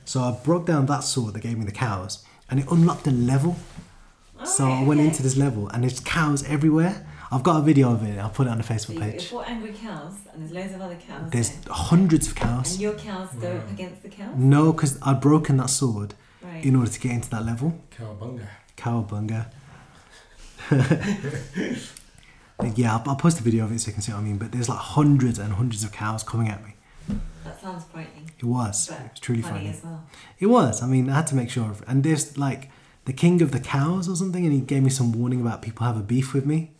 [SPEAKER 2] So I broke down that sword that gave me the cows and it unlocked a level. so I
[SPEAKER 3] Alright,
[SPEAKER 2] went
[SPEAKER 3] okay.
[SPEAKER 2] into this level and there's cows everywhere. I've got a video of it, I'll put it on the
[SPEAKER 3] So
[SPEAKER 2] Facebook
[SPEAKER 3] you
[SPEAKER 2] page.
[SPEAKER 3] four angry cows, and there's loads of other cows.
[SPEAKER 2] There's
[SPEAKER 3] there.
[SPEAKER 2] hundreds of cows.
[SPEAKER 3] And your cows go up against the cows?
[SPEAKER 2] No, because I'd broken that sword
[SPEAKER 3] Right.
[SPEAKER 2] in order to get into that level.
[SPEAKER 1] Cowabunga.
[SPEAKER 2] Cowabunga. But yeah, I'll, I'll post a video of it so you can see what I mean. But there's like hundreds and hundreds of cows coming at me.
[SPEAKER 3] that sounds frightening.
[SPEAKER 2] It was.
[SPEAKER 3] But
[SPEAKER 2] It was truly
[SPEAKER 3] funny
[SPEAKER 2] funny.
[SPEAKER 3] as well.
[SPEAKER 2] It was. I mean, I had to make sure. Of, and there's like the king of the cows or something, and he gave me some warning about people have a beef with me.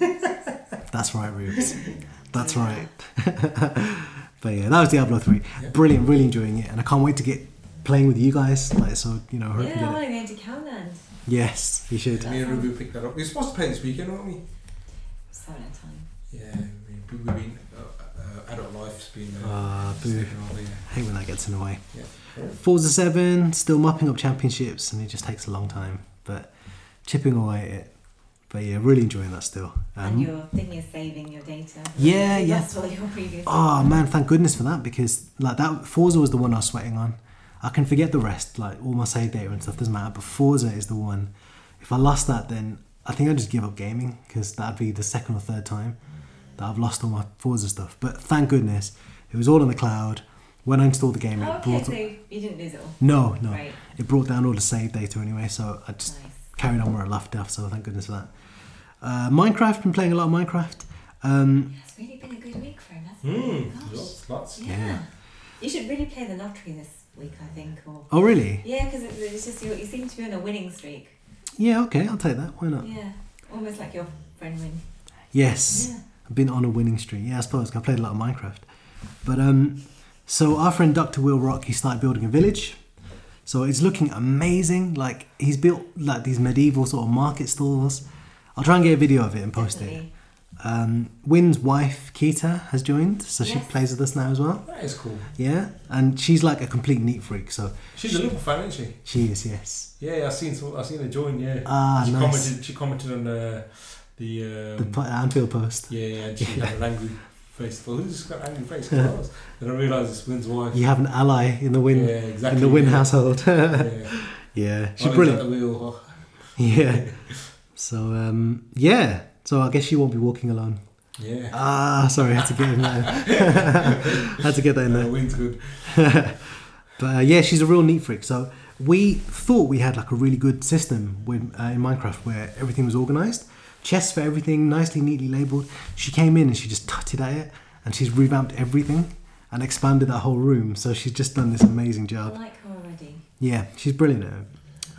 [SPEAKER 2] That's right, Rubes. That's right. but yeah, that was Diablo 3.
[SPEAKER 1] Yeah.
[SPEAKER 2] Brilliant, really enjoying it. And I can't wait to get playing with you guys. Like, so, you know, I hope you
[SPEAKER 3] Yeah, I
[SPEAKER 2] get it.
[SPEAKER 3] want to go into cowland.
[SPEAKER 2] Yes, you should.
[SPEAKER 1] Me and Ruby picked that up. We're supposed to play this weekend, weren't we?
[SPEAKER 3] So out of time.
[SPEAKER 1] Yeah. we- We've been uh, uh, adult life's been. Uh,
[SPEAKER 2] Ah, boo.
[SPEAKER 1] slipping over, yeah.
[SPEAKER 2] hate when that gets in the way.
[SPEAKER 1] Yeah.
[SPEAKER 2] Forza 7, still mopping up championships, and it just takes a long time, but chipping away at it. But yeah, really enjoying that still.
[SPEAKER 3] and your thing is saving your data.
[SPEAKER 2] Um, Yeah,
[SPEAKER 3] You
[SPEAKER 2] yeah. Ah,
[SPEAKER 3] lost all your previous.
[SPEAKER 2] Oh man, thank goodness for that because like that Forza was the one I was sweating on, I can forget the rest, like all my save data and stuff doesn't matter. But Forza is the one. If I lost that, then I think I'd just give up gaming because that'd be the second or third time that I've lost all my Forza stuff. But thank goodness it was all in the cloud. When I installed the game, it
[SPEAKER 3] okay,
[SPEAKER 2] brought
[SPEAKER 3] so you didn't lose it all.
[SPEAKER 2] no, no,
[SPEAKER 3] Right.
[SPEAKER 2] it brought down all the save data anyway. So I just
[SPEAKER 3] Nice.
[SPEAKER 2] carried on where I left off. So thank goodness for that. Uh, Minecraft, been playing a lot of Minecraft. Um,
[SPEAKER 3] Yeah, it's really been a good week for him, hasn't
[SPEAKER 1] Mm,
[SPEAKER 3] it? Gosh.
[SPEAKER 1] lots, lots.
[SPEAKER 3] Yeah.
[SPEAKER 2] Hmm, Yeah.
[SPEAKER 3] You should really play the lottery this week, I think. Or
[SPEAKER 2] oh really?
[SPEAKER 3] yeah, because it's, it's just you, you seem to be on a winning streak.
[SPEAKER 2] Yeah, okay, I'll take that. Why not?
[SPEAKER 3] Yeah, almost like your friend win.
[SPEAKER 2] Yes.
[SPEAKER 3] Yeah.
[SPEAKER 2] I've been on a winning streak. Yeah, I suppose 'cause I played a lot of Minecraft. But um, so our friend Dr. Will Rock, he started building a village. So it's looking amazing. Like he's built like these medieval sort of market stalls. I'll try and get a video of it and post
[SPEAKER 3] Definitely.
[SPEAKER 2] it. Um, Wynn's wife Keita has joined, so she
[SPEAKER 3] Yes.
[SPEAKER 2] plays with us now as well.
[SPEAKER 1] That is cool.
[SPEAKER 2] Yeah, and she's like a complete neat freak. So
[SPEAKER 1] She's a Liverpool fan, isn't she?
[SPEAKER 2] she is, yes.
[SPEAKER 1] Yeah, I seen. some- I seen her join. Yeah.
[SPEAKER 2] Ah,
[SPEAKER 1] she
[SPEAKER 2] nice.
[SPEAKER 1] commented. She commented on uh, the. Um,
[SPEAKER 2] The pl- Anfield post.
[SPEAKER 1] yeah, yeah. And she had an angry face. Well, who's got an angry face? Close. then I realised it's Wynn's wife.
[SPEAKER 2] You have an ally in the Wynn
[SPEAKER 1] yeah, exactly.
[SPEAKER 2] in the Wynn
[SPEAKER 1] yeah.
[SPEAKER 2] household. yeah,
[SPEAKER 1] Yeah.
[SPEAKER 2] she's
[SPEAKER 1] Oh,
[SPEAKER 2] brilliant.
[SPEAKER 1] Is that the wheel?
[SPEAKER 2] Yeah. So um, yeah. So I guess you won't be walking alone.
[SPEAKER 1] Yeah.
[SPEAKER 2] Ah, sorry, I had to get in there. had to get that in
[SPEAKER 1] Uh,
[SPEAKER 2] there.
[SPEAKER 1] Wynn's good.
[SPEAKER 2] But uh, yeah, she's a real neat freak. So we thought we had like a really good system with, uh, in Minecraft where everything was organized, chests for everything, nicely neatly labeled. She came in and she just tutted at it, and she's revamped everything and expanded that whole room. So she's just done this amazing
[SPEAKER 3] I
[SPEAKER 2] job.
[SPEAKER 3] like her already.
[SPEAKER 2] Yeah, she's brilliant. at it.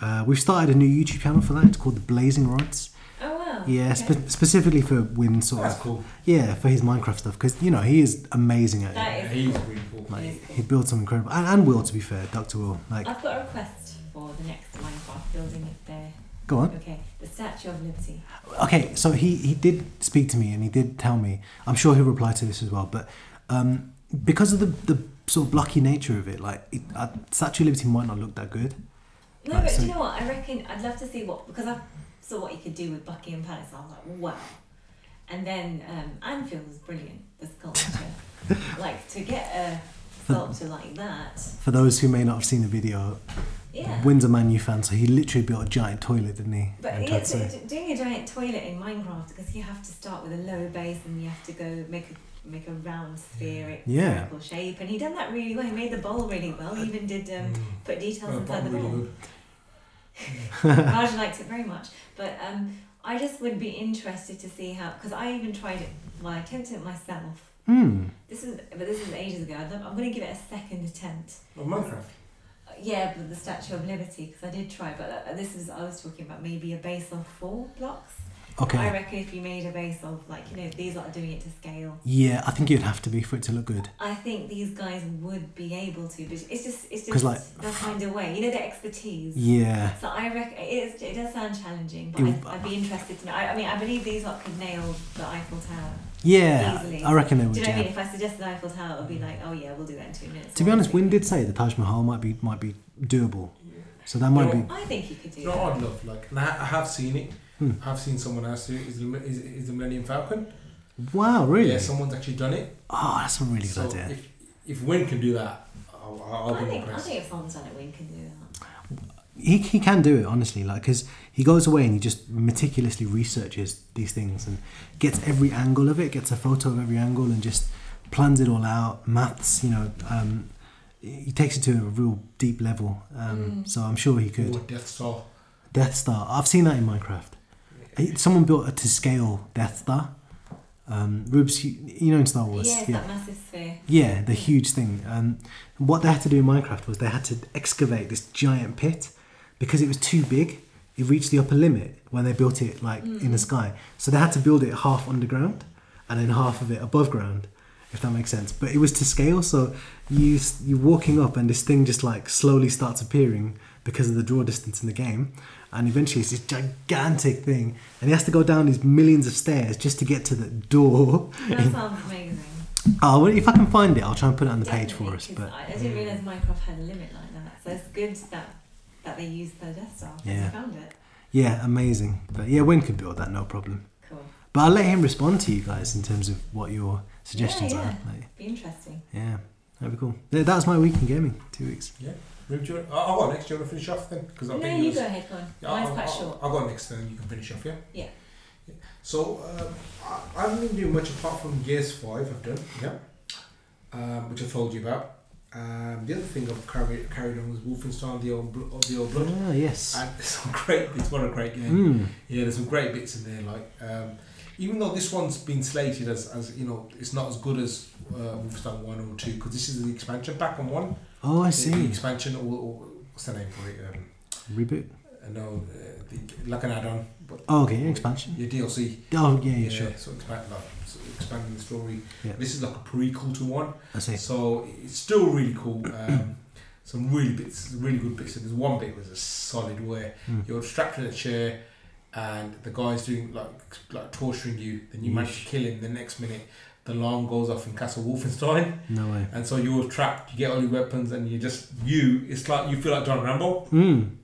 [SPEAKER 2] Uh, we've started a new YouTube channel for that. It's called the Blazing Rods.
[SPEAKER 3] Oh wow.
[SPEAKER 2] Yeah,
[SPEAKER 3] Okay.
[SPEAKER 2] spe- specifically for Win sort
[SPEAKER 1] That's
[SPEAKER 2] of.
[SPEAKER 1] cool.
[SPEAKER 2] Yeah, for his Minecraft stuff because you know he is amazing at it.
[SPEAKER 3] That
[SPEAKER 1] Yeah,
[SPEAKER 3] is
[SPEAKER 1] he's really cool.
[SPEAKER 2] Like he builds some incredible and, and Will to be fair, Doctor Will. Like
[SPEAKER 3] I've got a request for the next Minecraft building up there.
[SPEAKER 2] go on.
[SPEAKER 3] Okay, the Statue of Liberty.
[SPEAKER 2] Okay, so he he did speak to me and he did tell me. I'm sure he'll reply to this as well, but um, because of the the sort of blocky nature of it, like it, uh, Statue of Liberty might not look that good.
[SPEAKER 3] No,
[SPEAKER 2] Right,
[SPEAKER 3] but
[SPEAKER 2] so-
[SPEAKER 3] do you know what? I reckon I'd love to see what because I saw what you could do with Buckingham Palace. And I was like, wow. And then um, Anfield was brilliant. The sculpture, like to get a sculpture like that.
[SPEAKER 2] For those who may not have seen the video,
[SPEAKER 3] Yeah.
[SPEAKER 2] Wind's a Man U fan, so he literally built a giant toilet, didn't he?
[SPEAKER 3] But
[SPEAKER 2] And
[SPEAKER 3] yeah,
[SPEAKER 2] tried
[SPEAKER 3] so
[SPEAKER 2] to-
[SPEAKER 3] d- doing a giant toilet in Minecraft because you have to start with a lower base and you have to go make a make a round spheric
[SPEAKER 2] Yeah.
[SPEAKER 3] circle shape, and he done that really well. He made the bowl really well. He even did um,
[SPEAKER 1] Mm.
[SPEAKER 3] put details
[SPEAKER 1] Oh,
[SPEAKER 3] inside the
[SPEAKER 1] Bob really
[SPEAKER 3] bowl.
[SPEAKER 1] good.
[SPEAKER 3] Raj likes it very much. But um, I just would be interested to see how, because I even tried it, well, I attempted it myself.
[SPEAKER 2] Hmm.
[SPEAKER 3] This is, but this is ages ago. I'd love, I'm going to give it a second attempt.
[SPEAKER 1] Oh, Minecraft.
[SPEAKER 3] Uh, Yeah, but the Statue of Liberty, because I did try, but uh, this is, I was talking about maybe a base of four blocks. I
[SPEAKER 2] Okay.
[SPEAKER 3] reckon if you made a base of, like, you know, these lot are doing it to scale.
[SPEAKER 2] Yeah, I think you'd have to be for it to look good.
[SPEAKER 3] I think these guys would be able to, but it's just, it's
[SPEAKER 2] 'Cause,
[SPEAKER 3] just
[SPEAKER 2] like,
[SPEAKER 3] they'll find a way. You know, their expertise.
[SPEAKER 2] Yeah.
[SPEAKER 3] So I reckon it, is, it does sound challenging, but
[SPEAKER 2] It-
[SPEAKER 3] I'd, I'd be interested to know. I, I mean, I believe these lot could nail the Eiffel Tower.
[SPEAKER 2] Yeah,
[SPEAKER 3] Easily.
[SPEAKER 2] I reckon they would.
[SPEAKER 3] Do you know what I
[SPEAKER 2] Oh, yeah.
[SPEAKER 3] mean? If I suggested Eiffel Tower, it would be like, oh yeah, we'll do that in two minutes.
[SPEAKER 2] To be honest, Wynn did say the Taj Mahal might be might be doable, so that might be.
[SPEAKER 3] I think you could do
[SPEAKER 1] You know,
[SPEAKER 3] that.
[SPEAKER 1] what I'd love like, and I, I have seen it.
[SPEAKER 2] Hmm.
[SPEAKER 1] I have seen someone else do it. Is, the Mil- is, is the Millennium Falcon?
[SPEAKER 2] Wow, really?
[SPEAKER 1] Yeah, someone's actually done it.
[SPEAKER 2] Oh, that's a really good
[SPEAKER 1] so
[SPEAKER 2] idea.
[SPEAKER 1] If if Wynn can do that, I'll, I'll,
[SPEAKER 3] I
[SPEAKER 1] I'll be
[SPEAKER 3] think, I
[SPEAKER 1] impressed.
[SPEAKER 3] think if someone's done it, Wynn can do that.
[SPEAKER 2] He, he can do it honestly, like because he goes away and he just meticulously researches these things and gets every angle of it, gets a photo of every angle, and just plans it all out. Maths, you know, um, he takes it to a real deep level. Um,
[SPEAKER 3] Mm.
[SPEAKER 2] So I'm sure he could.
[SPEAKER 1] Or Death Star.
[SPEAKER 2] Death Star. I've seen that in Minecraft. He- Someone built a to scale Death Star. Um, Rubes, you, you know in Star Wars,
[SPEAKER 3] yeah,
[SPEAKER 2] yeah,
[SPEAKER 3] it's that massive sphere.
[SPEAKER 2] Yeah, the huge thing. Um, what they had to do in Minecraft was they had to excavate this giant pit because it was too big. It reached the upper limit when they built it like in the sky. So they had to build it half underground and then half of it above ground, if that makes sense. But it was to scale, so you s- you're walking up and this thing just like slowly starts appearing because of the draw distance in the game, and eventually it's this gigantic thing, and he has to go down these millions of stairs just to get to the door.
[SPEAKER 3] That sounds amazing.
[SPEAKER 2] Oh, well, if I can find it, I'll try and put it on the page
[SPEAKER 3] Definitely,
[SPEAKER 2] for us.
[SPEAKER 3] 'cause
[SPEAKER 2] But
[SPEAKER 3] I, I didn't realise Minecraft had a limit like that. So it's good that, that they used their Death Star. 'cause they
[SPEAKER 2] Yeah.
[SPEAKER 3] found it.
[SPEAKER 2] yeah, amazing. But yeah, Wynn could build that, no problem.
[SPEAKER 3] Cool.
[SPEAKER 2] But I'll let him respond to you guys in terms of what your suggestions
[SPEAKER 3] yeah.
[SPEAKER 2] are. Like,
[SPEAKER 3] Be interesting.
[SPEAKER 2] yeah, that'd be cool. Yeah, that was my week in gaming. Two weeks.
[SPEAKER 1] Yeah. Ruth, do you, oh, I'll go next. Do you want to finish off then? Because I
[SPEAKER 3] No,
[SPEAKER 1] think it
[SPEAKER 3] you
[SPEAKER 1] was-
[SPEAKER 3] go ahead, go on.
[SPEAKER 1] Yeah,
[SPEAKER 3] Mine's
[SPEAKER 1] I'll,
[SPEAKER 3] quite
[SPEAKER 1] I'll-
[SPEAKER 3] short.
[SPEAKER 1] I'll go next and then you can finish off, yeah?
[SPEAKER 3] Yeah.
[SPEAKER 1] Yeah. So, um, I, I haven't been doing much apart from Gears 5, I've done, yeah, um, which I told you about. Um, the other thing I've carried, carried on was Wolfenstein, the old, Blo- the old blood.
[SPEAKER 2] Ah, yes.
[SPEAKER 1] And it's some great, it's what a great game.
[SPEAKER 2] Mm.
[SPEAKER 1] Yeah, there's some great bits in there. Like, um, even though this one's been slated as, as you know, it's not as good as uh, Wolfenstein One or Two because this is the expansion back on one.
[SPEAKER 2] Oh, I
[SPEAKER 1] the- The
[SPEAKER 2] see.
[SPEAKER 1] expansion or, or what's the name for it? Um,
[SPEAKER 2] Reboot.
[SPEAKER 1] uh, no, uh, the, like an add-on, but
[SPEAKER 2] Oh, okay. Expansion.
[SPEAKER 1] your DLC.
[SPEAKER 2] Oh, yeah, yeah, sure.
[SPEAKER 1] So expand, like, so expanding the story.
[SPEAKER 2] Yeah.
[SPEAKER 1] This is like a prequel to one.
[SPEAKER 2] I see.
[SPEAKER 1] So it's still really cool. Um, some really bits, really good bits. And there's one bit was a solid where
[SPEAKER 2] Mm.
[SPEAKER 1] you're strapped in a chair, and the guy's doing like like torturing you. Then you manage to kill him. The next minute, the alarm goes off in Castle Wolfenstein,
[SPEAKER 2] No way.
[SPEAKER 1] and so you're trapped. You get all your weapons, and you just you. It's like you feel like John Rambo.
[SPEAKER 2] Mm.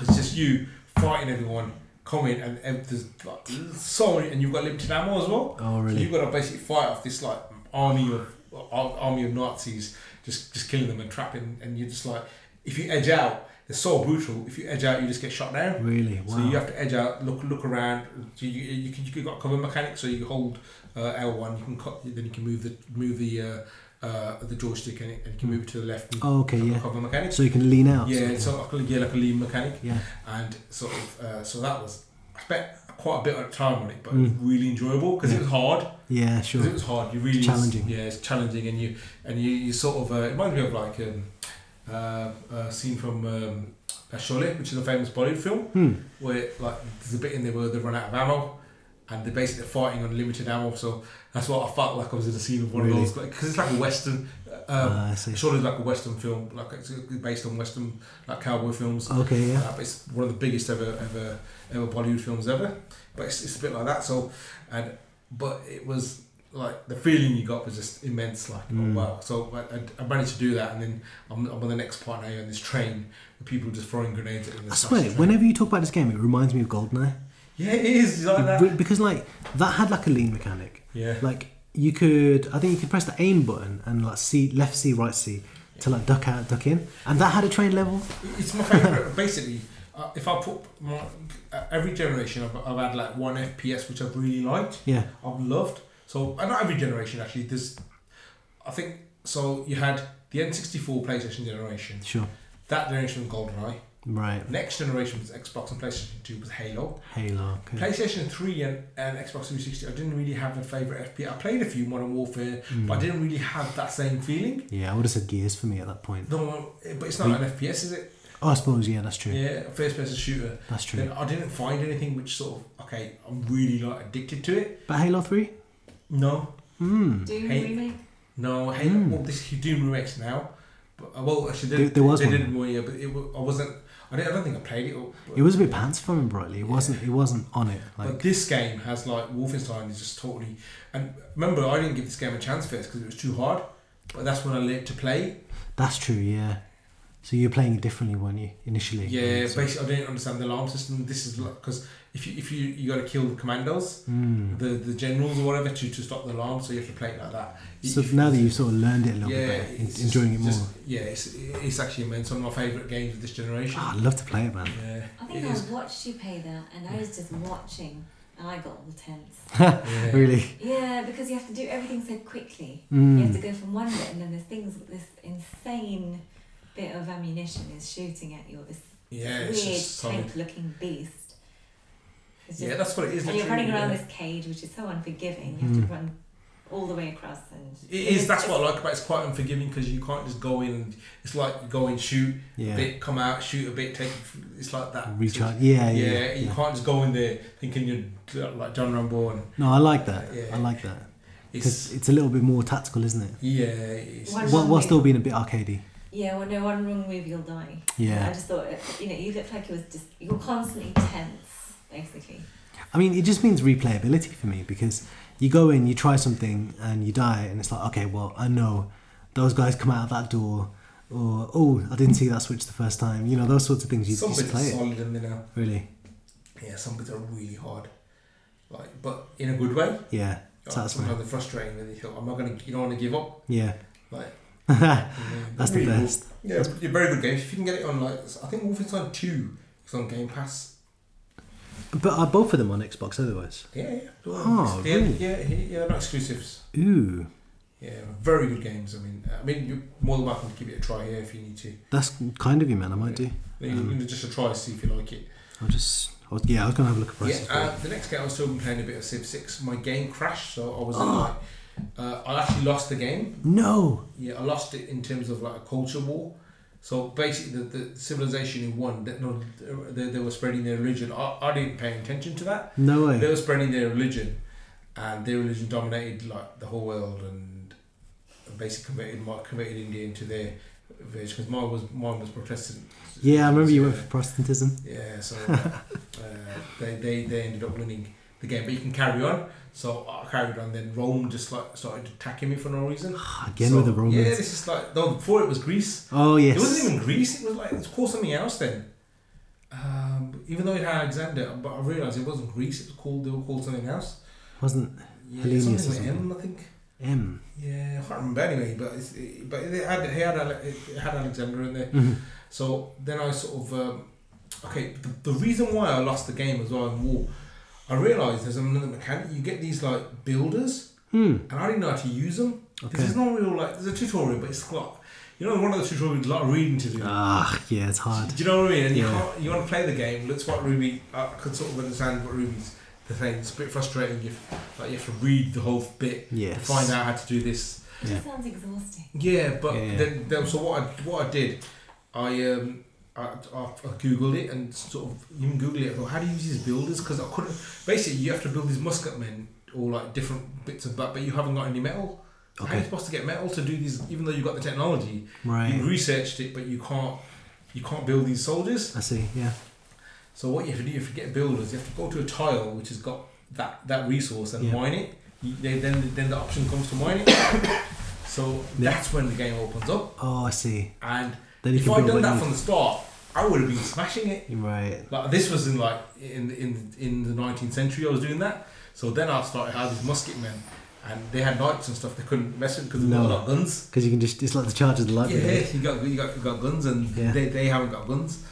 [SPEAKER 1] It's just you fighting everyone, coming, and, and there's like so many, and you've got limited ammo as well.
[SPEAKER 2] Oh,
[SPEAKER 1] So you've
[SPEAKER 2] really?
[SPEAKER 1] got to basically fight off this like army of uh, ar- army of Nazis, just just killing them and trapping, and you're just like, if you edge out, they're so brutal. If you edge out, you just get shot down.
[SPEAKER 2] Really? Wow.
[SPEAKER 1] So you have to edge out, look look around. So you you can you got cover mechanics, so you hold uh, L one, you can cut, then you can move the move the uh, uh, the joystick and, it, and you can move it to the left. And
[SPEAKER 2] oh, okay,
[SPEAKER 1] have a
[SPEAKER 2] yeah.
[SPEAKER 1] Cover mechanics.
[SPEAKER 2] So you can lean out.
[SPEAKER 1] Yeah, it's sort of like, a- yeah, like a lean mechanic
[SPEAKER 2] Yeah.
[SPEAKER 1] and sort of uh, so that was I spent quite a bit of time on it, but it
[SPEAKER 2] Mm.
[SPEAKER 1] was really enjoyable because
[SPEAKER 2] Yeah.
[SPEAKER 1] it was hard.
[SPEAKER 2] Yeah,
[SPEAKER 1] Because it
[SPEAKER 2] sure.
[SPEAKER 1] was hard. You really
[SPEAKER 2] Challenging.
[SPEAKER 1] Yeah, it's challenging, and you and you, you sort of uh, it reminds me of like um, uh, a scene from um, Cholet, which is a famous Bollywood film,
[SPEAKER 2] Hmm.
[SPEAKER 1] where like there's a bit in there where they run out of ammo, and they're basically fighting on limited ammo. So that's what I felt like I was in a scene of one
[SPEAKER 2] Really?
[SPEAKER 1] of those because it's like a western. Uh, um,
[SPEAKER 2] Ah, I see.
[SPEAKER 1] Cholet is like a western film, like it's uh, based on western like cowboy films.
[SPEAKER 2] Okay, Ah, yeah.
[SPEAKER 1] Uh, but it's one of the biggest ever ever ever Bollywood films ever. But it's, it's a bit like that. So and but it was like the feeling you got was just immense. Like
[SPEAKER 2] Mm.
[SPEAKER 1] oh wow. So I, I- I managed to do that, and then I'm, I'm on the next part now on this train with people just throwing grenades at me.
[SPEAKER 2] I swear, whenever you talk about this game, it reminds me of Goldeneye.
[SPEAKER 1] yeah, it is it's like that.
[SPEAKER 2] Be- Because, like, that had like a lean mechanic.
[SPEAKER 1] Yeah,
[SPEAKER 2] Like, you could, I think you could press the aim button and, like, C, left C, right C to, like, duck out, duck in. And that had a train level.
[SPEAKER 1] It- it's my favorite. Basically. Uh, if I put my, uh, every generation, I've, I've had like one FPS which I've really liked,
[SPEAKER 2] Yeah.
[SPEAKER 1] I've loved. So, and not every generation actually. There's, I think, so you had the N64 PlayStation generation.
[SPEAKER 2] Sure.
[SPEAKER 1] That generation was GoldenEye.
[SPEAKER 2] Right.
[SPEAKER 1] Next generation was Xbox and PlayStation 2 was Halo.
[SPEAKER 2] Halo. Okay.
[SPEAKER 1] PlayStation 3 and, and Xbox 360, I didn't really have a favourite FP. I played a few Modern Warfare, but I didn't really have that same feeling.
[SPEAKER 2] Yeah, I would have said Gears for me at that point.
[SPEAKER 1] No, but it's not an FPS, is it?
[SPEAKER 2] Oh, I suppose, yeah, that's true.
[SPEAKER 1] Yeah, a first person shooter.
[SPEAKER 2] That's true.
[SPEAKER 1] Then I didn't find anything which sort of, okay, I'm really like addicted to it.
[SPEAKER 2] But Halo 3?
[SPEAKER 1] No,
[SPEAKER 2] Hmm.
[SPEAKER 3] Doom
[SPEAKER 1] Hey.
[SPEAKER 3] remake?
[SPEAKER 1] No, Halo.
[SPEAKER 2] Mm.
[SPEAKER 1] Well, this you do remakes now, but uh, well, actually, they,
[SPEAKER 2] There- there was
[SPEAKER 1] they
[SPEAKER 2] one.
[SPEAKER 1] did more yeah, but it, wa- I wasn't. I, didn't, I don't think I played it. Or,
[SPEAKER 2] It was a bit pants for him, brightly. It wasn't. It wasn't on it. Like,
[SPEAKER 1] but this game has like Wolfenstein is just totally. And remember, I didn't give this game a chance first because it was too hard. But that's when I learned to play.
[SPEAKER 2] That's true, yeah. So you're playing it differently, weren't you, initially?
[SPEAKER 1] Yeah,
[SPEAKER 2] So-
[SPEAKER 1] basically, I didn't understand the alarm system. This is because if you if you you got to kill the commandos,
[SPEAKER 2] Mm.
[SPEAKER 1] the the generals or whatever to, to stop the alarm, so you have to play it like that.
[SPEAKER 2] So
[SPEAKER 1] If-
[SPEAKER 2] now that you've sort of learned it a little
[SPEAKER 1] yeah,
[SPEAKER 2] bit better, en-
[SPEAKER 1] it's
[SPEAKER 2] enjoying it more.
[SPEAKER 1] just- yeah, it's it's actually immense. One of my favorite games of this generation.
[SPEAKER 2] Ah, I'd love to play it, man.
[SPEAKER 1] Yeah,
[SPEAKER 3] I
[SPEAKER 1] it
[SPEAKER 3] think
[SPEAKER 1] is.
[SPEAKER 3] I watched you play that and I was just watching and I got all tense.
[SPEAKER 1] Yeah. Hmm.
[SPEAKER 2] Really?
[SPEAKER 3] Yeah, because you have to do everything so quickly. You have to
[SPEAKER 2] Mm.
[SPEAKER 3] go from one bit and then there's things, this insane bit of ammunition is shooting at you, this
[SPEAKER 1] Yeah, it's
[SPEAKER 3] weird
[SPEAKER 1] just solid.
[SPEAKER 3] tank looking beast. It's
[SPEAKER 1] Yeah,
[SPEAKER 3] just-
[SPEAKER 1] that's what it is.
[SPEAKER 3] and you're
[SPEAKER 1] literally,
[SPEAKER 3] running around
[SPEAKER 1] yeah. Hmm.
[SPEAKER 3] this cage which is so unforgiving. You have to run all the way across and
[SPEAKER 1] It is. That's
[SPEAKER 3] just-
[SPEAKER 1] what I like about it. It's quite unforgiving because you can't just go in. and It's like you go in, shoot a
[SPEAKER 2] Yeah.
[SPEAKER 1] bit, come out, shoot a bit, take. It's like that.
[SPEAKER 2] Recharge. Yeah,
[SPEAKER 1] Yeah,
[SPEAKER 2] yeah. yeah,
[SPEAKER 1] you can't just go in there thinking you're like John Rambo and
[SPEAKER 2] No, I like that.
[SPEAKER 1] Yeah.
[SPEAKER 2] I like that
[SPEAKER 1] it's
[SPEAKER 2] because it's a little bit more tactical, isn't it?
[SPEAKER 1] yeah. It's,
[SPEAKER 3] One-
[SPEAKER 2] While, while still being a bit arcadey.
[SPEAKER 3] Yeah, well, no, one wrong move, you'll die. I
[SPEAKER 2] Yeah.
[SPEAKER 3] just thought, it, you know, you looked like it was just, you were constantly tense, basically.
[SPEAKER 2] I mean, it just means replayability for me because you go in, you try something, and you die, and it's like, okay, well, I know those guys come out of that door, or oh, I didn't see that switch the first time. You know, those sorts of things. You
[SPEAKER 1] some
[SPEAKER 2] just
[SPEAKER 1] bits are
[SPEAKER 2] play it.
[SPEAKER 1] solid in there now.
[SPEAKER 2] Really?
[SPEAKER 1] Yeah, some bits are really hard. Like, but in a good way.
[SPEAKER 2] Yeah.
[SPEAKER 1] Like,
[SPEAKER 2] Satisfying.
[SPEAKER 1] Sometimes they're frustrating. And you feel, I'm not gonna. You don't want to give up.
[SPEAKER 2] Yeah.
[SPEAKER 1] Like
[SPEAKER 2] That's the
[SPEAKER 1] Really cool.
[SPEAKER 2] best.
[SPEAKER 1] Yeah, it's a very good game. If you can get it on like, I think Wolfenstein Two is on Game Pass.
[SPEAKER 2] But are both of them on Xbox otherwise?
[SPEAKER 1] Yeah, yeah.
[SPEAKER 2] Oh,
[SPEAKER 1] yeah,
[SPEAKER 2] really?
[SPEAKER 1] yeah, yeah, yeah, they're not exclusives.
[SPEAKER 2] Ooh,
[SPEAKER 1] Yeah, very good games. I mean, uh, I mean, you're more than welcome to give it a try here if you need to.
[SPEAKER 2] that's kind of you, man. I might do.
[SPEAKER 1] You can give it just a try, see if you like it.
[SPEAKER 2] I'll just. I'll, yeah, I was gonna have a look at
[SPEAKER 1] Yeah,
[SPEAKER 2] prices.
[SPEAKER 1] uh, the next game I was still playing a bit of Civ Six. My game crashed, so I was
[SPEAKER 2] Ah!
[SPEAKER 1] like, uh, I actually lost the game.
[SPEAKER 2] no.
[SPEAKER 1] Yeah, I lost it in terms of like a culture war. So basically, the, the civilization who won, that no, they, they were spreading their religion. I, I didn't pay attention to that.
[SPEAKER 2] No
[SPEAKER 1] They
[SPEAKER 2] way.
[SPEAKER 1] were spreading their religion, and their religion dominated like the whole world, and basically converted my converted India into their version because mine was mine was Protestant.
[SPEAKER 2] Yeah, I remember you went
[SPEAKER 1] Yeah.
[SPEAKER 2] for Protestantism.
[SPEAKER 1] Yeah, so uh, they, they they ended up winning the game, but you can carry on. So I carried on. Then Rome just like started attacking me for no reason.
[SPEAKER 2] Ah, Again
[SPEAKER 1] So,
[SPEAKER 2] with the Romans.
[SPEAKER 1] Yeah, this is like though before it was Greece.
[SPEAKER 2] Oh yes.
[SPEAKER 1] It wasn't even Greece. It was like it's called something else then. Um, even though it had Alexander, but I realized it wasn't Greece. It was called they were called something else.
[SPEAKER 2] Wasn't
[SPEAKER 1] Yeah, something
[SPEAKER 2] Hellenius or
[SPEAKER 1] with
[SPEAKER 2] something.
[SPEAKER 1] M, I think.
[SPEAKER 2] M.
[SPEAKER 1] Yeah, I can't remember anyway. But it's, it, but it had he had Ale- it had Alexander in there.
[SPEAKER 2] Mhm.
[SPEAKER 1] So then I sort of um, okay. The, the reason why I lost the game as well in war, I realized there's another mechanic. You get these like builders,
[SPEAKER 2] Hmm.
[SPEAKER 1] and I didn't know how to use them.
[SPEAKER 2] Okay.
[SPEAKER 1] This is not real like there's a tutorial, but it's like you know one of the tutorials a lot of reading to do.
[SPEAKER 2] Ah, yeah, it's hard.
[SPEAKER 1] do you know what I mean? And you,
[SPEAKER 2] Yeah.
[SPEAKER 1] can't, you want to play the game. That's what Ruby. I could sort of understand what Ruby's saying. It's a bit frustrating. If like you have to read the whole bit
[SPEAKER 2] Yes.
[SPEAKER 1] to find out how to do this.
[SPEAKER 3] It
[SPEAKER 2] Yeah.
[SPEAKER 3] sounds exhausting.
[SPEAKER 1] Yeah, but
[SPEAKER 2] Yeah, yeah.
[SPEAKER 1] Then, then so what I what I did, I um I, I, I googled it and sort of even googled it. I thought how do you use these builders because I couldn't. Basically, you have to build these musket men or like different bits of that, but you haven't got any metal. How are you
[SPEAKER 2] Okay.
[SPEAKER 1] supposed to get metal to do these? Even though you've got the technology, you
[SPEAKER 2] Right.
[SPEAKER 1] researched it, but you can't. You can't build these soldiers.
[SPEAKER 2] I see. Yeah.
[SPEAKER 1] So what you have to do, you have to get builders. You have to go to a tile which has got that that resource and
[SPEAKER 2] Yeah.
[SPEAKER 1] mine it. You, they, then then the option comes to mine it. so
[SPEAKER 2] Yeah.
[SPEAKER 1] that's when the game opens up.
[SPEAKER 2] Oh, I see.
[SPEAKER 1] And
[SPEAKER 2] Then you
[SPEAKER 1] if
[SPEAKER 2] can
[SPEAKER 1] I'd
[SPEAKER 2] build
[SPEAKER 1] done
[SPEAKER 2] what you
[SPEAKER 1] that
[SPEAKER 2] need.
[SPEAKER 1] from the start, I would have been smashing it.
[SPEAKER 2] Right.
[SPEAKER 1] Like this was in like in in in the nineteenth century, I was doing that. So then I started having these musket men, and they had knights and stuff. They couldn't mess with because they
[SPEAKER 2] No.
[SPEAKER 1] all got guns.
[SPEAKER 2] Because you can just. It's like the charge of the light.
[SPEAKER 1] Yeah,
[SPEAKER 2] brigade.
[SPEAKER 1] you got you got, you got guns, and
[SPEAKER 2] Yeah.
[SPEAKER 1] they, they haven't got guns.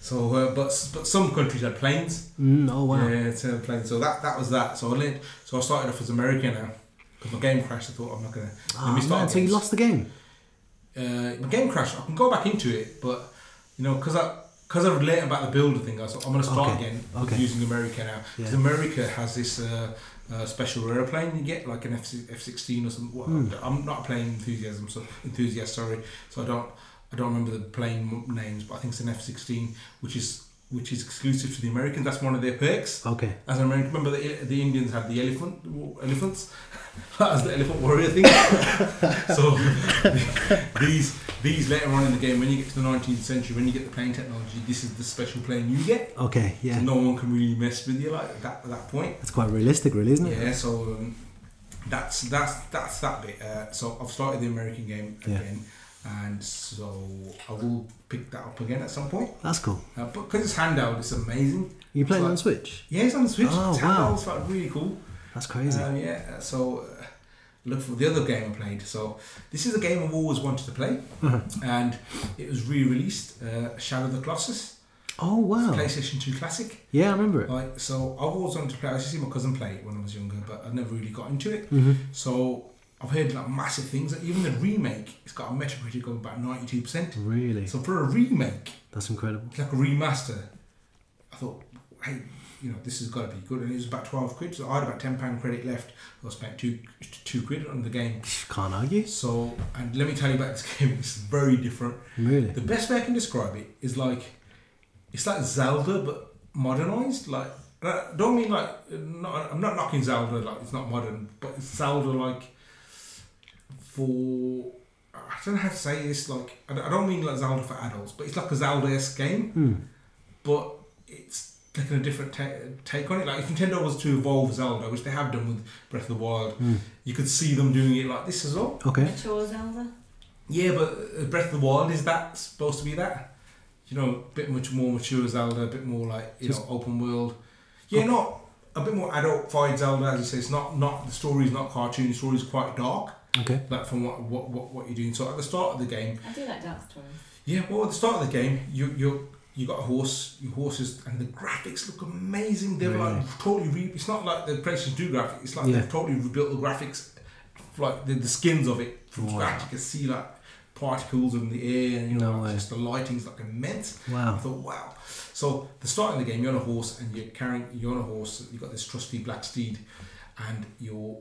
[SPEAKER 1] So, uh, but s- but some countries had planes.
[SPEAKER 2] Mm, oh wow.
[SPEAKER 1] Yeah, it's had planes. So that that was that. So I learned. So I started off as American now. Because my game crashed, I thought I'm not gonna.
[SPEAKER 2] Ah, man, so you
[SPEAKER 1] again.
[SPEAKER 2] lost the game.
[SPEAKER 1] uh, my game crash. I can go back into it, but you know, because I because I've learned about the builder thing, I was, I'm going to start
[SPEAKER 2] Okay,
[SPEAKER 1] again with
[SPEAKER 2] okay.
[SPEAKER 1] using America now. Because
[SPEAKER 2] Yeah.
[SPEAKER 1] America has this uh, uh, special airplane you get, like an F F sixteen or something. Well,
[SPEAKER 2] Hmm.
[SPEAKER 1] I'm not playing enthusiasm, so enthusiast. Sorry, so I don't I don't remember the plane m- names, but I think it's an F sixteen, which is which is exclusive to the Americans. That's one of their perks.
[SPEAKER 2] Okay.
[SPEAKER 1] As I remember, remember the, the Indians had the elephant elephants. that was the elephant warrior thing. so these these later on in the game, when you get to the 19th century, when you get the plane technology, this is the special plane you get.
[SPEAKER 2] Okay.
[SPEAKER 1] So
[SPEAKER 2] Yeah.
[SPEAKER 1] no one can really mess with you like that at that point.
[SPEAKER 2] That's quite realistic, really, isn't it?
[SPEAKER 1] Yeah. So um, that's that's that's that bit. Uh, so I've started the American game
[SPEAKER 2] Yeah.
[SPEAKER 1] again, and so I will pick that up again at some point.
[SPEAKER 2] That's cool.
[SPEAKER 1] Uh, but because it's handheld, it's amazing.
[SPEAKER 2] You playing
[SPEAKER 1] It's
[SPEAKER 2] on
[SPEAKER 1] like-
[SPEAKER 2] Switch?
[SPEAKER 1] Yeah, it's on the Switch.
[SPEAKER 2] Oh,
[SPEAKER 1] it's
[SPEAKER 2] wow.
[SPEAKER 1] handheld, It's like really cool.
[SPEAKER 2] That's crazy.
[SPEAKER 1] Um, yeah, so uh, look for the other game I played. So this is a game I've always wanted to play, and it was re-released, uh, Shadow of the Colossus,
[SPEAKER 2] oh wow.
[SPEAKER 1] PlayStation Two Classic.
[SPEAKER 2] Yeah, I remember it.
[SPEAKER 1] Like, so I've always wanted to play. I used to see my cousin play it when I was younger, but I never really got into it.
[SPEAKER 2] Mhm.
[SPEAKER 1] So I've heard like massive things. Like, even the remake, it's got a Metacritic of about ninety-two percent.
[SPEAKER 2] Really?
[SPEAKER 1] So for a remake,
[SPEAKER 2] That's incredible.
[SPEAKER 1] it's like a remaster. I thought, hey, you know, this has got to be good. And it was about 12 quid, so I had about £10 credit left. I spent two, two quid on the game.
[SPEAKER 2] Can't argue.
[SPEAKER 1] So, and let me tell you about this game, it's very different.
[SPEAKER 2] Really?
[SPEAKER 1] The best way I can describe it is like, it's like Zelda, but modernized. Like, and I don't mean like, not, I'm not knocking Zelda, like, it's not modern, but it's Zelda, like, for. I don't know how to say this, like, I don't- I don't mean like Zelda for adults, but it's like a Zelda esque game
[SPEAKER 2] Hmm.
[SPEAKER 1] but it's taken a different ta- take on it. Like if Nintendo was to evolve Zelda, which they have done with Breath of the Wild,
[SPEAKER 2] Mm.
[SPEAKER 1] you could see them doing it like this as well.
[SPEAKER 2] Okay.
[SPEAKER 3] Mature Zelda.
[SPEAKER 1] Yeah, but uh, Breath of the Wild is that supposed to be that? You know, a bit much more mature Zelda, a bit more like you
[SPEAKER 2] Just-
[SPEAKER 1] know open world. Yeah,
[SPEAKER 2] Okay.
[SPEAKER 1] not a bit more adult fied Zelda, as you say. It's not not the story's not cartoon. The story's quite dark.
[SPEAKER 2] Okay.
[SPEAKER 1] Like from what, what, what, what you're doing. So at the start of the game,
[SPEAKER 3] I do like dark stories.
[SPEAKER 1] yeah, well at the start of the game, you you you got a horse, your horses, and the graphics look amazing. They're
[SPEAKER 2] Really?
[SPEAKER 1] like totally. Re- it's not like the creators do graphics. It's like
[SPEAKER 2] Yeah.
[SPEAKER 1] they've totally rebuilt the graphics, like the, the skins of it from
[SPEAKER 2] Wow.
[SPEAKER 1] scratch. You can see like particles in the air, and you
[SPEAKER 2] No
[SPEAKER 1] know,
[SPEAKER 2] way. Oh.
[SPEAKER 1] just the lighting's like immense. I
[SPEAKER 2] Wow.
[SPEAKER 1] thought, wow. So the start of the game, you're on a horse and you're carrying, you're on a horse. You've got this trusty black steed, and you're,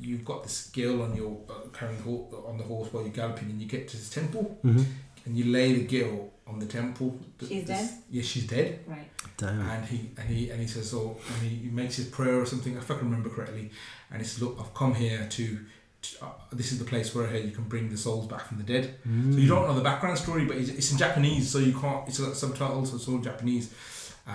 [SPEAKER 1] you've got this skill on your uh, carrying ho- on the horse while you're galloping, and you get to this temple
[SPEAKER 2] Mm-hmm.
[SPEAKER 1] and you lay the gill on the temple. Th-
[SPEAKER 3] She's
[SPEAKER 1] this-
[SPEAKER 3] dead?
[SPEAKER 1] Yeah, she's dead.
[SPEAKER 3] Right.
[SPEAKER 2] Damn.
[SPEAKER 1] And he and he and he says, so and he, he makes his prayer or something. If I can remember correctly, and he says, look, I've come here to. to- Uh, this is the place where I hear you can bring the souls back from the dead. So
[SPEAKER 2] Mm.
[SPEAKER 1] you don't know the background story, but it's, it's in Japanese, so you can't. It's like subtitles, so it's all Japanese,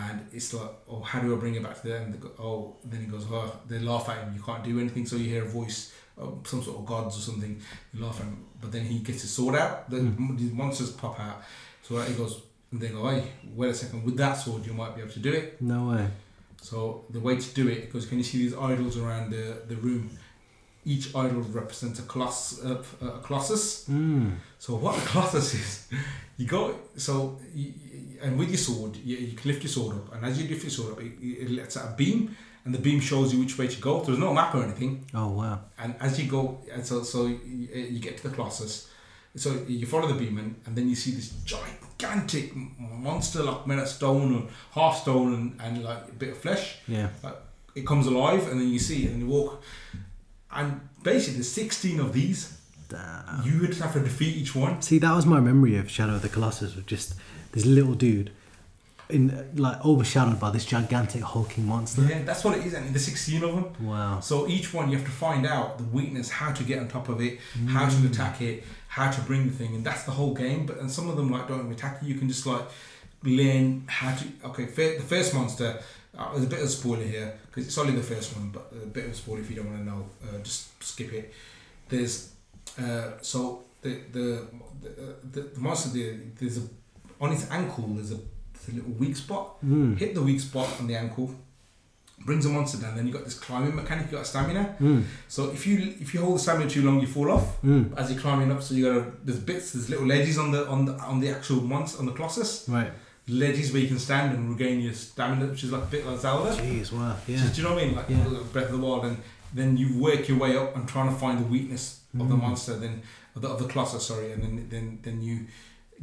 [SPEAKER 1] and it's like, oh, how do I bring it back to them? They go, oh, then he goes, oh, they laugh at him. You can't do anything, so you hear a voice, of some sort of gods or something. You laugh at him, but then he gets his sword out. The,
[SPEAKER 2] Mm.
[SPEAKER 1] the monsters pop out, so he goes, and they go, hey, wait a second, with that sword, you might be able to do it.
[SPEAKER 2] No way.
[SPEAKER 1] So the way to do it, because can you see these idols around the, the room? Each idol represents a colossus, uh, a colossus.
[SPEAKER 2] Mm.
[SPEAKER 1] So what the colossus is, you go so you, you- and with your sword, you, you can lift your sword up, and as you lift your sword up, it, it lets out a beam, and the beam shows you which way to go. There's no map or anything,
[SPEAKER 2] Oh wow.
[SPEAKER 1] and as you go, and so so you, you get to the colossus. So you follow the beam, and, and then you see this gigantic m- monster like made of stone or half stone and, and like a bit of flesh
[SPEAKER 2] Yeah.
[SPEAKER 1] it comes alive and then you see it and you walk and basically 16 of these
[SPEAKER 2] Damn.
[SPEAKER 1] you would just have to defeat each one
[SPEAKER 2] See, that was my memory of Shadow of the Colossus was just this little dude, in like overshadowed by this gigantic hulking monster.
[SPEAKER 1] yeah that's what it is and there's 16 of them
[SPEAKER 2] Wow.
[SPEAKER 1] so each one you have to find out the weakness how to get on top of it how to attack it how to bring the thing and that's the whole game but and some of them like don't even attack you you can just like learn how to okay fir- the first monster uh, there's a bit of a spoiler here because it's only the first one but a bit of a spoiler if you don't want to know uh, just skip it there's uh, so the the the, uh, the, the monster there, there's a on its ankle there's a, there's a little weak spot
[SPEAKER 2] Mm.
[SPEAKER 1] hit the weak spot on the ankle, brings a monster down. Then you got this climbing mechanic. You got stamina.
[SPEAKER 2] Mm.
[SPEAKER 1] So if you if you hold the stamina too long, you fall off
[SPEAKER 2] Mm.
[SPEAKER 1] as you're climbing up. So you gotta there's bits, there's little ledges on the on the on the actual monster on the colossus.
[SPEAKER 2] Right.
[SPEAKER 1] Ledges where you can stand and regain your stamina, which is like a bit like Zelda.
[SPEAKER 2] Jeez. Wow.
[SPEAKER 1] So
[SPEAKER 2] Yeah.
[SPEAKER 1] do you know what I mean? Like
[SPEAKER 2] Yeah.
[SPEAKER 1] like Breath of the Wild, and then you work your way up and trying to find the weakness of the
[SPEAKER 2] Mm.
[SPEAKER 1] monster, then of the, of the colossus, sorry, and then then then you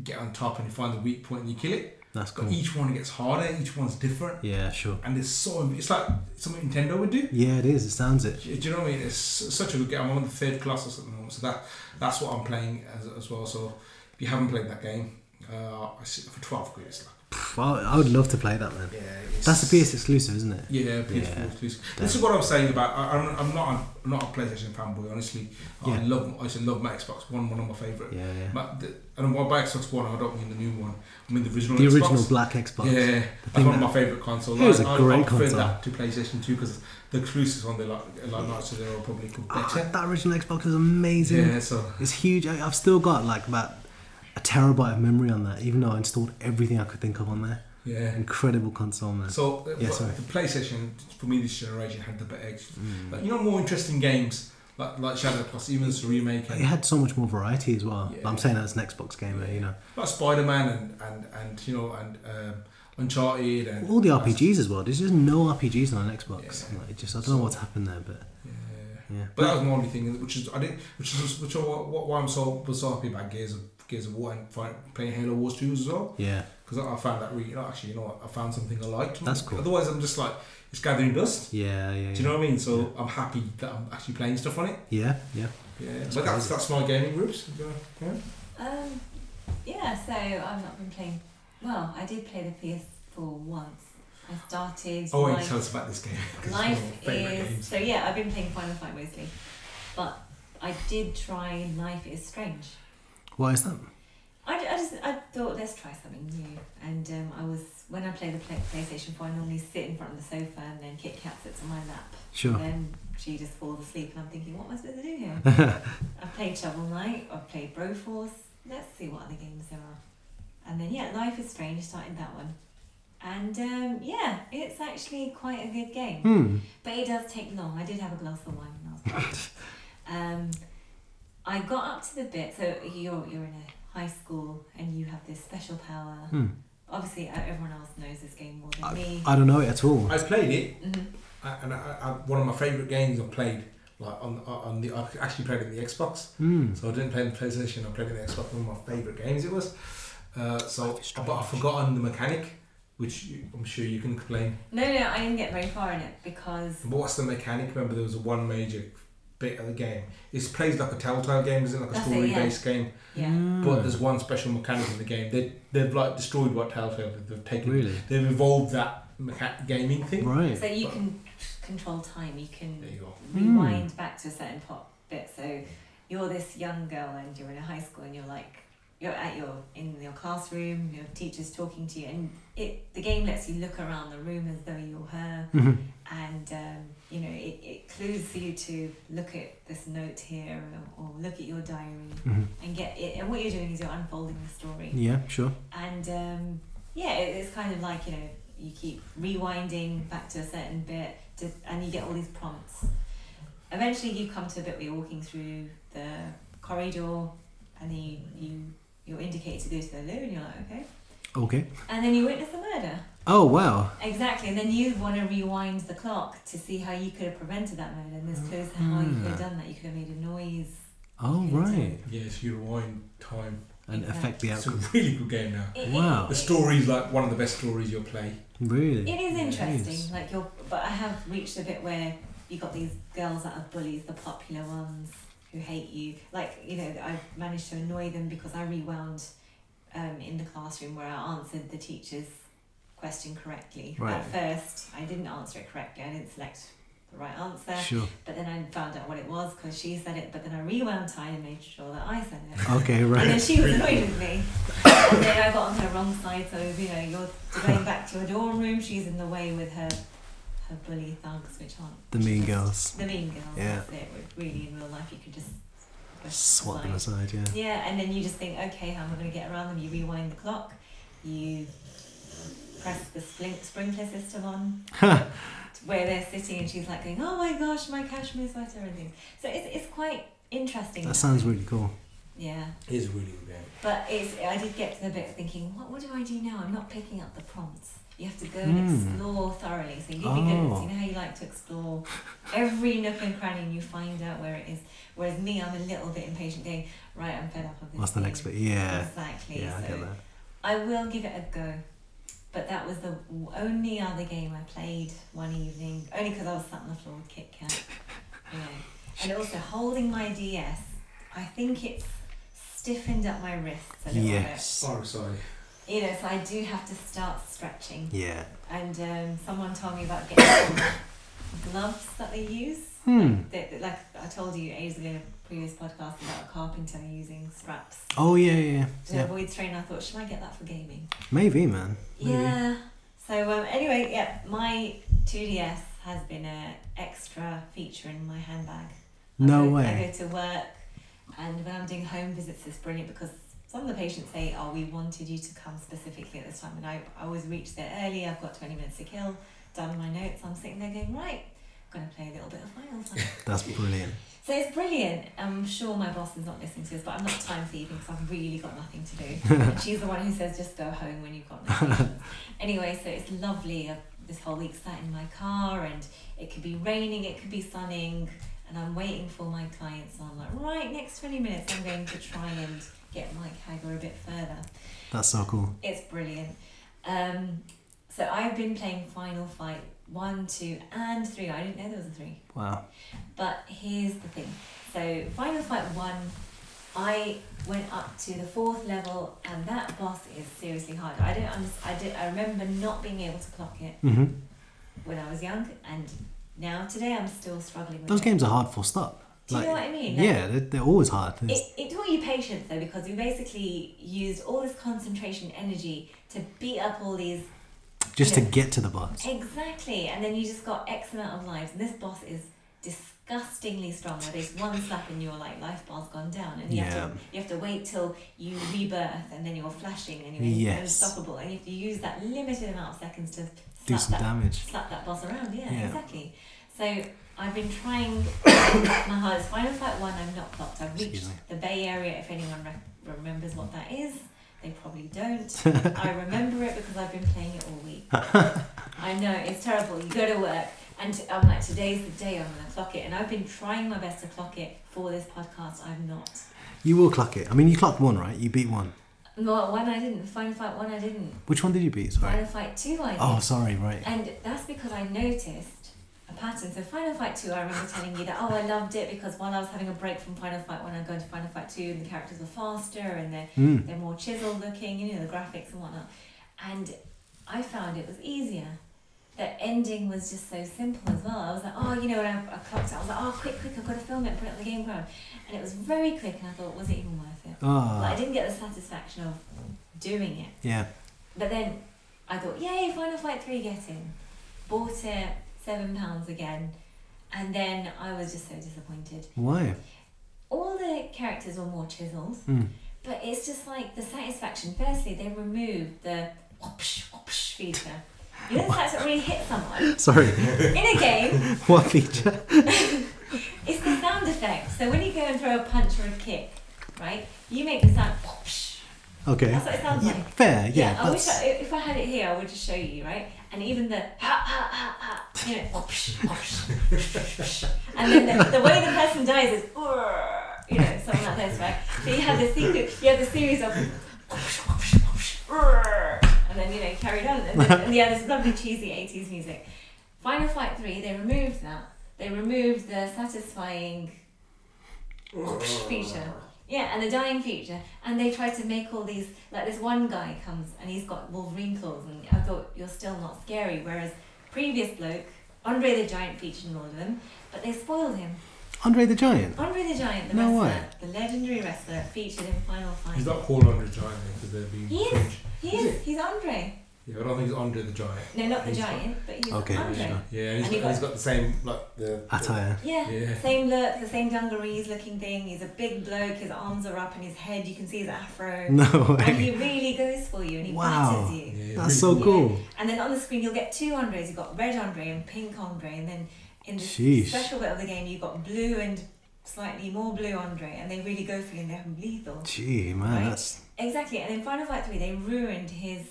[SPEAKER 1] get on top and you find the weak point and you kill it.
[SPEAKER 2] That's
[SPEAKER 1] But
[SPEAKER 2] cool.
[SPEAKER 1] each one gets harder, each one's different
[SPEAKER 2] Yeah. Sure.
[SPEAKER 1] and it's so it's like something Nintendo would do.
[SPEAKER 2] Yeah. It is. It sounds it.
[SPEAKER 1] Do you know what I mean? It's such a good game. I'm on the third class or something, so that that's what I'm playing as, as well. So if you haven't played that game, uh, I see- for twelve quid, it's like
[SPEAKER 2] Wow. I would love to play that man.
[SPEAKER 1] yeah, it's,
[SPEAKER 2] That's a PS exclusive, isn't it?
[SPEAKER 1] Yeah, PS4
[SPEAKER 2] Yeah.
[SPEAKER 1] exclusive. This is what I'm saying about. I, I'm, I'm not a, I'm not a PlayStation fanboy, honestly. I
[SPEAKER 2] Yeah.
[SPEAKER 1] love I used to love my Xbox One, one of my favorite.
[SPEAKER 2] Yeah. Yeah.
[SPEAKER 1] My, the, and by Xbox One, I don't mean the new one. I mean the original.
[SPEAKER 2] The
[SPEAKER 1] Xbox.
[SPEAKER 2] original black Xbox.
[SPEAKER 1] Yeah, that's
[SPEAKER 2] thing
[SPEAKER 1] one of
[SPEAKER 2] that-
[SPEAKER 1] my favourite consoles.
[SPEAKER 2] It was a
[SPEAKER 1] I- I- I
[SPEAKER 2] great
[SPEAKER 1] prefer
[SPEAKER 2] console.
[SPEAKER 1] that to PlayStation 2 because the exclusives on the like, like Knights of the Road probably could
[SPEAKER 2] Ah,
[SPEAKER 1] better.
[SPEAKER 2] that original Xbox is amazing.
[SPEAKER 1] Yeah, so
[SPEAKER 2] It's huge. I, I've still got like about a terabyte of memory on that, even though I installed everything I could think of on there.
[SPEAKER 1] yeah.
[SPEAKER 2] Incredible console, man.
[SPEAKER 1] So uh,
[SPEAKER 2] Yeah,
[SPEAKER 1] but
[SPEAKER 2] sorry.
[SPEAKER 1] the PlayStation for me this generation had the better edge.
[SPEAKER 2] Mm.
[SPEAKER 1] Like, you know, more interesting games like like Shadow Plus, even as a remake,
[SPEAKER 2] It
[SPEAKER 1] and,
[SPEAKER 2] had so much more variety as well.
[SPEAKER 1] Yeah.
[SPEAKER 2] But I'm saying that as an Xbox gamer, you know.
[SPEAKER 1] like Spider Man and, and and you know and um, Uncharted and
[SPEAKER 2] All the RPGs as well. There's just no RPGs on an Xbox.
[SPEAKER 1] Yeah.
[SPEAKER 2] Like, it just I don't know what's happened there, but
[SPEAKER 1] Yeah.
[SPEAKER 2] yeah.
[SPEAKER 1] But that was my only thing, which is I didn't, which is which is what, what why I'm so was so happy about Gears of Gears of War and fi- playing Halo Wars 2 as well.
[SPEAKER 2] yeah.
[SPEAKER 1] because I I found that really actually you know what, I found something I liked.
[SPEAKER 2] That's cool.
[SPEAKER 1] Otherwise, I'm just like it's gathering dust.
[SPEAKER 2] Yeah, yeah, yeah.
[SPEAKER 1] Do you know what I mean? So I'm happy that I'm actually playing stuff on it.
[SPEAKER 2] Yeah, yeah.
[SPEAKER 1] Yeah,
[SPEAKER 2] That's
[SPEAKER 1] but that's
[SPEAKER 2] crazy.
[SPEAKER 1] that's my gaming groups. Yeah.
[SPEAKER 3] Um, yeah, so I've not been playing. Well, I did play the PS4 once. I started.
[SPEAKER 1] Oh wait,
[SPEAKER 3] my-
[SPEAKER 1] tell us about this game. 'cause it's one of
[SPEAKER 3] Life
[SPEAKER 1] my favourite
[SPEAKER 3] is
[SPEAKER 1] games.
[SPEAKER 3] so yeah. I've been playing Final Fight mostly, but I did try Life is Strange.
[SPEAKER 2] What is that?
[SPEAKER 3] I, d- I just I thought let's try something new, and um, I was when I play the play, PlayStation Four, I normally sit in front of the sofa, and then Kit Kat sits on my lap,
[SPEAKER 2] Sure.
[SPEAKER 3] and then she just falls asleep, and I'm thinking, what am I supposed to do here? I've played Shovel Knight, I've played Broforce. Let's see what other games there are, and then yeah, Life is Strange started that one, and um, yeah, it's actually quite a good game.
[SPEAKER 2] Hmm.
[SPEAKER 3] But it does take long. I did have a glass of wine last night. um, I got up to the bit. So you're you're in a high school and you have this special power.
[SPEAKER 2] Hmm.
[SPEAKER 3] Obviously, uh, everyone else knows this game more than me.
[SPEAKER 2] I don't know it at all.
[SPEAKER 1] I played it,
[SPEAKER 3] Mhm.
[SPEAKER 1] I, and I, I, one of my favorite games I played like on on the I actually played it on the Xbox.
[SPEAKER 2] Hmm.
[SPEAKER 1] So I didn't play the PlayStation. I played it on the Xbox. One of my favorite games it was. Uh, so,
[SPEAKER 2] Life is
[SPEAKER 1] but I've
[SPEAKER 2] strange.
[SPEAKER 1] forgotten the mechanic, which you, I'm sure you can explain.
[SPEAKER 3] No, no, I didn't get very far in it because
[SPEAKER 1] But what's the mechanic? Remember, there was one major bit of the game. It plays like a Telltale game, isn't it? Like a
[SPEAKER 3] That's it, yeah.
[SPEAKER 1] story-based game.
[SPEAKER 3] yeah,
[SPEAKER 1] But there's one special mechanic in the game. They they've like destroyed what Telltale did. They've taken.
[SPEAKER 2] really
[SPEAKER 1] They've evolved that mecha- gaming thing.
[SPEAKER 2] right.
[SPEAKER 3] so you can control time. You can
[SPEAKER 1] There you go.
[SPEAKER 2] Hmm.
[SPEAKER 3] rewind back to a certain po- bit. So you're this young girl and you're in a high school and you're like you're at your in your classroom. Your teacher's talking to you and it the game lets you look around the room as though you're her.
[SPEAKER 2] Mhm.
[SPEAKER 3] and um, you know it, it clues you to look at this note here or, or look at your diary
[SPEAKER 2] Mhm.
[SPEAKER 3] and get it and what you're doing is you're unfolding the story
[SPEAKER 2] Yeah, sure.
[SPEAKER 3] and um, yeah it, it's kind of like you know you keep rewinding back to a certain bit to, and you get all these prompts eventually you come to a bit where you're walking through the corridor and then you, you you're indicated to go to the loo and you're like okay
[SPEAKER 2] Okay.
[SPEAKER 3] and then you witness the murder
[SPEAKER 2] Oh wow.
[SPEAKER 3] Exactly, and then you want to rewind the clock to see how you could have prevented that murder, and there's clues to how you could have done that. You could have made a noise.
[SPEAKER 2] Oh right.
[SPEAKER 1] Yes, you rewind time.
[SPEAKER 2] And affect the
[SPEAKER 1] It's a
[SPEAKER 2] outcome.
[SPEAKER 1] really good game now.
[SPEAKER 3] It-
[SPEAKER 2] Wow.
[SPEAKER 1] The story's like one of the best stories you'll play.
[SPEAKER 2] Really.
[SPEAKER 3] It is interesting.
[SPEAKER 2] Yes.
[SPEAKER 3] Like you're, but I have reached a bit where you got these girls that are bullies, the popular ones who hate you. Like you know, I managed to annoy them because I rewound um, in the classroom where I answered the teacher's question correctly.
[SPEAKER 2] Right.
[SPEAKER 3] At first, I didn't answer it correctly. I didn't select the right answer.
[SPEAKER 2] Sure.
[SPEAKER 3] But then I found out what it was because she said it, but then I rewound time and made sure that I said it.
[SPEAKER 2] Okay.
[SPEAKER 3] And then
[SPEAKER 2] Right.
[SPEAKER 3] she was annoyed with me. And then I got on her wrong side, so you know, you're going back to your dorm room, she's in the way with her her bully thugs, which aren't
[SPEAKER 2] The Mean Girls.
[SPEAKER 3] the mean girls.
[SPEAKER 2] Yeah.
[SPEAKER 3] That's it. Really, in real life, you could just brush
[SPEAKER 2] Swat them
[SPEAKER 3] aside.
[SPEAKER 2] aside. Yeah.
[SPEAKER 3] Yeah, and then you just think, okay, how am I going to get around them? You rewind the clock, you press the splink- sprinkler system on to where they're sitting, and she's like going, oh my gosh, my cashmere sweater and things. So it's, it's quite interesting.
[SPEAKER 2] That
[SPEAKER 3] now.
[SPEAKER 2] sounds really cool.
[SPEAKER 3] Yeah,
[SPEAKER 1] It is a really good game.
[SPEAKER 3] but it's I did get to the bit thinking, what, what do I do now? I'm not picking up the prompts. You have to go and
[SPEAKER 2] Hmm.
[SPEAKER 3] explore thoroughly. So you,
[SPEAKER 2] Oh.
[SPEAKER 3] you know how you like to explore every nook and cranny, and you find out where it is. Whereas me, I'm a little bit impatient, going right. I'm fed up of this.
[SPEAKER 2] What's the
[SPEAKER 3] thing."
[SPEAKER 2] next bit? Yeah.
[SPEAKER 3] Exactly.
[SPEAKER 2] Yeah, I
[SPEAKER 3] so
[SPEAKER 2] get that.
[SPEAKER 3] I will give it a go. But that was the w- only other game I played one evening, only because I was sat on the floor with Kit Kat. you know. And also holding my DS, I think it's stiffened up my wrists a little
[SPEAKER 2] Yes.
[SPEAKER 1] Sorry, sorry.
[SPEAKER 3] bit. You know, so I do have to start stretching.
[SPEAKER 2] Yeah.
[SPEAKER 3] And um, someone told me about getting some gloves that they use.
[SPEAKER 2] Hmm.
[SPEAKER 3] That, that- like I told you ages ago in a previous podcast about a carpenter using straps
[SPEAKER 2] Oh yeah, yeah,
[SPEAKER 3] to
[SPEAKER 2] yeah.
[SPEAKER 3] avoid strain. I thought, should I get that for gaming?
[SPEAKER 2] Maybe, man. Maybe.
[SPEAKER 3] Yeah. So um, anyway, yeah, my 2DS has been a extra feature in my handbag. I
[SPEAKER 2] No
[SPEAKER 3] go- I
[SPEAKER 2] way.
[SPEAKER 3] go to work, and when I'm doing home visits, it's brilliant because some of the patients say, "Oh, we wanted you to come specifically at this time," and I, I always reach there early. I've got 20 minutes to kill. Done my notes. I'm sitting there going, "Right, I'm gonna play a little bit of Final Fantasy."
[SPEAKER 2] That's brilliant.
[SPEAKER 3] So it's brilliant. I'm sure my boss is not listening to this, but I'm not time thieving because I've really got nothing to do. And She's the one who says just go home when you've got no patience. anyway, so it's lovely. I've, this whole week sat in my car and it could be raining, it could be sunning, and I'm waiting for my clients. And I'm like, right, next 20 minutes I'm going to try and get Mike Hagger a bit further.
[SPEAKER 2] That's so cool.
[SPEAKER 3] It's brilliant. Um, so I've been playing Final Fight 1, 2, and 3. I didn't know there was a 3.
[SPEAKER 2] Wow.
[SPEAKER 3] But here's the thing. So Final Fight One, I went up to the fourth level, and that boss is seriously hard. I don't. Under- I did. I remember not being able to clock it
[SPEAKER 2] hmm
[SPEAKER 3] when I was young, and now today I'm still struggling with
[SPEAKER 2] Those
[SPEAKER 3] it.
[SPEAKER 2] games are hard. Full stop.
[SPEAKER 3] Do you know what I mean? Like-
[SPEAKER 2] yeah, they're, they're always hard. It's-
[SPEAKER 3] It, it taught you patience though, because you basically used all this concentration energy to beat up all these
[SPEAKER 2] just to
[SPEAKER 3] yeah.
[SPEAKER 2] get to the boss.
[SPEAKER 3] Exactly, and then you just got X amount of lives, and this boss is disgustingly strong. Where there's one slap and your like life bar's gone down, and you have to
[SPEAKER 2] Yeah.
[SPEAKER 3] you have to wait till you rebirth, and then you're flashing and you're
[SPEAKER 2] Yes.
[SPEAKER 3] unstoppable, and you have to use that limited amount of seconds to
[SPEAKER 2] Do
[SPEAKER 3] slap
[SPEAKER 2] some
[SPEAKER 3] that
[SPEAKER 2] damage.
[SPEAKER 3] slap that boss around. Yeah,
[SPEAKER 2] Yeah.
[SPEAKER 3] exactly. So I've been trying my hardest. Final Fight 1, I've not clocked. I've reached
[SPEAKER 2] Excuse me.
[SPEAKER 3] the Bay Area, if anyone re- remembers what that is. They probably don't. I remember it because I've been playing it all week. I know, it's terrible. You go to work, and t- I'm like, today's the day I'm going to clock it. And I've been trying my best to clock it for this podcast. I've not.
[SPEAKER 2] You will clock it. I mean, you clocked one, right? You beat one.
[SPEAKER 3] No, one I didn't. Final Fight 1, I didn't.
[SPEAKER 2] Which one did you beat? Sorry.
[SPEAKER 3] Final Fight 2, I did.
[SPEAKER 2] Oh, sorry. Right.
[SPEAKER 3] And that's because I noticed a pattern. So Final Fight 2, I remember telling you that, oh, I loved it because while I was having a break from Final Fight 1, I go to Final Fight 2 and the characters are faster and they're,
[SPEAKER 2] Mm.
[SPEAKER 3] they're more chiseled looking, you know, the graphics and whatnot. And I found it was easier. The ending was just so simple as well. I was like, oh, you know, when I, I clocked it, I was like, oh, quick, quick, I've got to film it and put it on the game ground. And it was very quick and I thought, was it even worth it? But I
[SPEAKER 2] Ah,
[SPEAKER 3] didn't get the satisfaction of doing it.
[SPEAKER 2] yeah.
[SPEAKER 3] But then I thought, yay, Final Fight 3 getting. Bought it, £7 again. And then I was just so disappointed.
[SPEAKER 2] Why?
[SPEAKER 3] All the characters were more chiseled,
[SPEAKER 2] Mm.
[SPEAKER 3] but it's just like the satisfaction. Firstly, they removed the whoopsh, whoopsh feature. You know, the fact that really hit someone.
[SPEAKER 2] Sorry.
[SPEAKER 3] In a game,
[SPEAKER 2] what feature?
[SPEAKER 3] it's the sound effect. So when you go and throw a punch or a kick, right, you make the sound whoopsh.
[SPEAKER 2] Okay.
[SPEAKER 3] That's what it sounds
[SPEAKER 2] Yeah,
[SPEAKER 3] like.
[SPEAKER 2] fair. Yeah.
[SPEAKER 3] I wish
[SPEAKER 2] that's,
[SPEAKER 3] I, if I had it here, I would just show you, right? And even the ha ha ha ha, you know, oh, whoosh, whoosh, whoosh, whoosh. and then the, the way the person dies is, "Urgh," you know, something like this, right? So you have the sequence, you have the series of oh, whoosh, whoosh, whoosh, urgh, and then you know carried on, and, then, and yeah, this lovely cheesy eighties music. Final Fight Three, they removed that. They removed the satisfying whoosh feature. Yeah, and the dying feature. And they tried to make all these like this one guy comes and he's got Wolverine claws and I thought you're still not scary, whereas previous bloke, Andre the Giant featured in all of them, but they spoiled him.
[SPEAKER 2] Andre the Giant.
[SPEAKER 3] Andre the Giant, the
[SPEAKER 2] No
[SPEAKER 3] wrestler,
[SPEAKER 2] way.
[SPEAKER 3] the legendary wrestler featured in Final Fight.
[SPEAKER 1] He's not called Andre the Giant because they're being
[SPEAKER 3] He is.
[SPEAKER 1] fringe.
[SPEAKER 3] he
[SPEAKER 1] Is
[SPEAKER 3] is, he's Andre.
[SPEAKER 1] Yeah, but I don't think it's Andre the Giant.
[SPEAKER 3] No, not the
[SPEAKER 1] He's-
[SPEAKER 3] giant, but he's
[SPEAKER 2] Okay,
[SPEAKER 3] Andre.
[SPEAKER 2] sure.
[SPEAKER 1] Yeah, and
[SPEAKER 3] And
[SPEAKER 1] he's,
[SPEAKER 3] he
[SPEAKER 1] got,
[SPEAKER 3] got-
[SPEAKER 1] he's got the same like the
[SPEAKER 2] Attire.
[SPEAKER 3] Yeah.
[SPEAKER 1] Yeah.
[SPEAKER 3] Same look, the same dungarees looking thing. He's a big bloke, his arms are up and his head, you can see his afro.
[SPEAKER 2] No
[SPEAKER 3] And
[SPEAKER 2] way.
[SPEAKER 3] he really goes for you and he
[SPEAKER 2] Wow.
[SPEAKER 3] bites you.
[SPEAKER 1] Yeah, really
[SPEAKER 2] That's so
[SPEAKER 3] Yeah.
[SPEAKER 2] cool.
[SPEAKER 3] And then on the screen, you'll get two Andres. You've got red Andre and pink Andre. And then in the
[SPEAKER 2] Sheesh.
[SPEAKER 3] special bit of the game, you've got blue and slightly more blue Andre. And they really go for you and they're lethal.
[SPEAKER 2] Gee, man,
[SPEAKER 3] Right?
[SPEAKER 2] that's
[SPEAKER 3] Exactly. And in Final Fight 3, they ruined his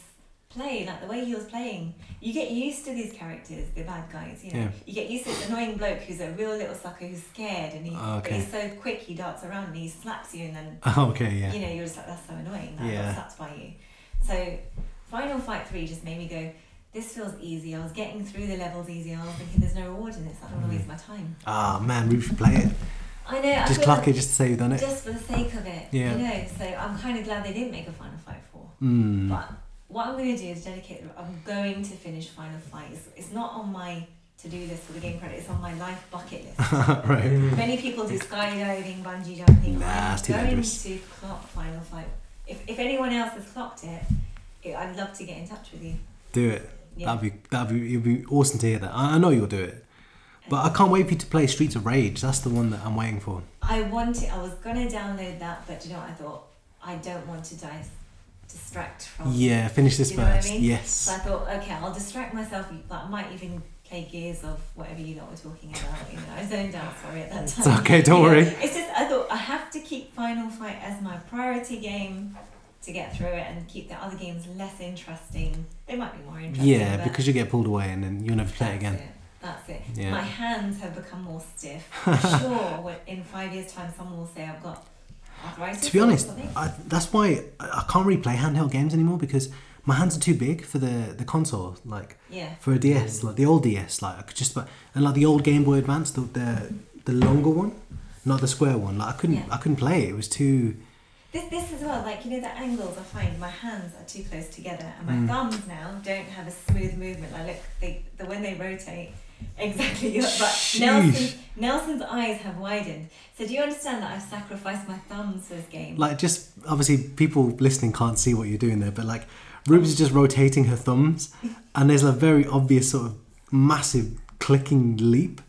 [SPEAKER 3] play, like the way he was playing. You get used to these characters, the bad guys, you know.
[SPEAKER 2] Yeah.
[SPEAKER 3] You get used to this annoying bloke who's a real little sucker who's scared and he,
[SPEAKER 2] Ah,
[SPEAKER 3] but
[SPEAKER 2] okay.
[SPEAKER 3] he's so quick he darts around and he slaps you and then
[SPEAKER 2] okay. Yeah.
[SPEAKER 3] you know, you're just like, that's so annoying. That
[SPEAKER 2] Yeah.
[SPEAKER 3] got slapped by you. So, Final Fight 3 just made me go, this feels easy. I was getting through the levels easy. I was thinking, there's no reward in this. I don't
[SPEAKER 2] Mm.
[SPEAKER 3] want to waste my time.
[SPEAKER 2] Ah, man, we should play it.
[SPEAKER 3] I know.
[SPEAKER 2] Just
[SPEAKER 3] I feel
[SPEAKER 2] clock it, just to say you've done
[SPEAKER 3] like,
[SPEAKER 2] it.
[SPEAKER 3] just for the sake of it.
[SPEAKER 2] Yeah.
[SPEAKER 3] You know, so I'm kind of glad they didn't make a Final Fight 4.
[SPEAKER 2] Hmm.
[SPEAKER 3] But what I'm going to do is dedicate, I'm going to finish Final Fight. It's, it's not on my to do list for the game credit, it's on my life bucket list.
[SPEAKER 2] right.
[SPEAKER 1] Mm.
[SPEAKER 3] Many people
[SPEAKER 2] Hmm.
[SPEAKER 3] do skydiving, bungee jumping.
[SPEAKER 2] Nah,
[SPEAKER 3] I'm
[SPEAKER 2] it's too
[SPEAKER 3] going
[SPEAKER 2] dangerous.
[SPEAKER 3] to clock Final Fight. If, if anyone else has clocked it, it, I'd love to get in touch with you.
[SPEAKER 2] Do it.
[SPEAKER 3] Yeah.
[SPEAKER 2] That'd be that'd be it'd be awesome to hear that. I, I know you'll do it, but I can't wait for you to play Streets of Rage. That's the one that I'm waiting for.
[SPEAKER 3] I wanted. I was gonna download that, but you know, what I thought I don't want to di- distract from.
[SPEAKER 2] Oh, Yeah, finish this
[SPEAKER 3] You know what I
[SPEAKER 2] first.
[SPEAKER 3] mean? So I
[SPEAKER 2] Yes.
[SPEAKER 3] thought, okay, I'll distract myself. But I might even play Gears of whatever you lot were talking about. You know, I zoned out. Sorry at that time.
[SPEAKER 2] It's okay. Don't
[SPEAKER 3] Yeah,
[SPEAKER 2] worry.
[SPEAKER 3] It's just I thought I have to keep Final Fight as my priority game to get through it and keep the other games less interesting. They might be more interesting.
[SPEAKER 2] Yeah,
[SPEAKER 3] but
[SPEAKER 2] because you get pulled away and then you'll never play
[SPEAKER 3] that's
[SPEAKER 2] it again.
[SPEAKER 3] It. That's it.
[SPEAKER 2] Yeah.
[SPEAKER 3] My hands have become more stiff. sure, when- in five years' time, someone will say I've got arthritis.
[SPEAKER 2] To be
[SPEAKER 3] or
[SPEAKER 2] honest,
[SPEAKER 3] something.
[SPEAKER 2] I, that's why I I can't really play handheld games anymore because my hands are too big for the the console. Like
[SPEAKER 3] yeah,
[SPEAKER 2] for a
[SPEAKER 3] Mm.
[SPEAKER 2] DS, like the old DS, like I could just about and like the old Game Boy Advance, the the, the longer one, not the square one. Like I couldn't
[SPEAKER 3] Yeah.
[SPEAKER 2] I couldn't play it. It was too.
[SPEAKER 3] this this as well. Like you know, the angles I find my hands are too close together, and my
[SPEAKER 2] Mm.
[SPEAKER 3] thumbs now don't have a smooth movement. Like look, they the when they rotate. Exactly, you're- but
[SPEAKER 2] Sheesh.
[SPEAKER 3] Nelson's, Nelson's eyes have widened. So do you understand that I've sacrificed my thumbs for this game?
[SPEAKER 2] like just obviously people listening can't see what you're doing there, but like Ruby's just rotating her thumbs, and there's a very obvious sort of massive clicking leap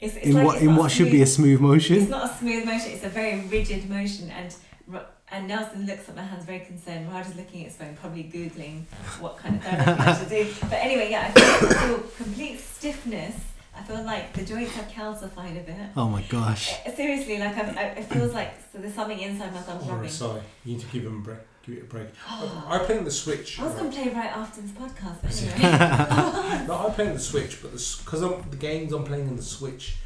[SPEAKER 3] it's, it's
[SPEAKER 2] in
[SPEAKER 3] like
[SPEAKER 2] what
[SPEAKER 3] it's
[SPEAKER 2] in
[SPEAKER 3] not
[SPEAKER 2] what should
[SPEAKER 3] smooth.
[SPEAKER 2] be a smooth
[SPEAKER 3] It's
[SPEAKER 2] motion.
[SPEAKER 3] not a smooth motion. It's a very rigid motion, and Ro- and Nelson looks at my hands very concerned. Raj is looking at his phone, probably googling what kind of therapy I should do. But anyway, yeah, I feel, I feel complete stiffness I feel like the joints have calcified a bit.
[SPEAKER 2] Oh my gosh.
[SPEAKER 3] Uh, Seriously, like I'm, I, it feels like so there's something inside my thumb
[SPEAKER 1] Or
[SPEAKER 3] rubbing.
[SPEAKER 1] sorry, you need to give him a break. Give it a break.
[SPEAKER 3] Oh,
[SPEAKER 1] I play on the Switch.
[SPEAKER 3] I was
[SPEAKER 1] right?
[SPEAKER 3] gonna play right after this podcast, but anyway.
[SPEAKER 1] No, I play on the Switch, but because the games I'm playing on the Switch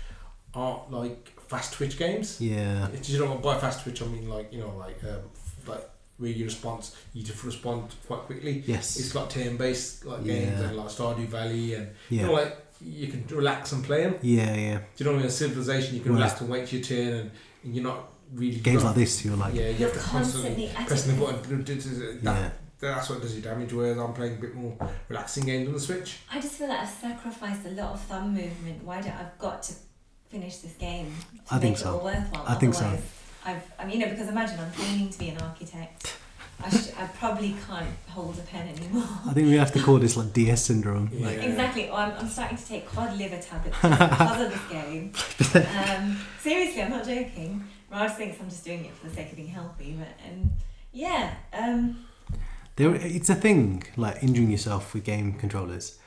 [SPEAKER 1] aren't like fast Twitch games.
[SPEAKER 2] Yeah.
[SPEAKER 1] It's, you know, by fast Twitch I mean like you know like um, like where you response you just respond quite quickly.
[SPEAKER 2] Yes.
[SPEAKER 1] It's like turn based like games
[SPEAKER 2] Yeah.
[SPEAKER 1] and like Stardew Valley and you know
[SPEAKER 2] Yeah.
[SPEAKER 1] like you can relax and play them.
[SPEAKER 2] Yeah, yeah.
[SPEAKER 1] Do you know what I mean? In Civilization you can
[SPEAKER 2] Right.
[SPEAKER 1] relax and wait for your turn and, and you're not really
[SPEAKER 2] Games like this, you're like, yeah.
[SPEAKER 1] yeah you have to constantly
[SPEAKER 3] at
[SPEAKER 1] press the
[SPEAKER 3] it.
[SPEAKER 1] button. That, That's what does your damage. Whereas I'm playing a bit more relaxing games on the Switch.
[SPEAKER 3] I just feel like I've sacrificed a lot of thumb movement. Why do I've got to finish this game to
[SPEAKER 2] I think
[SPEAKER 3] make
[SPEAKER 2] so.
[SPEAKER 3] it all worthwhile?
[SPEAKER 2] I think so.
[SPEAKER 3] Otherwise, I've, I mean, you know, because imagine I'm training to be an architect. I, sh- I probably can't hold a pen anymore.
[SPEAKER 2] I think we have to call this like DS syndrome.
[SPEAKER 1] Yeah.
[SPEAKER 2] Like,
[SPEAKER 3] Exactly. Or I'm, I'm starting to take cod liver tablets because of this game. Um, seriously, I'm not joking. Raj thinks I'm just doing it for the sake of being healthy, but and yeah, um,
[SPEAKER 2] there, it's a thing, like injuring yourself with game controllers.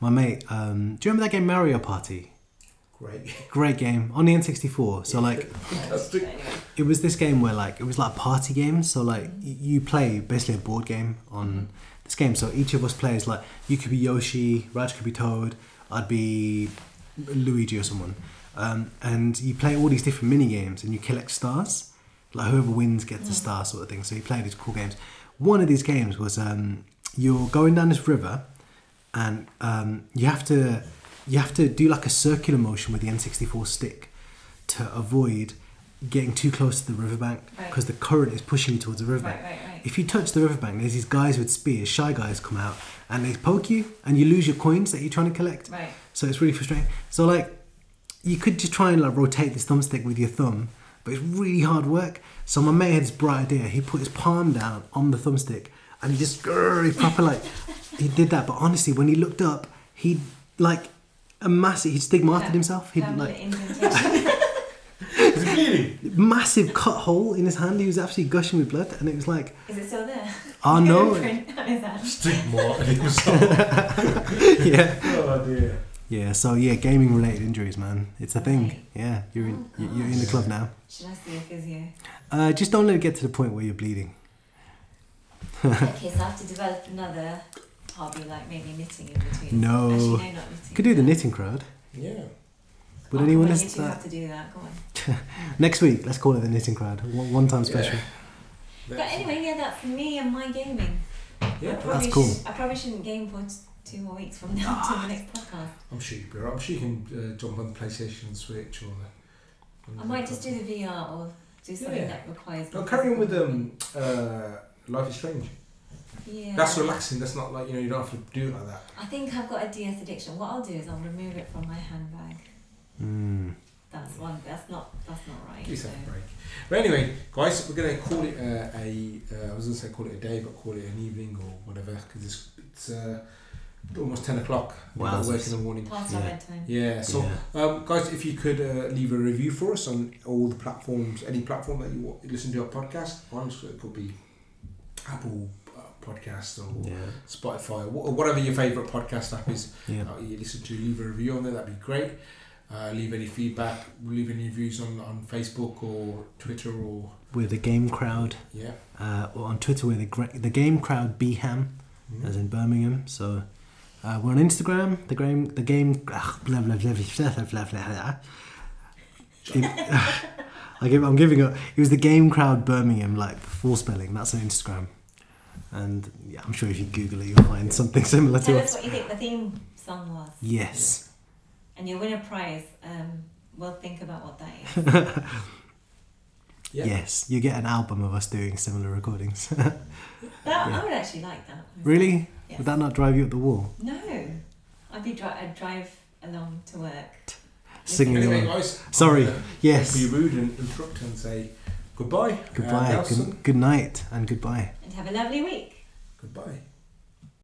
[SPEAKER 2] My mate, um, do you remember that game Mario Party?
[SPEAKER 1] Great.
[SPEAKER 2] Great game on the N64. So like,
[SPEAKER 3] but
[SPEAKER 1] Fantastic.
[SPEAKER 3] anyway.
[SPEAKER 2] it was this game where like it was like a party game so like y- you play basically a board game on
[SPEAKER 1] Mm-hmm.
[SPEAKER 2] this game so each of us plays like you could be yoshi raj could be toad i'd be luigi or someone um, and you play all these different mini games and you collect stars like whoever wins gets a star sort of thing so you play these cool games one of these games was um, you're going down this river and um, you have to you have to do like a circular motion with the N64 stick to avoid getting too close to the riverbank
[SPEAKER 3] Right.
[SPEAKER 2] because the current is pushing you towards the riverbank.
[SPEAKER 3] Right, right, right.
[SPEAKER 2] If you touch the riverbank, there's these guys with spears, shy guys come out and they poke you and you lose your coins that you're trying to collect.
[SPEAKER 3] Right.
[SPEAKER 2] So it's really frustrating. So like, you could just try and like rotate this thumbstick with your thumb, but it's really hard work. So my mate had this bright idea. He put his palm down on the thumbstick, and he just grrr, he proper like he did that. But honestly, when he looked up, he like a massive he stigmated himself. He
[SPEAKER 3] Permanent
[SPEAKER 2] like
[SPEAKER 3] indentation.
[SPEAKER 1] Is it bleeding?
[SPEAKER 2] massive cut hole in his hand. He was absolutely gushing with blood, and it was like,
[SPEAKER 3] Is it still there?
[SPEAKER 2] oh no,
[SPEAKER 3] Print on his hand.
[SPEAKER 1] Stigma. and it was so-
[SPEAKER 2] yeah.
[SPEAKER 1] oh dear.
[SPEAKER 2] Yeah, so yeah, gaming related injuries, man. It's a
[SPEAKER 3] Right.
[SPEAKER 2] thing. Yeah, you're in,
[SPEAKER 3] Oh,
[SPEAKER 2] you're in the
[SPEAKER 1] gosh.
[SPEAKER 2] club now.
[SPEAKER 3] Should I see a physio?
[SPEAKER 2] Uh, just don't let it get to the point where you're bleeding.
[SPEAKER 3] okay, so I have to develop another hobby, like maybe knitting in between.
[SPEAKER 2] No.
[SPEAKER 3] Actually, no, not knitting.
[SPEAKER 2] Could do the knitting crowd.
[SPEAKER 1] Yeah.
[SPEAKER 2] Would
[SPEAKER 3] Oh,
[SPEAKER 2] anyone
[SPEAKER 3] well,
[SPEAKER 2] listen
[SPEAKER 3] you
[SPEAKER 2] to
[SPEAKER 3] two have to
[SPEAKER 2] that?
[SPEAKER 3] do that. Go on.
[SPEAKER 2] Next week, let's call it the knitting crowd. One, one time special.
[SPEAKER 3] But anyway, yeah, that's me and my gaming. I
[SPEAKER 1] Yeah.
[SPEAKER 3] probably
[SPEAKER 2] That's cool.
[SPEAKER 3] Sh- I probably shouldn't game for t- two more weeks from now till the next podcast.
[SPEAKER 1] I'm sure you'll be alright. I'm sure you can uh, jump on the PlayStation Switch or the.
[SPEAKER 3] I might just do the VR or do something
[SPEAKER 1] Yeah.
[SPEAKER 3] that requires.
[SPEAKER 1] No,
[SPEAKER 3] more
[SPEAKER 1] carry on with
[SPEAKER 3] physical
[SPEAKER 1] um, uh, Life is Strange.
[SPEAKER 3] Yeah.
[SPEAKER 1] That's relaxing. That's not like, you know, you don't have to do it like that.
[SPEAKER 3] I think I've got a DS addiction. What I'll do is I'll remove it from my handbag.
[SPEAKER 2] Mm.
[SPEAKER 3] That's one. That's not. That's not right.
[SPEAKER 1] Give
[SPEAKER 3] so-
[SPEAKER 1] yourself a break. But anyway, guys, we're going to call it uh, a. Uh, I was going to say call it a day, but call it an evening or whatever, because it's, it's uh, almost 10 o'clock. We've got to work in the morning.
[SPEAKER 3] Past our
[SPEAKER 2] Yeah.
[SPEAKER 3] bedtime.
[SPEAKER 1] Yeah, so
[SPEAKER 2] yeah.
[SPEAKER 1] Um, guys, if you could uh, leave a review for us on all the platforms, any platform that you wa- listen to our podcast on, so it could be Apple uh, Podcasts or
[SPEAKER 2] yeah,
[SPEAKER 1] Spotify, wh- or whatever your favourite podcast app is
[SPEAKER 2] yeah,
[SPEAKER 1] that you listen to, leave a review on there, that'd be great. Uh, leave any feedback, leave any reviews on, on Facebook or Twitter or,
[SPEAKER 2] We're the game crowd.
[SPEAKER 1] yeah.
[SPEAKER 2] Uh, or on Twitter, we're the gra- the game crowd Beham,
[SPEAKER 3] Mm-hmm.
[SPEAKER 2] as in Birmingham. So uh, we're on Instagram, the game the game. ah, blah blah blah blah blah blah blah. blah. In- I give, I'm giving up. It was the game crowd Birmingham, like the full spelling. That's on Instagram, and yeah, I'm sure if you Google it, you'll find something similar
[SPEAKER 3] Tell
[SPEAKER 2] to
[SPEAKER 3] us
[SPEAKER 2] us.
[SPEAKER 3] what you think the theme song was,
[SPEAKER 2] Yes.
[SPEAKER 3] and you'll win a prize. Um, we'll think about what that is.
[SPEAKER 1] Yeah.
[SPEAKER 2] Yes, you get an album of us doing similar recordings.
[SPEAKER 3] That,
[SPEAKER 2] Yeah.
[SPEAKER 3] I would actually like that.
[SPEAKER 2] really?
[SPEAKER 3] Yes.
[SPEAKER 2] Would that not drive you up the wall?
[SPEAKER 3] No, I'd be dri- I'd drive along to work.
[SPEAKER 2] Singing
[SPEAKER 1] Anyway,
[SPEAKER 2] along.
[SPEAKER 1] guys,
[SPEAKER 2] Sorry.
[SPEAKER 1] I'm gonna Be
[SPEAKER 2] Yes.
[SPEAKER 1] rude and interrupt and say goodbye. Uh,
[SPEAKER 2] Goodbye.
[SPEAKER 1] Nelson,
[SPEAKER 2] good, good night and goodbye.
[SPEAKER 3] And have a lovely week.
[SPEAKER 1] goodbye.